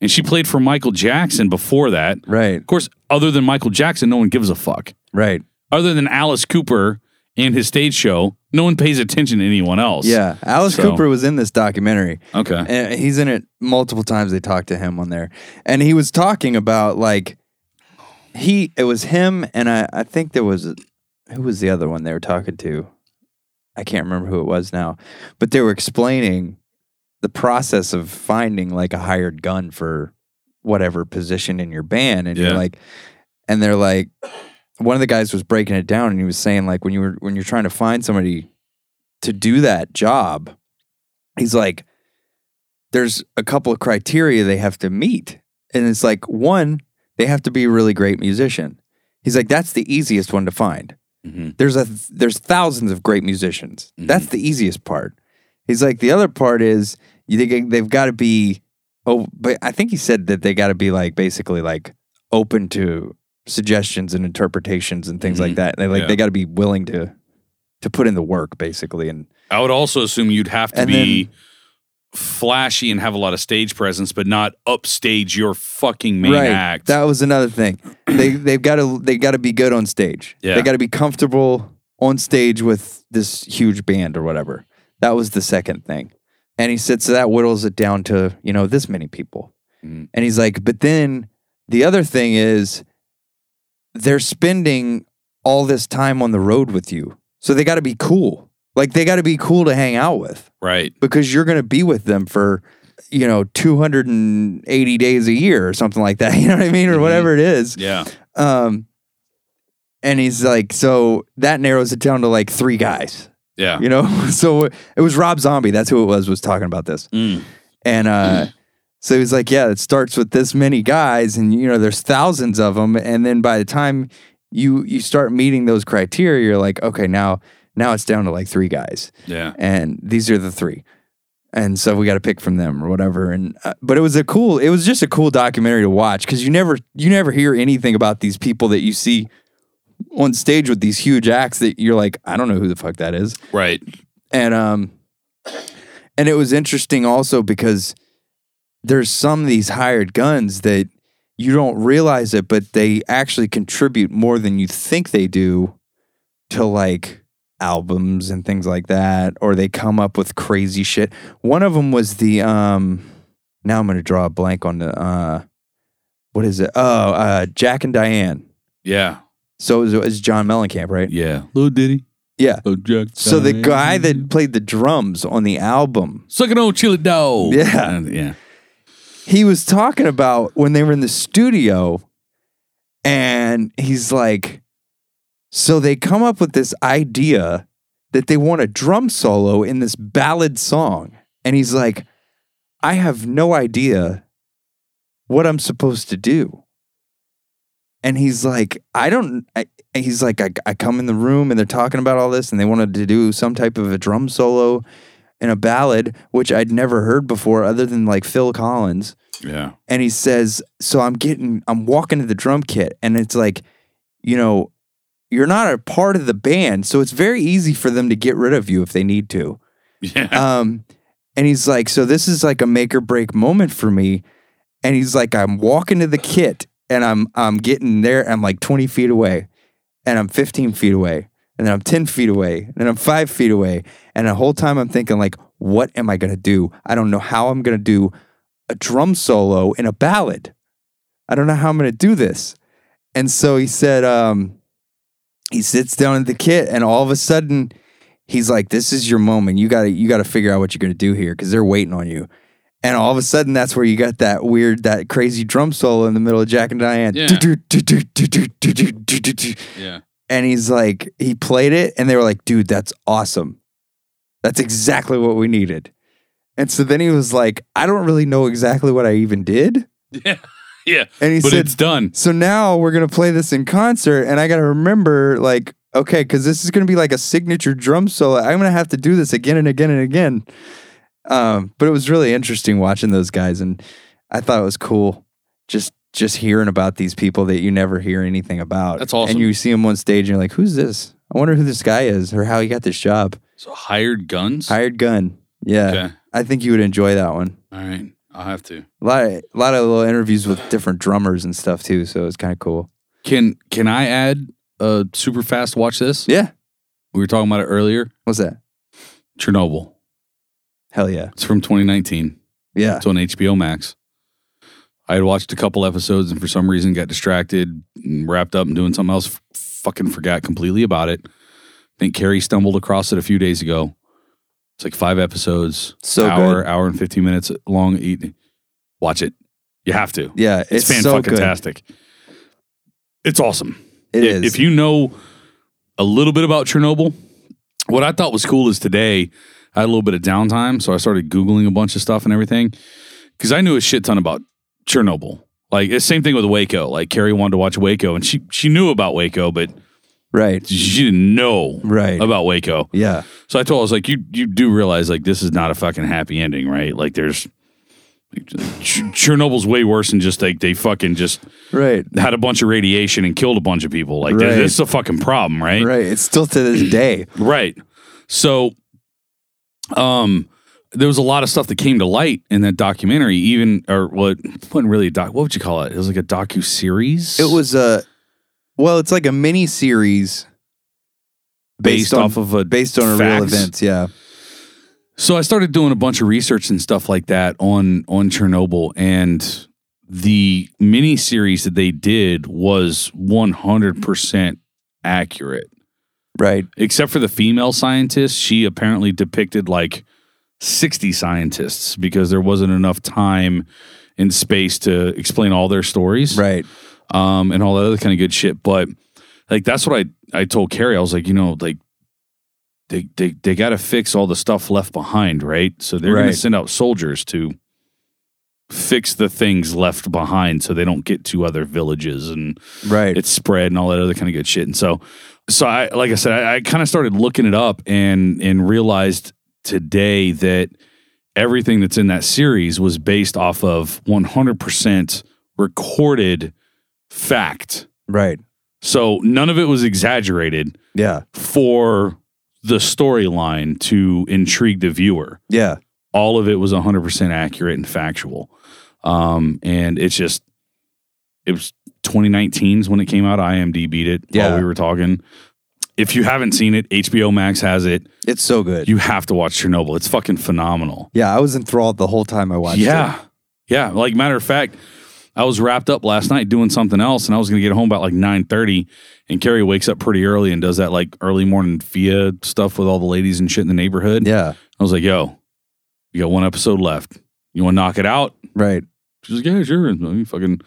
Speaker 3: And she played for Michael Jackson before that.
Speaker 2: Right,
Speaker 3: Of course, other than Michael Jackson, no one gives a fuck.
Speaker 2: right.
Speaker 3: Other than Alice Cooper and his stage show, no one pays attention to anyone else.
Speaker 2: Yeah, Alice
Speaker 3: So-
Speaker 2: Cooper was in this documentary,
Speaker 3: Okay.
Speaker 2: and he's in it multiple times. They talked to him on there, and he was talking about like he. It was him, and I. I think there was who was the other one they were talking to. I can't remember who it was now, but they were explaining the process of finding like a hired gun for whatever position in your band, and
Speaker 3: Yeah.
Speaker 2: you're like, and they're like, one of the guys was breaking it down, and he was saying like when you were when you're trying to find somebody to do that job, he's like, there's a couple of criteria they have to meet, and it's like one, they have to be a really great musician. He's like, that's the easiest one to find
Speaker 3: hmm
Speaker 2: there's a there's thousands of great musicians.
Speaker 3: Mhm.
Speaker 2: That's the easiest part. He's like the other part is you think they've got to be oh, but I think he said that they got to be like basically like open to suggestions and interpretations and things
Speaker 3: Mhm.
Speaker 2: like that. They like
Speaker 3: Yeah.
Speaker 2: they got to be willing to to put in the work basically and
Speaker 3: I would also assume you'd have to
Speaker 2: And
Speaker 3: be flashy and have a lot of stage presence, but not upstage your fucking main act.
Speaker 2: That was another thing. They they've got to they got to be good on stage.
Speaker 3: Yeah.
Speaker 2: They got to be comfortable on stage with this huge band or whatever. That was the second thing. And he said, so that whittles it down to, you know, this many people.
Speaker 3: Mm.
Speaker 2: And he's like, but then the other thing is they're spending all this time on the road with you. So they got to be cool. Like they got to be cool to hang out with
Speaker 3: Right.
Speaker 2: because you're going to be with them for, you know, 280 days a year or something like that. *laughs* You know what I mean? Or
Speaker 3: Mhm.
Speaker 2: whatever it is.
Speaker 3: Yeah.
Speaker 2: Um, and he's like, so that narrows it down to like three guys,
Speaker 3: Yeah.
Speaker 2: you know? *laughs* so it was Rob Zombie. That's who it was, was talking about this.
Speaker 3: Mm.
Speaker 2: And uh, so he was like, yeah, it starts with this many guys and, you know, there's thousands of them. And then by the time you, you start meeting those criteria, you're like, okay, now, now it's down to like three guys
Speaker 3: Yeah.
Speaker 2: and these are the three and so we got to pick from them or whatever and uh, but it was a cool it was just a cool documentary to watch because you never you never hear anything about these people that you see on stage with these huge acts that you're like i don't know who the fuck that is
Speaker 3: Right.
Speaker 2: and um and it was interesting also because there's some of these hired guns that you don't realize it but they actually contribute more than you think they do to like albums and things like that or they come up with crazy shit one of them was the um now i'm going to draw a blank on the uh what is it oh uh jack and diane
Speaker 3: Yeah.
Speaker 2: so it was, it was john mellencamp right
Speaker 3: Yeah. Little Diddy.
Speaker 2: Yeah.
Speaker 3: Little Jack.
Speaker 2: so the
Speaker 3: Diane.
Speaker 2: guy that played the drums on the album
Speaker 3: suck it on chili dog.
Speaker 2: Yeah.
Speaker 3: And- yeah.
Speaker 2: he was talking about when they were in the studio and he's like so they come up with this idea that they want a drum solo in this ballad song and he's like i have no idea what i'm supposed to do and he's like i don't I, he's like I, I come in the room and they're talking about all this and they wanted to do some type of a drum solo in a ballad which i'd never heard before other than like phil collins
Speaker 3: Yeah. *laughs*
Speaker 2: and he says, "So I'm getting, I'm walking to the drum kit, and it's like, you know, you're not a part of the band, so it's very easy for them to get rid of you if they need to."
Speaker 3: Yeah.
Speaker 2: Um, and he's like, "So this is like a make or break moment for me," and he's like, "I'm walking to the kit, and I'm I'm getting there. I'm like 20 feet away, and I'm 15 feet away, and then I'm 10 feet away, and then I'm five feet away, and the whole time I'm thinking like, what am I gonna do? I don't know how I'm gonna do." a drum solo in a ballad. I don't know how I'm going to do this. And so he said, um, he sits down at the kit, and all of a sudden, he's like, "This is your moment. You got to you got to figure out what you're going to do here because they're waiting on you." And all of a sudden, that's where you got that weird, that crazy drum solo in the middle of Jack and Diane.
Speaker 3: Yeah. Yeah.
Speaker 2: And he's like, he played it, and they were like, dude, that's awesome. That's exactly what we needed. And so then he was like, I don't really know exactly what I even did.
Speaker 3: Yeah. Yeah.
Speaker 2: And he
Speaker 3: But
Speaker 2: said,
Speaker 3: it's done.
Speaker 2: So now we're going to play this in concert. And I got to remember, like, okay, because this is going to be like a signature drum solo. I'm going to have to do this again and again and again. Um, but it was really interesting watching those guys. And I thought it was cool just just hearing about these people that you never hear anything about.
Speaker 3: That's awesome.
Speaker 2: And you see them on stage and you're like, who's this? I wonder who this guy is or how he got this job.
Speaker 3: So hired guns.
Speaker 2: Hired gun. Yeah.
Speaker 3: Okay.
Speaker 2: I think you would enjoy that one.
Speaker 3: All right. I'll have to.
Speaker 2: A lot, of, a lot of little interviews with different drummers and stuff too. So it's kind of cool.
Speaker 3: Can Can I add a super fast watch this?
Speaker 2: Yeah.
Speaker 3: We were talking about it earlier.
Speaker 2: What's that?
Speaker 3: Chernobyl.
Speaker 2: Hell yeah.
Speaker 3: It's from 2019.
Speaker 2: Yeah.
Speaker 3: It's on HBO Max. I had watched a couple episodes and for some reason got distracted, and wrapped up and doing something else, f- fucking forgot completely about it. I think Carrie stumbled across it a few days ago. It's like five episodes,
Speaker 2: So
Speaker 3: hour,
Speaker 2: good.
Speaker 3: hour and 15 minutes long. Eat, watch it. You have to.
Speaker 2: Yeah.
Speaker 3: It's,
Speaker 2: It's,
Speaker 3: fan
Speaker 2: so
Speaker 3: fucking
Speaker 2: good.
Speaker 3: fantastic. It's awesome.
Speaker 2: It
Speaker 3: if,
Speaker 2: is.
Speaker 3: if you know a little bit about Chernobyl, what I thought was cool is today I had a little bit of downtime, so I started googling a bunch of stuff and everything because I knew a shit ton about Chernobyl. Like it's same thing with Waco. Like Carrie wanted to watch Waco, and she she knew about Waco, but
Speaker 2: right.
Speaker 3: she didn't know
Speaker 2: Right.
Speaker 3: about Waco.
Speaker 2: Yeah.
Speaker 3: So I told her, I was like, you you do realize like this is not a fucking happy ending, right? Like there's like, Ch- Chernobyl's way worse than just like they fucking just
Speaker 2: Right.
Speaker 3: had a bunch of radiation and killed a bunch of people. Like
Speaker 2: Right.
Speaker 3: this, this is a fucking problem, right?
Speaker 2: Right. It's still to this day.
Speaker 3: Right. So, um, there was a lot of stuff that came to light in that documentary, even or what wasn't really a doc. What would you call it? It was like a docu series.
Speaker 2: It was a, well, it's like a mini series
Speaker 3: based,
Speaker 2: based on-
Speaker 3: off of a
Speaker 2: based on a real
Speaker 3: facts.
Speaker 2: event. Yeah.
Speaker 3: So I started doing a bunch of research and stuff like that on on Chernobyl and the mini series that they did was 100% accurate
Speaker 2: Right.
Speaker 3: except for the female scientist, she apparently depicted like 60 scientists because there wasn't enough time and space to explain all their stories
Speaker 2: Right.
Speaker 3: um, and all that other kind of good shit. But like that's what I I told Carrie. I was like, you know, like they they they got to fix all the stuff left behind, right? So they're going
Speaker 2: Right.
Speaker 3: to send out soldiers to fix the things left behind, so they don't get to other villages and
Speaker 2: Right.
Speaker 3: it's spread and all that other kind of good shit. And so, so I, like I said, I, I kind of started looking it up and and realized today that everything that's in that series was based off of 100% recorded fact.
Speaker 2: right.
Speaker 3: So none of it was exaggerated
Speaker 2: Yeah.
Speaker 3: for the storyline to intrigue the viewer
Speaker 2: Yeah.
Speaker 3: all of it was 100% accurate and factual. Um, and it's just, it was 2019's when it came out. IMDb beat it
Speaker 2: Yeah.
Speaker 3: while we were talking. If you haven't seen it, HBO Max has it.
Speaker 2: It's so good.
Speaker 3: You have to watch Chernobyl. It's fucking phenomenal.
Speaker 2: yeah, I was enthralled the whole time I watched it.
Speaker 3: yeah. Yeah. Like matter of fact, I was wrapped up last night doing something else and I was going to get home about like 9:30 and Carrie wakes up pretty early and does that like early morning FIA stuff with all the ladies and shit in the neighborhood.
Speaker 2: Yeah.
Speaker 3: I was like, "Yo, you got one episode left. You want to knock it out?"
Speaker 2: Right. *laughs*
Speaker 3: She's like, yeah, sure. And you fucking.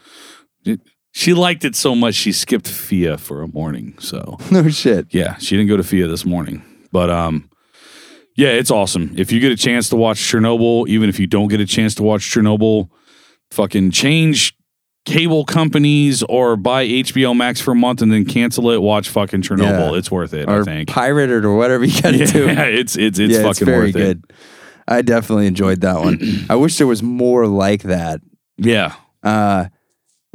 Speaker 3: She liked it so much she skipped Fia for a morning. So
Speaker 2: No shit.
Speaker 3: yeah, she didn't go to Fia this morning. But um, yeah, it's awesome. If you get a chance to watch Chernobyl, even if you don't get a chance to watch Chernobyl, fucking change cable companies or buy HBO Max for a month and then cancel it. Watch fucking Chernobyl.
Speaker 2: Yeah.
Speaker 3: It's worth it. I
Speaker 2: Or
Speaker 3: think.
Speaker 2: pirated or whatever you got to do.
Speaker 3: *laughs* Yeah, it's it's it's fucking worth it.
Speaker 2: I definitely enjoyed that
Speaker 3: *clears throat*
Speaker 2: one. I wish there was more like that.
Speaker 3: Yeah,
Speaker 2: Uh,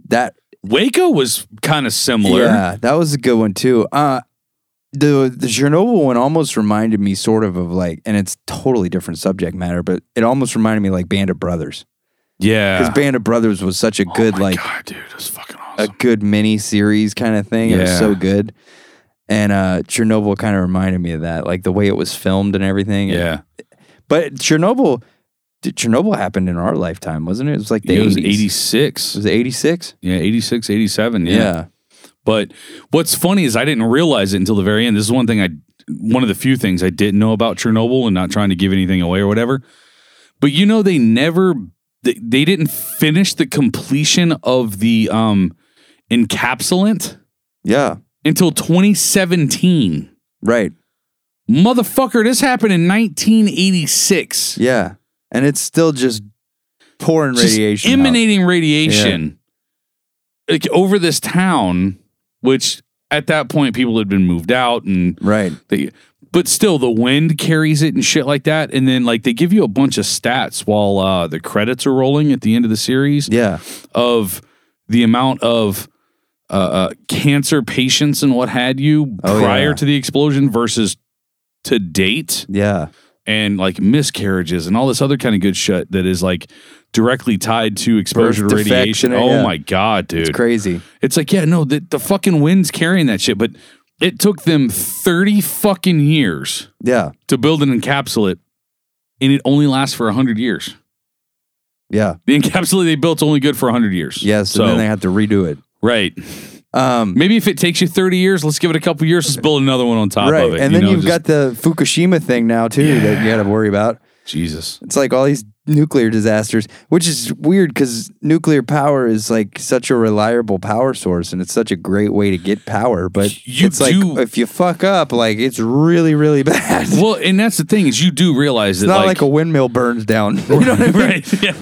Speaker 2: that
Speaker 3: Waco was kind of similar.
Speaker 2: Yeah, that was a good one too. Uh the the Chernobyl one almost reminded me sort of of like and it's totally different subject matter, but it almost reminded me like Band of Brothers.
Speaker 3: yeah.
Speaker 2: Cuz Band of Brothers was such a
Speaker 3: Oh
Speaker 2: good
Speaker 3: my
Speaker 2: like uh,
Speaker 3: God, dude, it was fucking
Speaker 2: a
Speaker 3: awesome.
Speaker 2: good mini series kind of thing. It was
Speaker 3: Yeah.
Speaker 2: so good. And uh Chernobyl kind of reminded me of that, like the way it was filmed and everything.
Speaker 3: yeah.
Speaker 2: But Chernobyl did Chernobyl happened in our lifetime, wasn't it? It was like the
Speaker 3: Yeah, it was
Speaker 2: 80s.
Speaker 3: 86.
Speaker 2: Was it 86?
Speaker 3: Yeah, 86, 87. Yeah. But what's funny is I didn't realize it until the very end. This is one thing I, one of the few things I didn't know about Chernobyl and not trying to give anything away or whatever. But you know, they never, they, they didn't finish the completion of the um encapsulant
Speaker 2: Yeah.
Speaker 3: until 2017.
Speaker 2: Right.
Speaker 3: Motherfucker, this happened in 1986.
Speaker 2: Yeah. And it's still just pouring
Speaker 3: Just
Speaker 2: radiation. out.
Speaker 3: emanating radiation like over this town which at that point people had been moved out and
Speaker 2: Right.
Speaker 3: they but still the wind carries it and shit like that and then like they give you a bunch of stats while uh, the credits are rolling at the end of the series
Speaker 2: Yeah.
Speaker 3: of the amount of uh, uh, cancer patients and what had you
Speaker 2: Oh,
Speaker 3: prior
Speaker 2: yeah.
Speaker 3: to the explosion versus to date
Speaker 2: Yeah.
Speaker 3: and like miscarriages and all this other kind of good shit that is like directly tied to exposure
Speaker 2: Birth
Speaker 3: to
Speaker 2: defects
Speaker 3: radiation.
Speaker 2: and it,
Speaker 3: Oh
Speaker 2: yeah.
Speaker 3: my god, dude!
Speaker 2: It's
Speaker 3: It's,
Speaker 2: crazy.
Speaker 3: like yeah, no, the, the fucking wind's carrying that shit, but it took them thirty fucking years
Speaker 2: Yeah.
Speaker 3: to build an encapsulate, and it only lasts for hundred years.
Speaker 2: Yeah.
Speaker 3: The encapsulate they built's only good for hundred years.
Speaker 2: Yes.
Speaker 3: so
Speaker 2: and then they have to redo it.
Speaker 3: right,
Speaker 2: Um,
Speaker 3: maybe if it takes you thirty years, let's give it a couple years. Let's build another one on top
Speaker 2: right.
Speaker 3: of it.
Speaker 2: and
Speaker 3: you
Speaker 2: then
Speaker 3: know,
Speaker 2: you've got
Speaker 3: just-
Speaker 2: the Fukushima thing now, too, that you got to worry about. *laughs*
Speaker 3: Jesus.
Speaker 2: It's like all these nuclear disasters, which is weird because nuclear power is like such a reliable power source and it's such a great way to get power. But
Speaker 3: You
Speaker 2: it's like
Speaker 3: do-
Speaker 2: if you fuck up, like it's really, really *laughs* bad. It's
Speaker 3: Well, and that's the thing is you do realize that
Speaker 2: not like, a windmill burns
Speaker 3: *laughs*
Speaker 2: down. *laughs* you know what I mean?
Speaker 3: right. Yeah.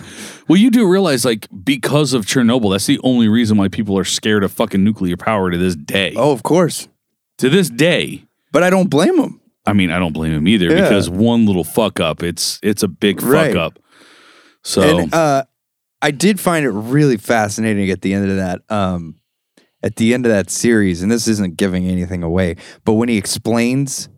Speaker 3: Well, you do realize, like, because of Chernobyl, that's the only reason why people are scared of fucking nuclear power to this day.
Speaker 2: Oh, of course.
Speaker 3: To this day.
Speaker 2: But I don't blame them.
Speaker 3: I mean, I don't blame him either
Speaker 2: Yeah.
Speaker 3: because one little fuck up, it's it's a big fuck
Speaker 2: Right.
Speaker 3: up. So
Speaker 2: And uh, I did find it really fascinating at the end of that. Um, at the end of that series, and this isn't giving anything away, but when he explains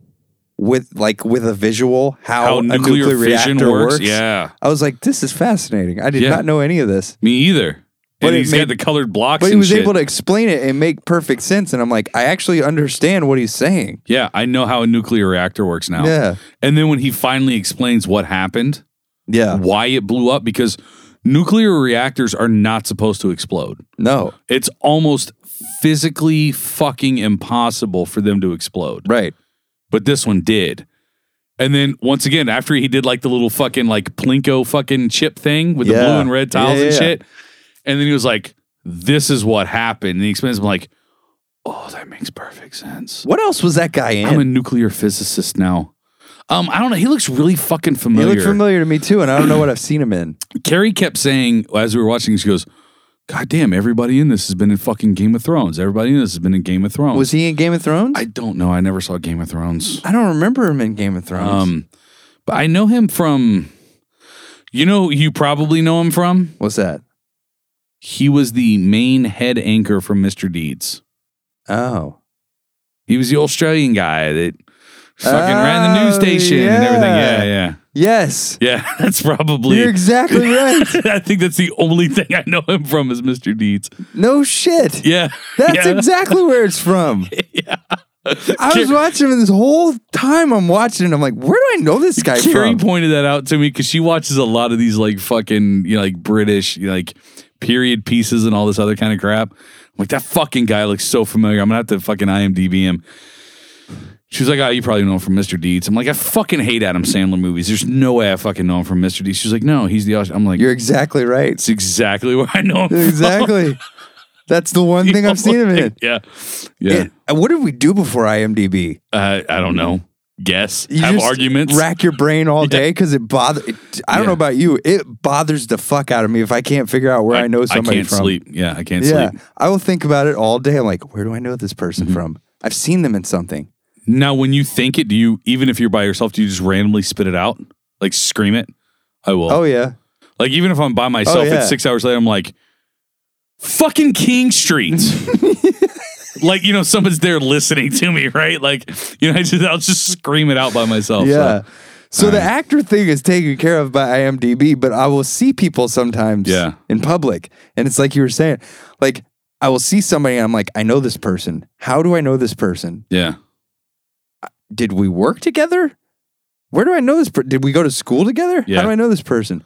Speaker 2: with like with a visual how,
Speaker 3: how
Speaker 2: a
Speaker 3: nuclear,
Speaker 2: nuclear
Speaker 3: fission
Speaker 2: reactor
Speaker 3: works,
Speaker 2: works,
Speaker 3: yeah,
Speaker 2: I was like, this is fascinating. I did
Speaker 3: Yeah.
Speaker 2: not know any of this.
Speaker 3: me either.
Speaker 2: But
Speaker 3: and
Speaker 2: it
Speaker 3: he's got
Speaker 2: made-
Speaker 3: the colored blocks.
Speaker 2: But he
Speaker 3: and
Speaker 2: was
Speaker 3: shit.
Speaker 2: able to explain it and make perfect sense. And I'm like, I actually understand what he's saying.
Speaker 3: Yeah, I know how a nuclear reactor works now.
Speaker 2: Yeah.
Speaker 3: And then when he finally explains what happened,
Speaker 2: Yeah.
Speaker 3: why it blew up, because nuclear reactors are not supposed to explode.
Speaker 2: No.
Speaker 3: It's almost physically fucking impossible for them to explode.
Speaker 2: Right.
Speaker 3: But this one did. And then once again, after he did like the little fucking like Plinko fucking chip thing with the
Speaker 2: Yeah.
Speaker 3: blue and red tiles
Speaker 2: Yeah,
Speaker 3: and
Speaker 2: yeah,
Speaker 3: shit. And then he was like, this is what happened. And he explains, I'm like, oh, that makes perfect sense.
Speaker 2: What else was that guy in?
Speaker 3: I'm a nuclear physicist now. Um, I don't know. He looks really fucking
Speaker 2: he
Speaker 3: familiar.
Speaker 2: looked familiar to me too, and I don't know what I've seen him in.
Speaker 3: Carrie kept saying as we were watching, she goes, "God damn, everybody in this has been in fucking Game of Thrones. Everybody in this has been in Game of Thrones."
Speaker 2: Was he in Game of Thrones?
Speaker 3: I
Speaker 2: I,
Speaker 3: don't know. I never saw Game of Thrones.
Speaker 2: don't remember him in Game of Thrones.
Speaker 3: Um, but I know him from. You know, who you probably know him from.
Speaker 2: What's that?
Speaker 3: He was the main head anchor from Mr. Deeds.
Speaker 2: Oh.
Speaker 3: He was the Australian guy that fucking ran the news
Speaker 2: Oh,
Speaker 3: station and everything. Yeah,
Speaker 2: yeah.
Speaker 3: yeah,
Speaker 2: Yes.
Speaker 3: yeah. *laughs* That's probably
Speaker 2: You're exactly right.
Speaker 3: *laughs* I think that's the only thing I know him from is Mr. Deeds.
Speaker 2: No shit.
Speaker 3: Yeah.
Speaker 2: That's
Speaker 3: yeah.
Speaker 2: exactly where it's
Speaker 3: *laughs*
Speaker 2: from. I was watching him this whole time. I'm watching, and I'm like, where do I know this guy
Speaker 3: Carrie
Speaker 2: from?
Speaker 3: pointed that out to me because she watches a lot of these like fucking you know like British you know, like period pieces and all this other kind of crap. I'm like that fucking guy looks so familiar. I'm gonna have to fucking IMDb him. She was like, "Oh, you probably know him from Mr. Deeds." I'm like, "I fucking hate Adam Sandler movies. There's no way I fucking know him from Mr. Deeds." She's like, "No, he's the." Aus-" I'm like,
Speaker 2: You're exactly right.
Speaker 3: "It's exactly where I know him." *laughs*
Speaker 2: Exactly. That's the one thing I've seen him in.
Speaker 3: Like, *laughs* yeah, yeah.
Speaker 2: It- uh, what did we do before IMDb?
Speaker 3: uh, I don't know. Guess
Speaker 2: You
Speaker 3: have
Speaker 2: just
Speaker 3: arguments.
Speaker 2: rack your brain all day because it bothers. I don't
Speaker 3: Yeah.
Speaker 2: know about you, it bothers the fuck out of me if I can't figure out where I, know somebody
Speaker 3: can't
Speaker 2: from.
Speaker 3: sleep. Yeah, I can't
Speaker 2: Yeah,
Speaker 3: sleep. Mm-hmm.
Speaker 2: I will think about it all day. I'm like, where do I know this person from? I've seen them in something.
Speaker 3: Now, when you think it, do you even if you're by yourself, do you just randomly spit it out, like scream it? I will.
Speaker 2: Oh yeah,
Speaker 3: Like even if I'm by myself,
Speaker 2: yeah.
Speaker 3: it's six hours later. I'm like, fucking King Street.
Speaker 2: *laughs*
Speaker 3: like you know, someone's there listening to me, right? Like you know, I just I'll just scream it out by myself.
Speaker 2: yeah.
Speaker 3: So,
Speaker 2: So the actor thing is taken care of by IMDb, but I will see people sometimes
Speaker 3: Yeah.
Speaker 2: in public, and it's like you were saying, like I will see somebody, and I'm like, I know this person. How do I know this person?
Speaker 3: yeah.
Speaker 2: did we work together? Where do I know this? Per- did we go to school together?
Speaker 3: Yeah.
Speaker 2: How do I know this person?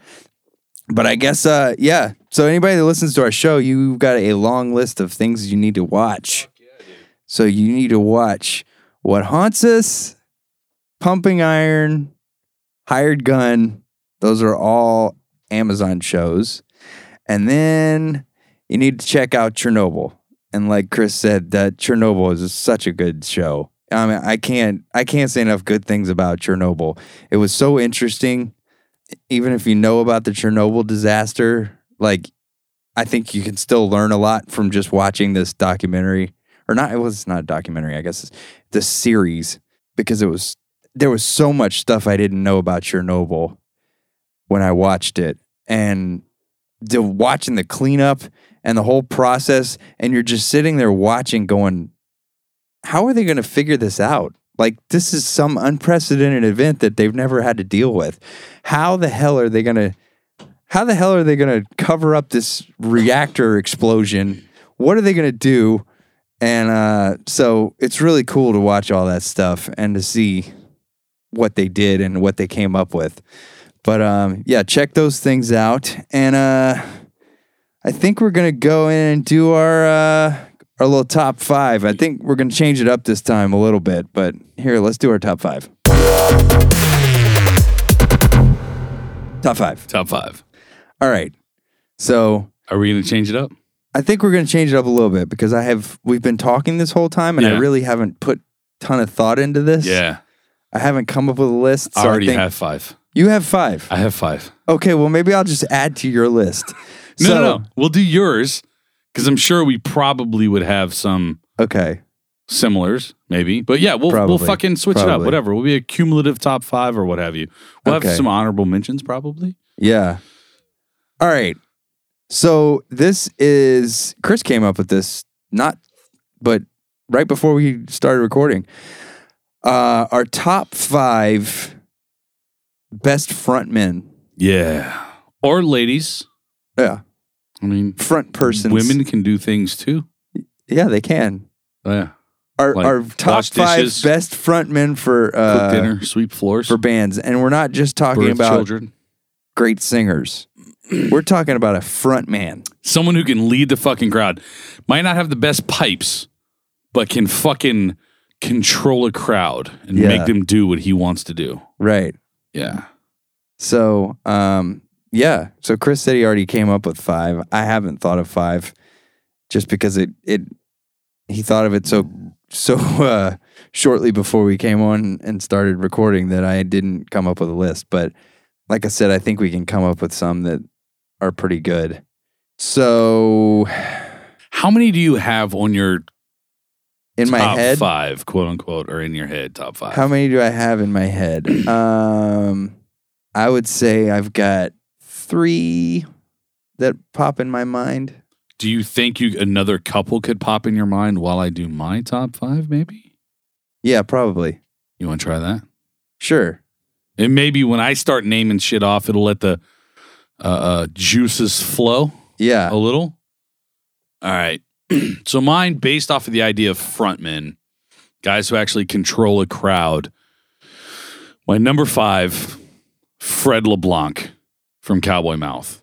Speaker 2: But I guess, uh, yeah. So anybody that listens to our show, you've got a long list of things you need to watch. So you need to watch What Haunts Us, Pumping Iron, Hired Gun. Those are all Amazon shows. And then you need to check out Chernobyl. And like Chris said, that Chernobyl is such a good show. I mean, I can't I can't say enough good things about Chernobyl. It was so interesting. Even if you know about the Chernobyl disaster, like I think you can still learn a lot from just watching this documentary. Or not it was not a documentary, I guess it's the series because it was there was so much stuff I didn't know about Chernobyl when I watched it. And the watching the cleanup and the whole process and you're just sitting there watching going how are they going to figure this out like this is some unprecedented event that they've never had to deal with how the hell are they going to how the hell are they going to cover up this reactor explosion what are they going to do and uh, so it's really cool to watch all that stuff and to see what they did and what they came up with but um, yeah check those things out and uh, I think we're gonna go in and do our uh, our little top five. I think we're gonna change it up this time a little bit, but here, let's do our top five. Top five.
Speaker 3: Top five.
Speaker 2: All right. So
Speaker 3: Are we gonna change it up?
Speaker 2: I think we're gonna change it up a little bit because I have we've been talking this whole time and I
Speaker 3: Yeah.
Speaker 2: really haven't put ton of thought into this.
Speaker 3: Yeah.
Speaker 2: I haven't come up with a list. So
Speaker 3: I already
Speaker 2: think
Speaker 3: have five.
Speaker 2: You have five.
Speaker 3: I have five.
Speaker 2: Okay, well maybe I'll just add to your list.
Speaker 3: *laughs* No,
Speaker 2: so,
Speaker 3: no, no. We'll do yours because I'm sure we probably would have some
Speaker 2: Okay.
Speaker 3: similars, maybe. But yeah, we'll we'll
Speaker 2: Probably.
Speaker 3: fucking switch it up.
Speaker 2: Probably.
Speaker 3: Whatever. We'll be a cumulative top five or what have you. We'll
Speaker 2: Okay.
Speaker 3: have some honorable mentions probably.
Speaker 2: Yeah. All right. So this is Chris came up with this not, but right before we started recording, uh, our top five best frontmen.
Speaker 3: Yeah. Or ladies.
Speaker 2: Yeah.
Speaker 3: I I mean,
Speaker 2: front persons.
Speaker 3: women can do things too.
Speaker 2: Yeah, they can.
Speaker 3: Oh, yeah.
Speaker 2: Our,
Speaker 3: Like,
Speaker 2: our top
Speaker 3: wash
Speaker 2: five
Speaker 3: dishes.
Speaker 2: best frontmen for
Speaker 3: Cook
Speaker 2: uh,
Speaker 3: dinner, sweep floors,
Speaker 2: for bands, and we're not just talking
Speaker 3: birth
Speaker 2: about
Speaker 3: children.
Speaker 2: great singers. we're talking about a front man.
Speaker 3: Someone who can lead the fucking crowd. Might not have the best pipes, but can fucking control a crowd and
Speaker 2: Yeah.
Speaker 3: make them do what he wants to do.
Speaker 2: Right.
Speaker 3: Yeah.
Speaker 2: So, um, yeah. So Chris said he already came up with five. I haven't thought of five, just because it it he thought of it so so uh, shortly before we came on and started recording that I didn't come up with a list. But like I said, I think we can come up with some that are pretty good. So
Speaker 3: How many do you have on your
Speaker 2: in my
Speaker 3: top
Speaker 2: head,
Speaker 3: five, quote unquote, or in your head top five?
Speaker 2: how many do I have in my
Speaker 3: *clears throat*
Speaker 2: head? um, I would say I've got three that pop in my mind.
Speaker 3: do you think you another couple could pop in your mind while I do my top five? Maybe
Speaker 2: Yeah, probably.
Speaker 3: you want to try that.
Speaker 2: Sure.
Speaker 3: And maybe when I start naming shit off, it'll let the uh, uh, juices flow
Speaker 2: Yeah.
Speaker 3: a little. All right. *clears throat* so mine, based off of the idea of frontmen, guys who actually control a crowd. My number five, Fred LeBlanc from Cowboy Mouth.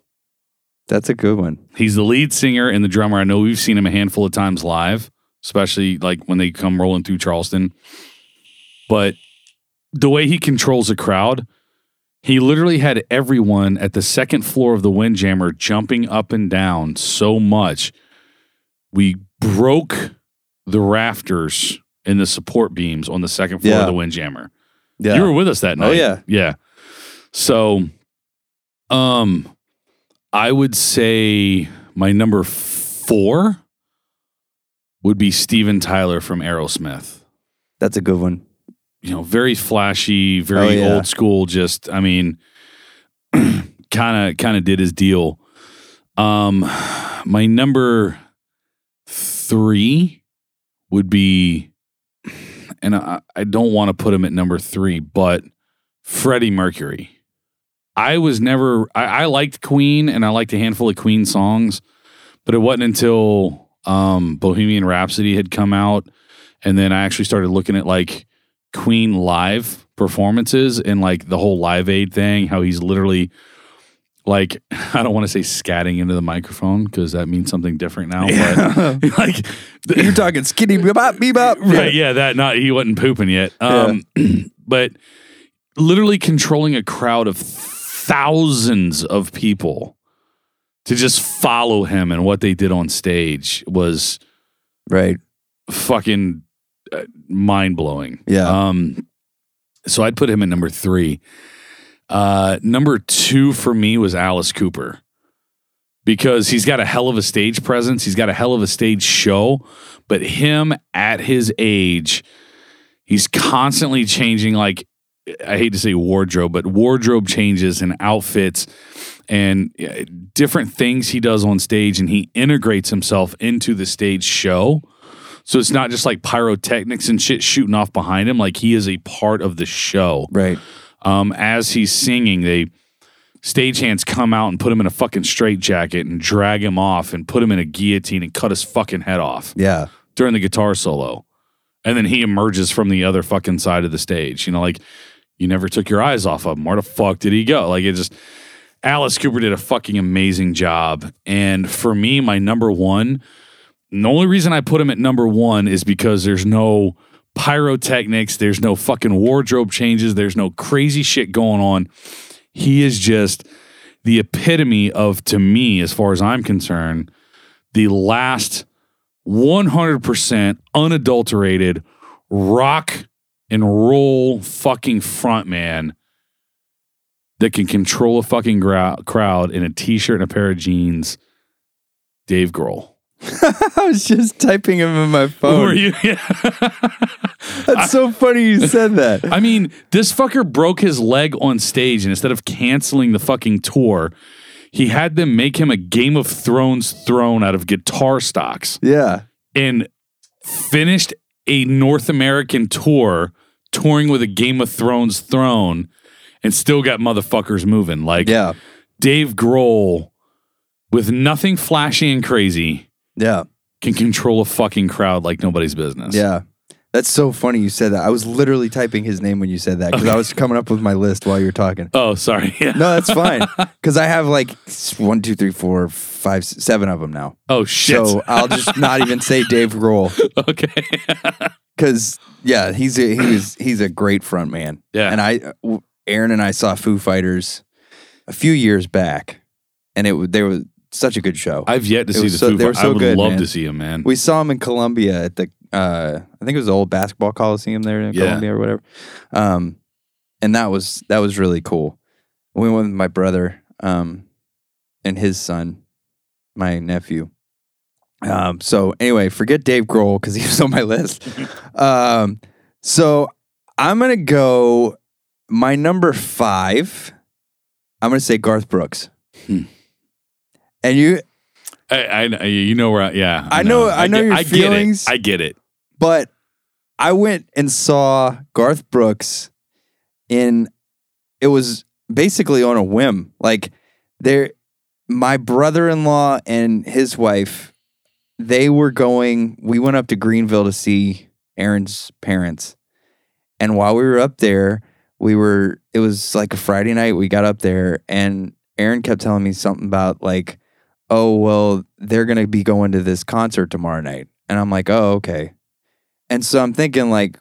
Speaker 2: That's a good one.
Speaker 3: He's the lead singer and the drummer. I know we've seen him a handful of times live, especially like when they come rolling through Charleston. But the way he controls a crowd, he literally had everyone at the second floor of the Windjammer jumping up and down so much. We broke the rafters and the support beams on the second floor
Speaker 2: Yeah.
Speaker 3: of the Windjammer.
Speaker 2: Yeah.
Speaker 3: You were with us that night.
Speaker 2: Oh, yeah.
Speaker 3: Yeah. So um I would say my number 4 would be Steven Tyler from Aerosmith.
Speaker 2: That's a good one.
Speaker 3: You know, very flashy, very
Speaker 2: Oh, yeah.
Speaker 3: old school just I mean *clears throat* kind of kind of did his deal. Um my number 3 would be and I, I don't want to put him at number three, but Freddie Mercury. I was never I, I liked Queen and I liked a handful of Queen songs, but it wasn't until um Bohemian Rhapsody had come out and then I actually started looking at like Queen live performances and like the whole live aid thing, how he's literally like *laughs* I don't want to say scatting into the microphone because that means something different now. But *laughs* like
Speaker 2: You're talking skinny bebop bebop.
Speaker 3: right yeah that not he wasn't pooping yet um *clears throat* but literally controlling a crowd of thousands of people to just follow him and what they did on stage was
Speaker 2: Right.
Speaker 3: fucking mind blowing.
Speaker 2: Yeah.
Speaker 3: Um, so I'd put him at number three. Uh, number two for me was Alice Cooper because he's got a hell of a stage presence. He's got a hell of a stage show, but him at his age, he's constantly changing. Like I hate to say wardrobe, but wardrobe changes and outfits and uh, different things he does on stage, and he integrates himself into the stage show. So it's not just like pyrotechnics and shit shooting off behind him. Like he is a part of the show.
Speaker 2: Right.
Speaker 3: Um, as he's singing, they stagehands come out and put him in a fucking straitjacket and drag him off and put him in a guillotine and cut his fucking head off
Speaker 2: Yeah. *laughs*
Speaker 3: during the guitar solo. And then he emerges from the other fucking side of the stage. You know, like you never took your eyes off of him. Where the fuck did he go? Like it just Alice Cooper did a fucking amazing job. And for me, my number one, and the only reason I put him at number one is because there's no pyrotechnics, there's no fucking wardrobe changes, there's no crazy shit going on. He is just the epitome of, to me, as far as I'm concerned, the last 100% unadulterated rock and roll fucking frontman that can control a fucking grou- crowd in a t-shirt and a pair of jeans. Dave Grohl.
Speaker 2: I was just typing him in my
Speaker 3: Were
Speaker 2: phone.
Speaker 3: you? *laughs* Yeah.
Speaker 2: That's so funny you said that.
Speaker 3: I mean, this fucker broke his leg on stage, and instead of canceling the fucking tour, he had them make him a Game of Thrones throne out of guitar stocks.
Speaker 2: Yeah.
Speaker 3: and finished a North American tour touring with a Game of Thrones throne and still got motherfuckers moving. Like
Speaker 2: Yeah.
Speaker 3: Dave Grohl with nothing flashy and crazy
Speaker 2: Yeah.
Speaker 3: can control a fucking crowd like nobody's business.
Speaker 2: Yeah. That's so funny you said that. I was literally typing his name when you said that because I was coming up with my list while you were talking.
Speaker 3: Oh, sorry. *laughs* Yeah.
Speaker 2: No, that's fine because I have like s- one, two, three, four, five, s- seven of them now.
Speaker 3: Oh shit.
Speaker 2: So I'll just not even say Dave Grohl
Speaker 3: *laughs* okay.
Speaker 2: because yeah, he's a, he was he's a great front man.
Speaker 3: Yeah.
Speaker 2: and I, w- Aaron and I saw Foo Fighters a few years back, and it w- they were such a good show.
Speaker 3: I've yet to
Speaker 2: It
Speaker 3: see
Speaker 2: was
Speaker 3: the
Speaker 2: so-
Speaker 3: Foo
Speaker 2: they were
Speaker 3: Fighters. I
Speaker 2: so
Speaker 3: would
Speaker 2: good,
Speaker 3: love
Speaker 2: man.
Speaker 3: to see him, man.
Speaker 2: We saw him in Columbia at the uh, I think it was the old basketball coliseum there in
Speaker 3: Yeah.
Speaker 2: Columbia or whatever. Um, and that was that was really cool. We went with my brother um, and his son, my nephew. Um, so anyway, forget Dave Grohl because he was on my
Speaker 3: *laughs*
Speaker 2: list. um, so I'm gonna go my number five. I'm gonna say Garth Brooks.
Speaker 3: Hmm.
Speaker 2: And you,
Speaker 3: I, I, I- you know where I, yeah.
Speaker 2: I know- I know
Speaker 3: get-
Speaker 2: your
Speaker 3: I get it.
Speaker 2: feelings.
Speaker 3: I get it.
Speaker 2: But I went and saw Garth Brooks in it was basically on a whim. Like there my brother-in-law and his wife they were going we went up to Greenville to see Aaron's parents. And while we were up there, we were it was like a Friday night we got up there and Aaron kept telling me something about like oh well they're going to be going to this concert tomorrow night. And I'm like, "Oh, okay." And so I'm thinking like,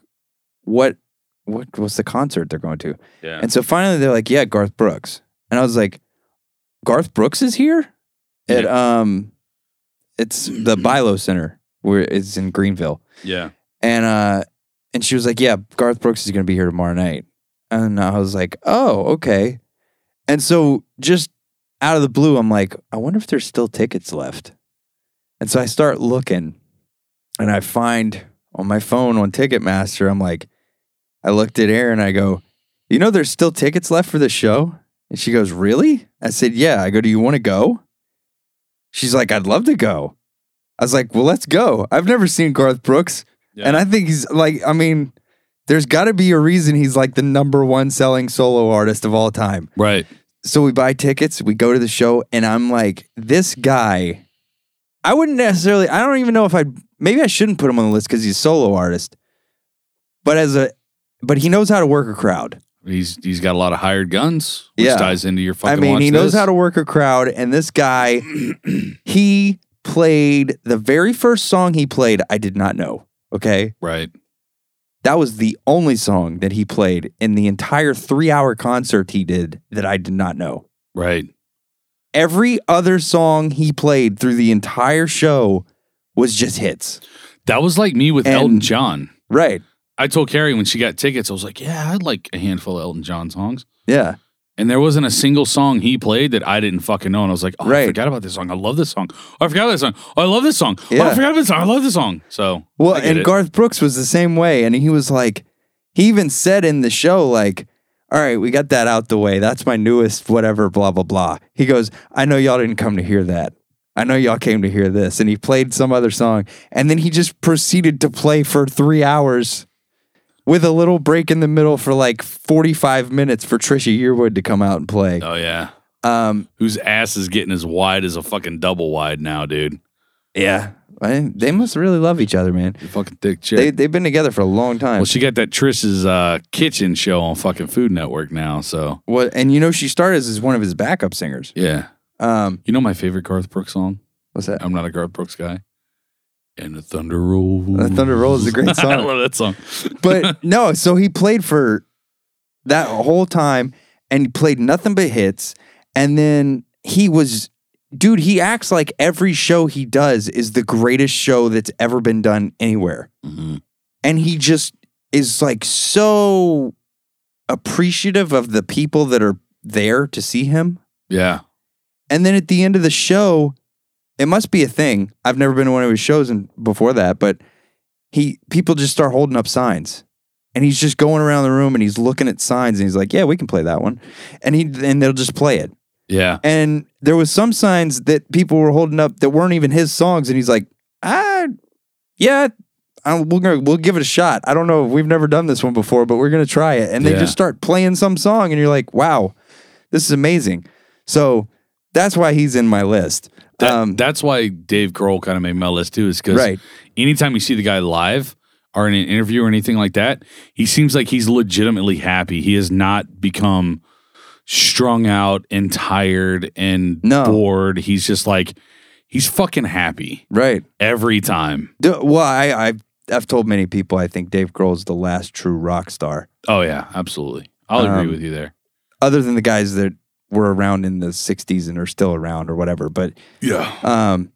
Speaker 2: what what what's the concert they're going to?
Speaker 3: Yeah.
Speaker 2: And so finally they're like, yeah, Garth Brooks. And I was like, Garth Brooks is here? At um it's the Bilo Center where it's in Greenville.
Speaker 3: yeah.
Speaker 2: And uh and she was like, Yeah, Garth Brooks is gonna be here tomorrow night. And I was like, Oh, okay. And so just out of the blue, I'm like, I wonder if there's still tickets left. And so I start looking and I find on my phone on Ticketmaster, I'm like, I looked at Aaron, I go, You know, there's still tickets left for the show? And she goes, Really? I said, Yeah. I go, Do you want to go? She's like, I'd love to go. I was like, Well, let's go. I've never seen Garth Brooks.
Speaker 3: Yeah.
Speaker 2: And I think he's like, I mean, there's got to be a reason he's like the number one selling solo artist of all time
Speaker 3: Right.
Speaker 2: so we buy tickets, we go to the show, and I'm like, this guy, I wouldn't necessarily, I don't even know if I, maybe I shouldn't put him on the list because he's a solo artist, but as a, but he knows how to work a crowd.
Speaker 3: He's he's got a lot of hired guns, which
Speaker 2: Yeah.
Speaker 3: ties into your
Speaker 2: I
Speaker 3: fucking.
Speaker 2: mean,
Speaker 3: watch
Speaker 2: he knows
Speaker 3: this.
Speaker 2: how to work a crowd, and this
Speaker 3: *clears throat*
Speaker 2: guy, he played the very first song he played, I did not know. Okay.
Speaker 3: Right.
Speaker 2: That was the only song that he played in the entire three hour concert he did that I did not know.
Speaker 3: Right.
Speaker 2: every other song he played through the entire show was just hits.
Speaker 3: That was like me with
Speaker 2: And-
Speaker 3: Elton John.
Speaker 2: Right.
Speaker 3: I told Carrie when she got tickets, I was like, "Yeah, I'd like a handful of Elton John songs."
Speaker 2: Yeah.
Speaker 3: And there wasn't a single song he played that I didn't fucking know. And I was like, "Oh, I
Speaker 2: Right.
Speaker 3: forgot about this song. I love this song. Oh, I forgot this song. Oh, I love this song. Oh, I
Speaker 2: Yeah.
Speaker 3: forgot about this song. I love this song." So
Speaker 2: Well,
Speaker 3: I get
Speaker 2: and
Speaker 3: it.
Speaker 2: Garth Brooks was the same way. And he was like, he even said in the show, like, all right, we got that out the way. That's my newest whatever, blah, blah, blah. He goes, I know y'all didn't come to hear that. I know y'all came to hear this. And he played some other song. And then he just proceeded to play for three hours with a little break in the middle for like 45 minutes for Trisha Yearwood to come out and play.
Speaker 3: oh yeah,
Speaker 2: Um,
Speaker 3: whose ass is getting as wide as a fucking double wide now, dude?
Speaker 2: Yeah. I, they must really love each other, man.
Speaker 3: You fucking thick chick.
Speaker 2: They, they've been together for a long time.
Speaker 3: well, she got that Trish's uh, kitchen show on fucking Food Network now. So
Speaker 2: what, and you know, she started as one of his backup singers.
Speaker 3: yeah,
Speaker 2: Um,
Speaker 3: you know my favorite Garth Brooks song.
Speaker 2: what's
Speaker 3: *laughs*
Speaker 2: that?
Speaker 3: I'm not a Garth Brooks guy. And the thunder rolls.
Speaker 2: The Thunder Roll is a great
Speaker 3: *laughs* I
Speaker 2: song.
Speaker 3: love that song.
Speaker 2: But no, so he played for that whole time and he played nothing but hits. And then he was, dude, he acts like every show he does is the greatest show that's ever been done anywhere.
Speaker 3: Mhm.
Speaker 2: and he just is like so appreciative of the people that are there to see him.
Speaker 3: Yeah.
Speaker 2: And then at the end of the show, it must be a thing. I've never been to one of his shows and before that, but he people just start holding up signs. And he's just going around the room and he's looking at signs and he's like, "Yeah, we can play that one." And he and they'll just play it.
Speaker 3: Yeah.
Speaker 2: And there was some signs that people were holding up that weren't even his songs, and he's like, "Ah, yeah, I, we're gonna we'll give it a shot. I don't know, we've never done this one before, but we're gonna try it." And they
Speaker 3: Yeah.
Speaker 2: just start playing some song, and you're like, "Wow, this is amazing." So that's why he's in my list.
Speaker 3: That,
Speaker 2: Um,
Speaker 3: that's why Dave Grohl kind of made my list too, is because
Speaker 2: Right.
Speaker 3: anytime you see the guy live or in an interview or anything like that, he seems like he's legitimately happy. He has not become strung out and tired and
Speaker 2: No.
Speaker 3: bored. He's just like he's fucking happy
Speaker 2: Right.
Speaker 3: every time.
Speaker 2: D- well, I, I've I've told many people I think Dave Grohl's the last true rock star,
Speaker 3: Oh yeah, absolutely. I'll
Speaker 2: Um,
Speaker 3: agree with you there.
Speaker 2: other than the guys that were around in the '60s and are still around or whatever. But
Speaker 3: Yeah.
Speaker 2: Um,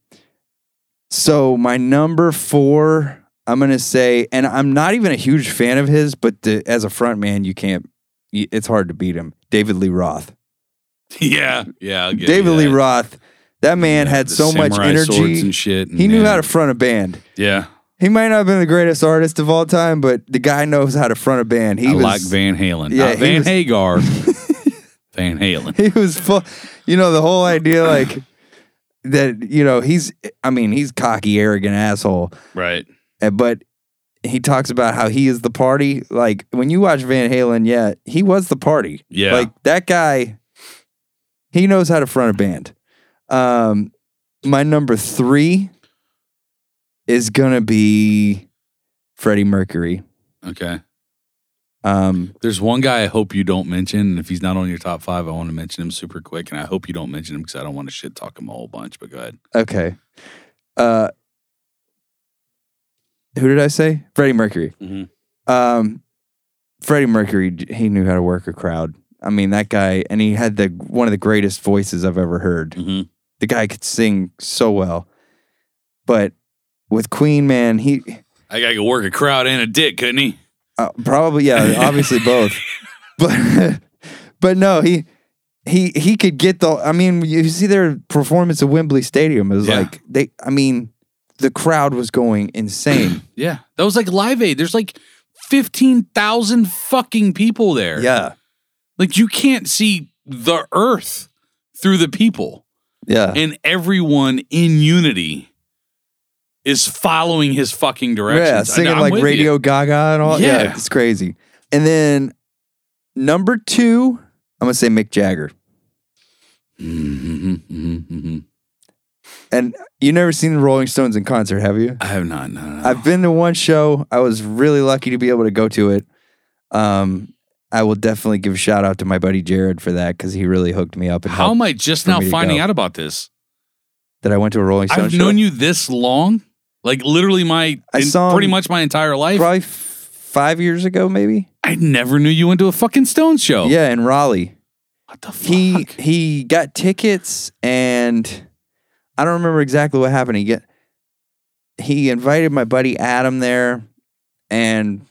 Speaker 2: so my number four, I'm gonna say, and I'm not even a huge fan of his, but the, as a front man, you can't. y- It's hard to beat him. David Lee Roth.
Speaker 3: Yeah. *laughs* Yeah. I'll give you
Speaker 2: David Lee
Speaker 3: that.
Speaker 2: Roth. That man
Speaker 3: Yeah,
Speaker 2: had
Speaker 3: the
Speaker 2: so much
Speaker 3: samurai swords
Speaker 2: energy.
Speaker 3: and shit. and
Speaker 2: He knew
Speaker 3: yeah.
Speaker 2: how to front a band.
Speaker 3: Yeah.
Speaker 2: He might not have been the greatest artist of all time, but the guy knows how to front a band. He
Speaker 3: I
Speaker 2: was
Speaker 3: like Van Halen.
Speaker 2: Yeah,
Speaker 3: Not
Speaker 2: he
Speaker 3: Van
Speaker 2: was-
Speaker 3: Hagar. Van
Speaker 2: *laughs*
Speaker 3: Halen.
Speaker 2: he was full you know the whole idea like that you know he's i mean he's cocky arrogant asshole
Speaker 3: Right.
Speaker 2: Uh, but he talks about how he is the party. Like when you watch Van Halen, yeah, he was the party.
Speaker 3: Yeah.
Speaker 2: Like that guy, he knows how to front a band. Um, my number three is gonna be Freddie Mercury.
Speaker 3: okay.
Speaker 2: Um,
Speaker 3: There's one guy I hope you don't mention. and If he's not on your top five, I want to mention him super quick. And I hope you don't mention him because I don't want to shit talk him a whole bunch. But go ahead.
Speaker 2: okay. Uh, who did I say? Freddie Mercury.
Speaker 3: Mhm.
Speaker 2: Um, Freddie Mercury, j- he knew how to work a crowd. I mean, that guy, and he had the one of the greatest voices I've ever heard.
Speaker 3: Mm-hmm.
Speaker 2: The guy could sing so well, but with Queen, man, he
Speaker 3: I got to work a crowd and a dick, couldn't he?
Speaker 2: uh, probably yeah, obviously both, *laughs* but *laughs* but no, he he he could get the. I mean, you see their performance at Wembley Stadium it was
Speaker 3: Yeah.
Speaker 2: like they. I mean, the crowd was going insane.
Speaker 3: Yeah. That was like Live Aid. There's like 15,000 fucking people there.
Speaker 2: yeah,
Speaker 3: Like you can't see the earth through the people.
Speaker 2: yeah,
Speaker 3: and everyone in unity is following his fucking directions.
Speaker 2: Yeah,
Speaker 3: I-
Speaker 2: singing
Speaker 3: I'm
Speaker 2: like
Speaker 3: with
Speaker 2: Radio
Speaker 3: you.
Speaker 2: Gaga and all. Yeah.
Speaker 3: Yeah.
Speaker 2: it's crazy. And then number two, I'm gonna say Mick Jagger.
Speaker 3: Mhm, mhm, mhm.
Speaker 2: And you never seen the Rolling Stones in concert, have you?
Speaker 3: *laughs* I have not. No, no, no.
Speaker 2: I've been to one show. I was really lucky to be able to go to it. Um, I will definitely give a shout out to my buddy Jared for that because he really hooked me up and
Speaker 3: How
Speaker 2: helped
Speaker 3: am I just
Speaker 2: for
Speaker 3: now
Speaker 2: me to
Speaker 3: finding
Speaker 2: go.
Speaker 3: out about this?
Speaker 2: that I went to a Rolling Stones
Speaker 3: I've
Speaker 2: show.
Speaker 3: known you this long, like literally my
Speaker 2: I
Speaker 3: in-
Speaker 2: saw
Speaker 3: pretty
Speaker 2: him
Speaker 3: much my entire life.
Speaker 2: probably f- five years ago, maybe.
Speaker 3: I never knew you went to a fucking Stone show.
Speaker 2: Yeah, in Raleigh.
Speaker 3: what the fuck?
Speaker 2: he he got tickets and I don't remember exactly what happened. He get he invited my buddy Adam there and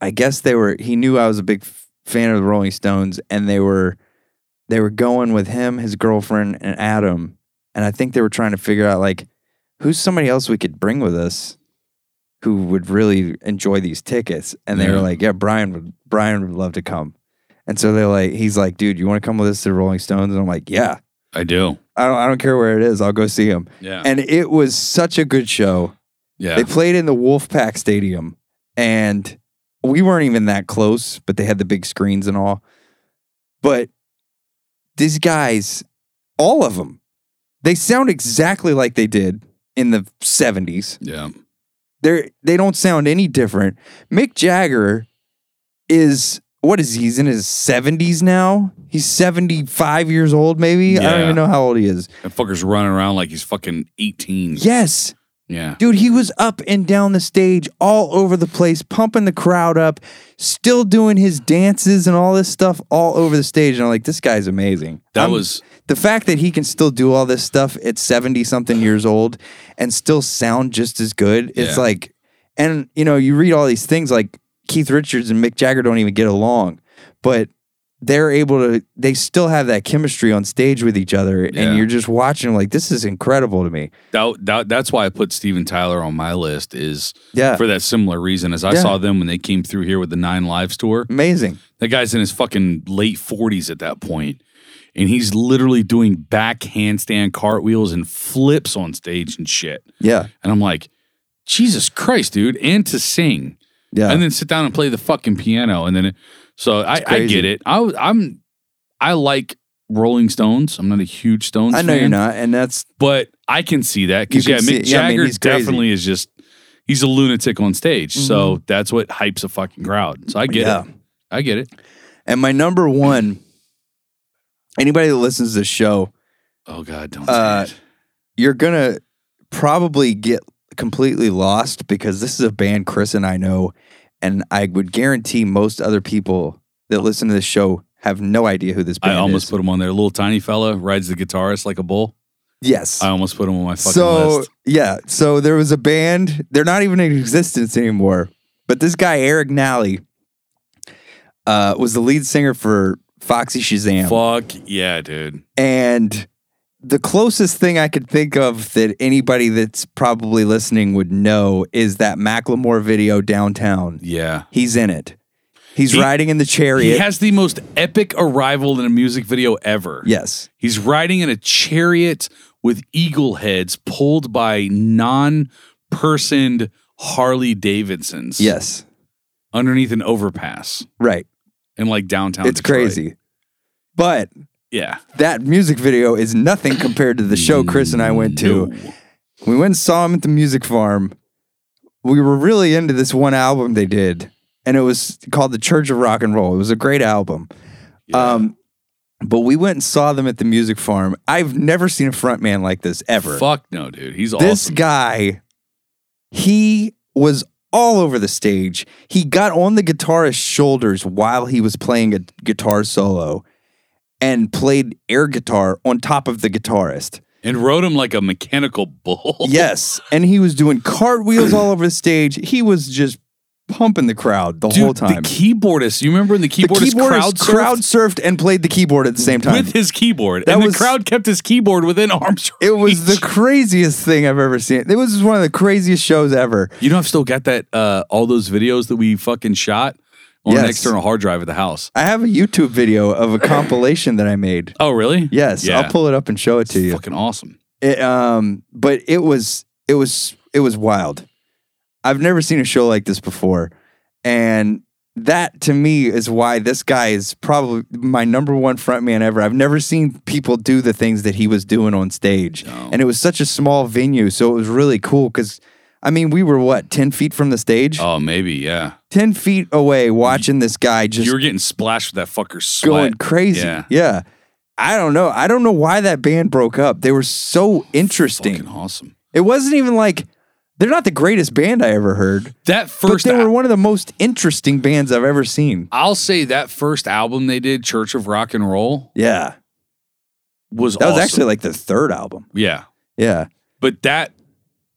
Speaker 2: I guess they were he knew I was a big f- fan of the Rolling Stones and they were they were going with him, his girlfriend and Adam and I think they were trying to figure out like who's somebody else we could bring with us who would really enjoy these tickets and they
Speaker 3: Yeah.
Speaker 2: were like yeah Brian would Brian would love to come and so they're like, he's like, dude, you want to come with us to Rolling Stones? And I'm like, yeah,
Speaker 3: I do.
Speaker 2: I don't, I don't care where it is. I'll go see him.
Speaker 3: Yeah.
Speaker 2: And it was such a good show.
Speaker 3: yeah.
Speaker 2: They played in the Wolfpack Stadium and we weren't even that close, but they had the big screens and all. But these guys, all of them, they sound exactly like they did in the 70s
Speaker 3: yeah.
Speaker 2: they're they don't sound any different. Mick Jagger is what is he? He's in his seventies now. He's seventy five years old, maybe. I don't
Speaker 3: Yeah.
Speaker 2: even know how old he is.
Speaker 3: That fucker's running around like he's fucking 18.
Speaker 2: Yes,
Speaker 3: Yeah.
Speaker 2: dude, he was up and down the stage, all over the place, pumping the crowd up, still doing his dances and all this stuff all over the stage. And I'm like, this guy's amazing.
Speaker 3: That
Speaker 2: I'm-
Speaker 3: was
Speaker 2: the fact that he can still do all this stuff at 70 something years old and still sound just as good it's
Speaker 3: Yeah.
Speaker 2: like and you know you read all these things like keith richards and mick jagger don't even get along but they're able to they still have that chemistry on stage with each other
Speaker 3: Yeah.
Speaker 2: and you're just watching like this is incredible to me
Speaker 3: that, that, that's why I put Steven Tyler on my list is
Speaker 2: yeah
Speaker 3: for that similar reason as I
Speaker 2: Yeah. Mm-hmm.
Speaker 3: saw them when they came through here with the Nine Lives tour.
Speaker 2: amazing
Speaker 3: That guy's in his fucking late 40s at that point, and he's literally doing back handstand cartwheels and flips on stage and shit.
Speaker 2: yeah
Speaker 3: And I'm like, Jesus Christ, dude! And to sing,
Speaker 2: yeah
Speaker 3: and then sit down and play the fucking piano, and then it, so I, I
Speaker 2: crazy.
Speaker 3: get it. I, was- I'm I like Rolling Stones. I'm not a huge Stones.
Speaker 2: I know you're
Speaker 3: fan,
Speaker 2: not, and that's
Speaker 3: but I can see that because
Speaker 2: You
Speaker 3: yeah,
Speaker 2: can
Speaker 3: Mick
Speaker 2: see- yeah, I mean,
Speaker 3: Jagger
Speaker 2: he's crazy.
Speaker 3: definitely is just he's a lunatic on stage. So that's what hypes a fucking crowd. So I get
Speaker 2: Mm-hmm. Yeah.
Speaker 3: it. I get it.
Speaker 2: and my number one. Anybody that listens to the show,
Speaker 3: Oh God, don't
Speaker 2: Uh,
Speaker 3: say it.
Speaker 2: you're gonna probably get completely lost because this is a band Chris and I know, and I would guarantee most other people that listen to this show have no idea who this
Speaker 3: I
Speaker 2: band
Speaker 3: almost
Speaker 2: is.
Speaker 3: put him on there. Little tiny fella rides the guitarist like a bull.
Speaker 2: yes,
Speaker 3: I almost put him on my fucking
Speaker 2: so
Speaker 3: list.
Speaker 2: yeah, so there was a band. They're not even in existence anymore. But this guy Eric Nally uh, was the lead singer for Foxy Shazam,
Speaker 3: Fuck yeah, dude.
Speaker 2: and the closest thing I could think of that anybody that's probably listening would know is that Macklemore video downtown.
Speaker 3: Yeah.
Speaker 2: He's in it. He's
Speaker 3: He-
Speaker 2: riding in the
Speaker 3: He
Speaker 2: chariot.
Speaker 3: has the most epic arrival in a music video ever.
Speaker 2: yes,
Speaker 3: He's riding in a chariot with eagle heads pulled by non personed Harley Davidsons.
Speaker 2: yes,
Speaker 3: Underneath an overpass
Speaker 2: right.
Speaker 3: in like downtown.
Speaker 2: It's
Speaker 3: Detroit.
Speaker 2: crazy, but
Speaker 3: Yeah.
Speaker 2: that music video is nothing compared to the show Chris and I went to.
Speaker 3: No.
Speaker 2: We went and saw him at the music farm. We were really into this one album they did, and it was called The Church of Rock and Roll. It was a great album. Um, but we went and saw them at the music farm. I've never seen a front man like this ever.
Speaker 3: Fuck no, dude. He's
Speaker 2: this
Speaker 3: awesome.
Speaker 2: guy, he was all over the stage. He got on the guitarist's shoulders while he was playing a guitar solo and played air guitar on top of the guitarist.
Speaker 3: and rode him like a mechanical bull.
Speaker 2: Yes. And he was doing cartwheels all over the stage. He was just pumping the crowd the
Speaker 3: Dude,
Speaker 2: whole time.
Speaker 3: The keyboardist. You remember when the keyboardist, crowd, surfed
Speaker 2: crowd surfed and played the keyboard at the same time.
Speaker 3: with his keyboard,
Speaker 2: That
Speaker 3: and
Speaker 2: was-
Speaker 3: the crowd kept his keyboard within *laughs* arms.
Speaker 2: it was the
Speaker 3: reach.
Speaker 2: craziest thing I've ever seen. It was one of the craziest shows ever.
Speaker 3: You know, I've still got that. Uh, all those videos that we fucking shot on an
Speaker 2: Yes.
Speaker 3: external hard drive at the house.
Speaker 2: I have a YouTube video of a compilation that I made.
Speaker 3: Oh, really?
Speaker 2: Yes,
Speaker 3: Yeah.
Speaker 2: I'll pull it up and show it to you.
Speaker 3: Fucking awesome.
Speaker 2: It, um, but it was it was it was wild. I've never seen a show like this before, and that to me is why this guy is probably my number one frontman ever. I've never seen people do the things that he was doing on stage, and it was such a small venue, so it was really cool because. I mean, we were what, 10 feet from the stage?
Speaker 3: Oh, maybe. Yeah.
Speaker 2: 10 feet away watching this guy just
Speaker 3: you were getting splashed with that fucker's sweat.
Speaker 2: going crazy.
Speaker 3: Yeah.
Speaker 2: Yeah. I don't know. I don't know why that band broke up. They were so interesting.
Speaker 3: Fucking awesome.
Speaker 2: It wasn't even like they're not the greatest band I ever heard,
Speaker 3: That first.
Speaker 2: but they
Speaker 3: al-
Speaker 2: were one of the most interesting bands I've ever seen.
Speaker 3: I'll say that first album they did, Church of Rock and Roll,
Speaker 2: Yeah.
Speaker 3: was
Speaker 2: That was
Speaker 3: awesome.
Speaker 2: actually like their third album.
Speaker 3: yeah.
Speaker 2: Yeah.
Speaker 3: But that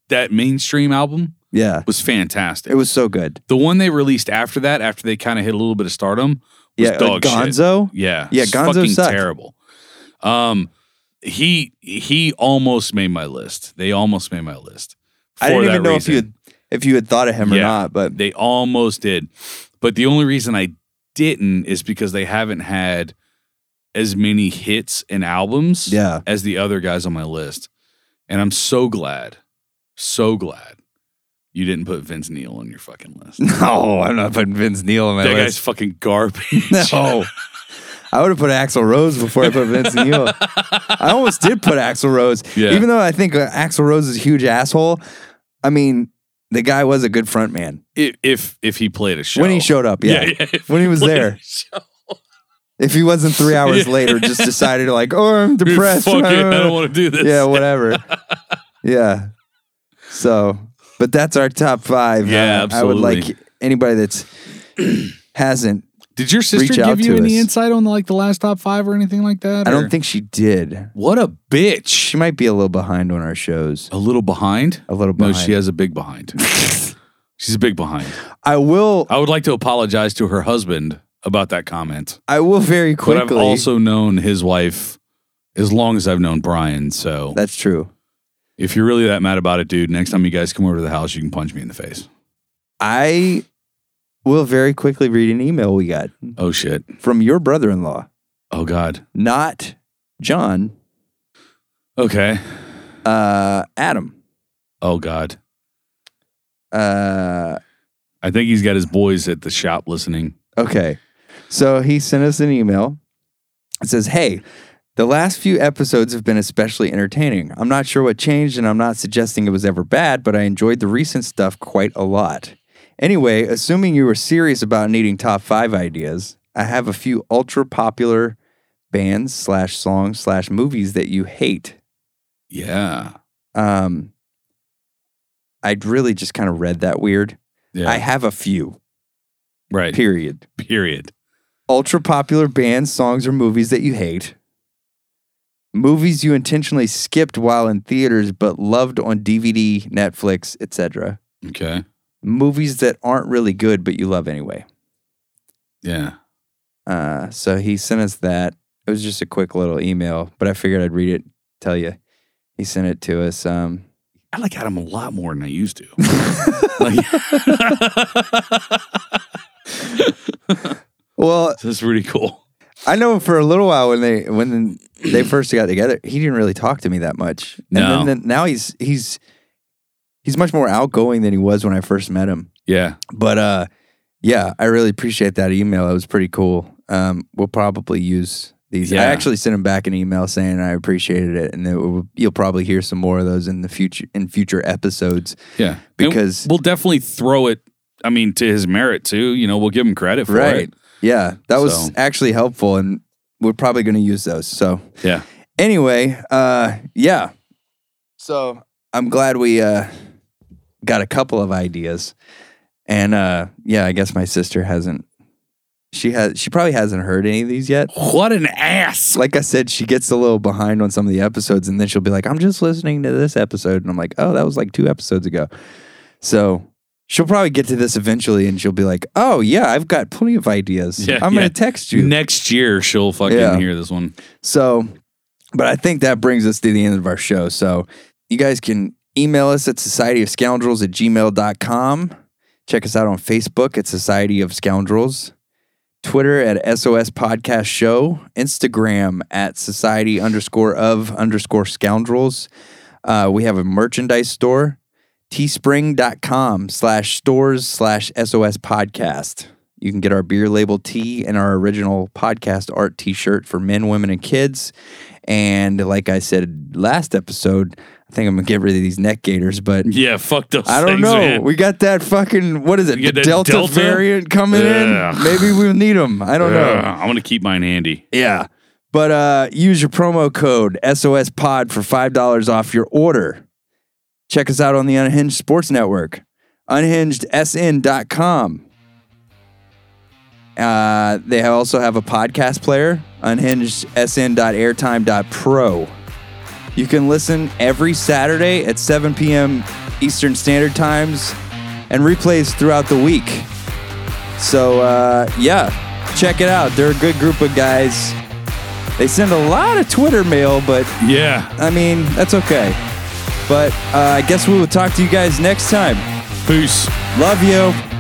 Speaker 3: that mainstream album
Speaker 2: Yeah.
Speaker 3: was fantastic.
Speaker 2: It was so good.
Speaker 3: the one they released after that, after they kind of hit a little bit of stardom, was
Speaker 2: yeah.
Speaker 3: dog shit.
Speaker 2: Gonzo.
Speaker 3: Yeah.
Speaker 2: Yeah,
Speaker 3: it's
Speaker 2: Gonzo
Speaker 3: fucking
Speaker 2: sucked.
Speaker 3: terrible. Um he he almost made my list. They almost made my list.
Speaker 2: I didn't
Speaker 3: for
Speaker 2: even
Speaker 3: that
Speaker 2: know
Speaker 3: reason.
Speaker 2: if you had, if you had thought of him or
Speaker 3: Yeah.
Speaker 2: not, but
Speaker 3: They almost did. But the only reason I didn't is because they haven't had as many hits and albums
Speaker 2: Yeah. *laughs*
Speaker 3: as the other guys on my list. And I'm so glad. So glad you didn't put Vince Neil on your fucking list.
Speaker 2: no, I'm not putting Vince Neil on *laughs* my
Speaker 3: that guy's
Speaker 2: list.
Speaker 3: fucking garbage.
Speaker 2: *laughs* No. I would have put Axl Rose before I put Vince
Speaker 3: *laughs*
Speaker 2: Neil. I almost did put Axl Rose,
Speaker 3: *laughs* Yeah.
Speaker 2: even though I think uh, Axl Rose is a huge asshole. I mean, the guy was a good front man
Speaker 3: if, if if he played a show.
Speaker 2: when he showed up. Yeah, *laughs*
Speaker 3: if
Speaker 2: when he
Speaker 3: *laughs*
Speaker 2: was
Speaker 3: played a
Speaker 2: there.
Speaker 3: show.
Speaker 2: If he wasn't three
Speaker 3: *laughs*
Speaker 2: hours later, just decided like, oh, I'm
Speaker 3: Dude,
Speaker 2: depressed.
Speaker 3: *laughs* Fuck it. I don't want to do this.
Speaker 2: yeah, whatever.
Speaker 3: *laughs*
Speaker 2: yeah. So, but that's our top five. Uh,
Speaker 3: Yeah,
Speaker 2: I would
Speaker 3: absolutely.
Speaker 2: like anybody that's *clears throat* hasn't.
Speaker 3: Did your sister
Speaker 2: Reach out
Speaker 3: give you
Speaker 2: to
Speaker 3: any
Speaker 2: us.
Speaker 3: insight on like the last top five or anything like that?
Speaker 2: I
Speaker 3: or-
Speaker 2: don't think she did.
Speaker 3: What a bitch.
Speaker 2: She might be a little behind on our shows.
Speaker 3: A little behind?
Speaker 2: A little
Speaker 3: No,
Speaker 2: behind.
Speaker 3: she has a
Speaker 2: *laughs*
Speaker 3: big behind. She's a big behind.
Speaker 2: I will.
Speaker 3: I would like to apologize to her husband about that comment.
Speaker 2: I will very quickly.
Speaker 3: But I've also known his wife as long as I've known Brian. So
Speaker 2: That's true.
Speaker 3: if you're really that mad about it, dude, next time you guys come over to the house, you can punch me in the face.
Speaker 2: I will very quickly read an email we got
Speaker 3: Oh, shit.
Speaker 2: from your brother in law,
Speaker 3: Oh, God.
Speaker 2: not John,
Speaker 3: Okay.
Speaker 2: uh, Adam.
Speaker 3: Oh, God.
Speaker 2: Uh,
Speaker 3: I think he's got his boys at the shop listening.
Speaker 2: okay. So he sent us an email. It says, Hey, The last few episodes have been especially entertaining. I'm not sure what changed, and I'm not suggesting it was ever bad, but I enjoyed the recent stuff quite a lot. Anyway, assuming you were serious about needing top five ideas, I have a few ultra popular bands slash songs slash movies that you hate.
Speaker 3: Yeah.
Speaker 2: Um, I'd really just kind of read that weird.
Speaker 3: Yeah.
Speaker 2: I have a few,
Speaker 3: right.
Speaker 2: period.
Speaker 3: period.
Speaker 2: ultra popular bands, songs, or movies that you hate, movies you intentionally skipped while in theaters but loved on DVD, Netflix, etc.,
Speaker 3: Okay.
Speaker 2: movies that aren't really good but you love anyway.
Speaker 3: Yeah.
Speaker 2: Uh, so he sent us that. It was just a quick little email, but I figured I'd read it, tell you. He sent it to us. Um,
Speaker 3: I like Adam a lot more than I
Speaker 2: *laughs*
Speaker 3: used to. like, *laughs*
Speaker 2: well,
Speaker 3: that's pretty cool.
Speaker 2: I know for a little while when they when
Speaker 3: *clears throat*
Speaker 2: they first got together, he didn't really talk to me that much. And
Speaker 3: No.
Speaker 2: then, then now he's he's he's much more outgoing than he was when I first met him.
Speaker 3: Yeah.
Speaker 2: But uh yeah, I really appreciate that email. It was pretty cool. Um we'll probably use these.
Speaker 3: Yeah.
Speaker 2: I actually sent him back an email saying I appreciated it and that we'll- you'll probably hear some more of those in the future in future episodes.
Speaker 3: Yeah. And
Speaker 2: Because-
Speaker 3: we'll definitely throw it, I mean, to his merit too. You know, we'll give him credit for it.
Speaker 2: Yeah. That was
Speaker 3: So-
Speaker 2: actually helpful and we're probably going to use those. So
Speaker 3: Yeah.
Speaker 2: anyway, uh, yeah. So I'm glad we uh, got a couple of ideas, and uh, yeah, I guess my sister hasn't. She has. She probably hasn't heard any of these yet.
Speaker 3: What an ass.
Speaker 2: Like I said, she gets a little behind on some of the episodes, and then she'll be like, "I'm just listening to this episode," and I'm like, "Oh, that was like two episodes ago." So she'll probably get to this eventually, and she'll be like, "Oh yeah, I've got plenty of ideas.
Speaker 3: Yeah,
Speaker 2: I'm
Speaker 3: yeah.
Speaker 2: gonna text you."
Speaker 3: Next year, she'll fucking
Speaker 2: Yeah.
Speaker 3: hear this one.
Speaker 2: So, but I think that brings us to the end of our show. So, you guys can email us at society of scoundrels at gmail.com. Check us out on Facebook at Society of Scoundrels, Twitter at SOS Podcast Show, Instagram at society underscore of underscore scoundrels. Uh, we have a merchandise store, teespring.com slash stores slash SOS podcast. You can get our beer label tee and our original podcast art t shirt for men, women, and kids. And like I said last episode, I think I'm going to get rid of these neck gators, but
Speaker 3: Yeah. Fuck those
Speaker 2: I don't
Speaker 3: things,
Speaker 2: know.
Speaker 3: man.
Speaker 2: We got that fucking, what is it,
Speaker 3: You get
Speaker 2: the
Speaker 3: that
Speaker 2: Delta,
Speaker 3: Delta?
Speaker 2: variant coming
Speaker 3: Ugh.
Speaker 2: in? Maybe we'll need them. I don't know.
Speaker 3: Ugh, I'm going to keep mine handy.
Speaker 2: Yeah. But uh, use your promo code SOS Pod for $5 off your order. Check us out on the Unhinged Sports Network, unhingedsn.com. Uh, they also have a podcast player, unhingedsn.airtime.pro. You can listen every Saturday at 7 p.m. Eastern Standard Times and replays throughout the week. So uh, yeah, check it out. They're a good group of guys. They send a lot of Twitter mail, but
Speaker 3: Yeah.
Speaker 2: I mean that's okay. But uh, I guess we will talk to you guys next time.
Speaker 3: Peace.
Speaker 2: Love you.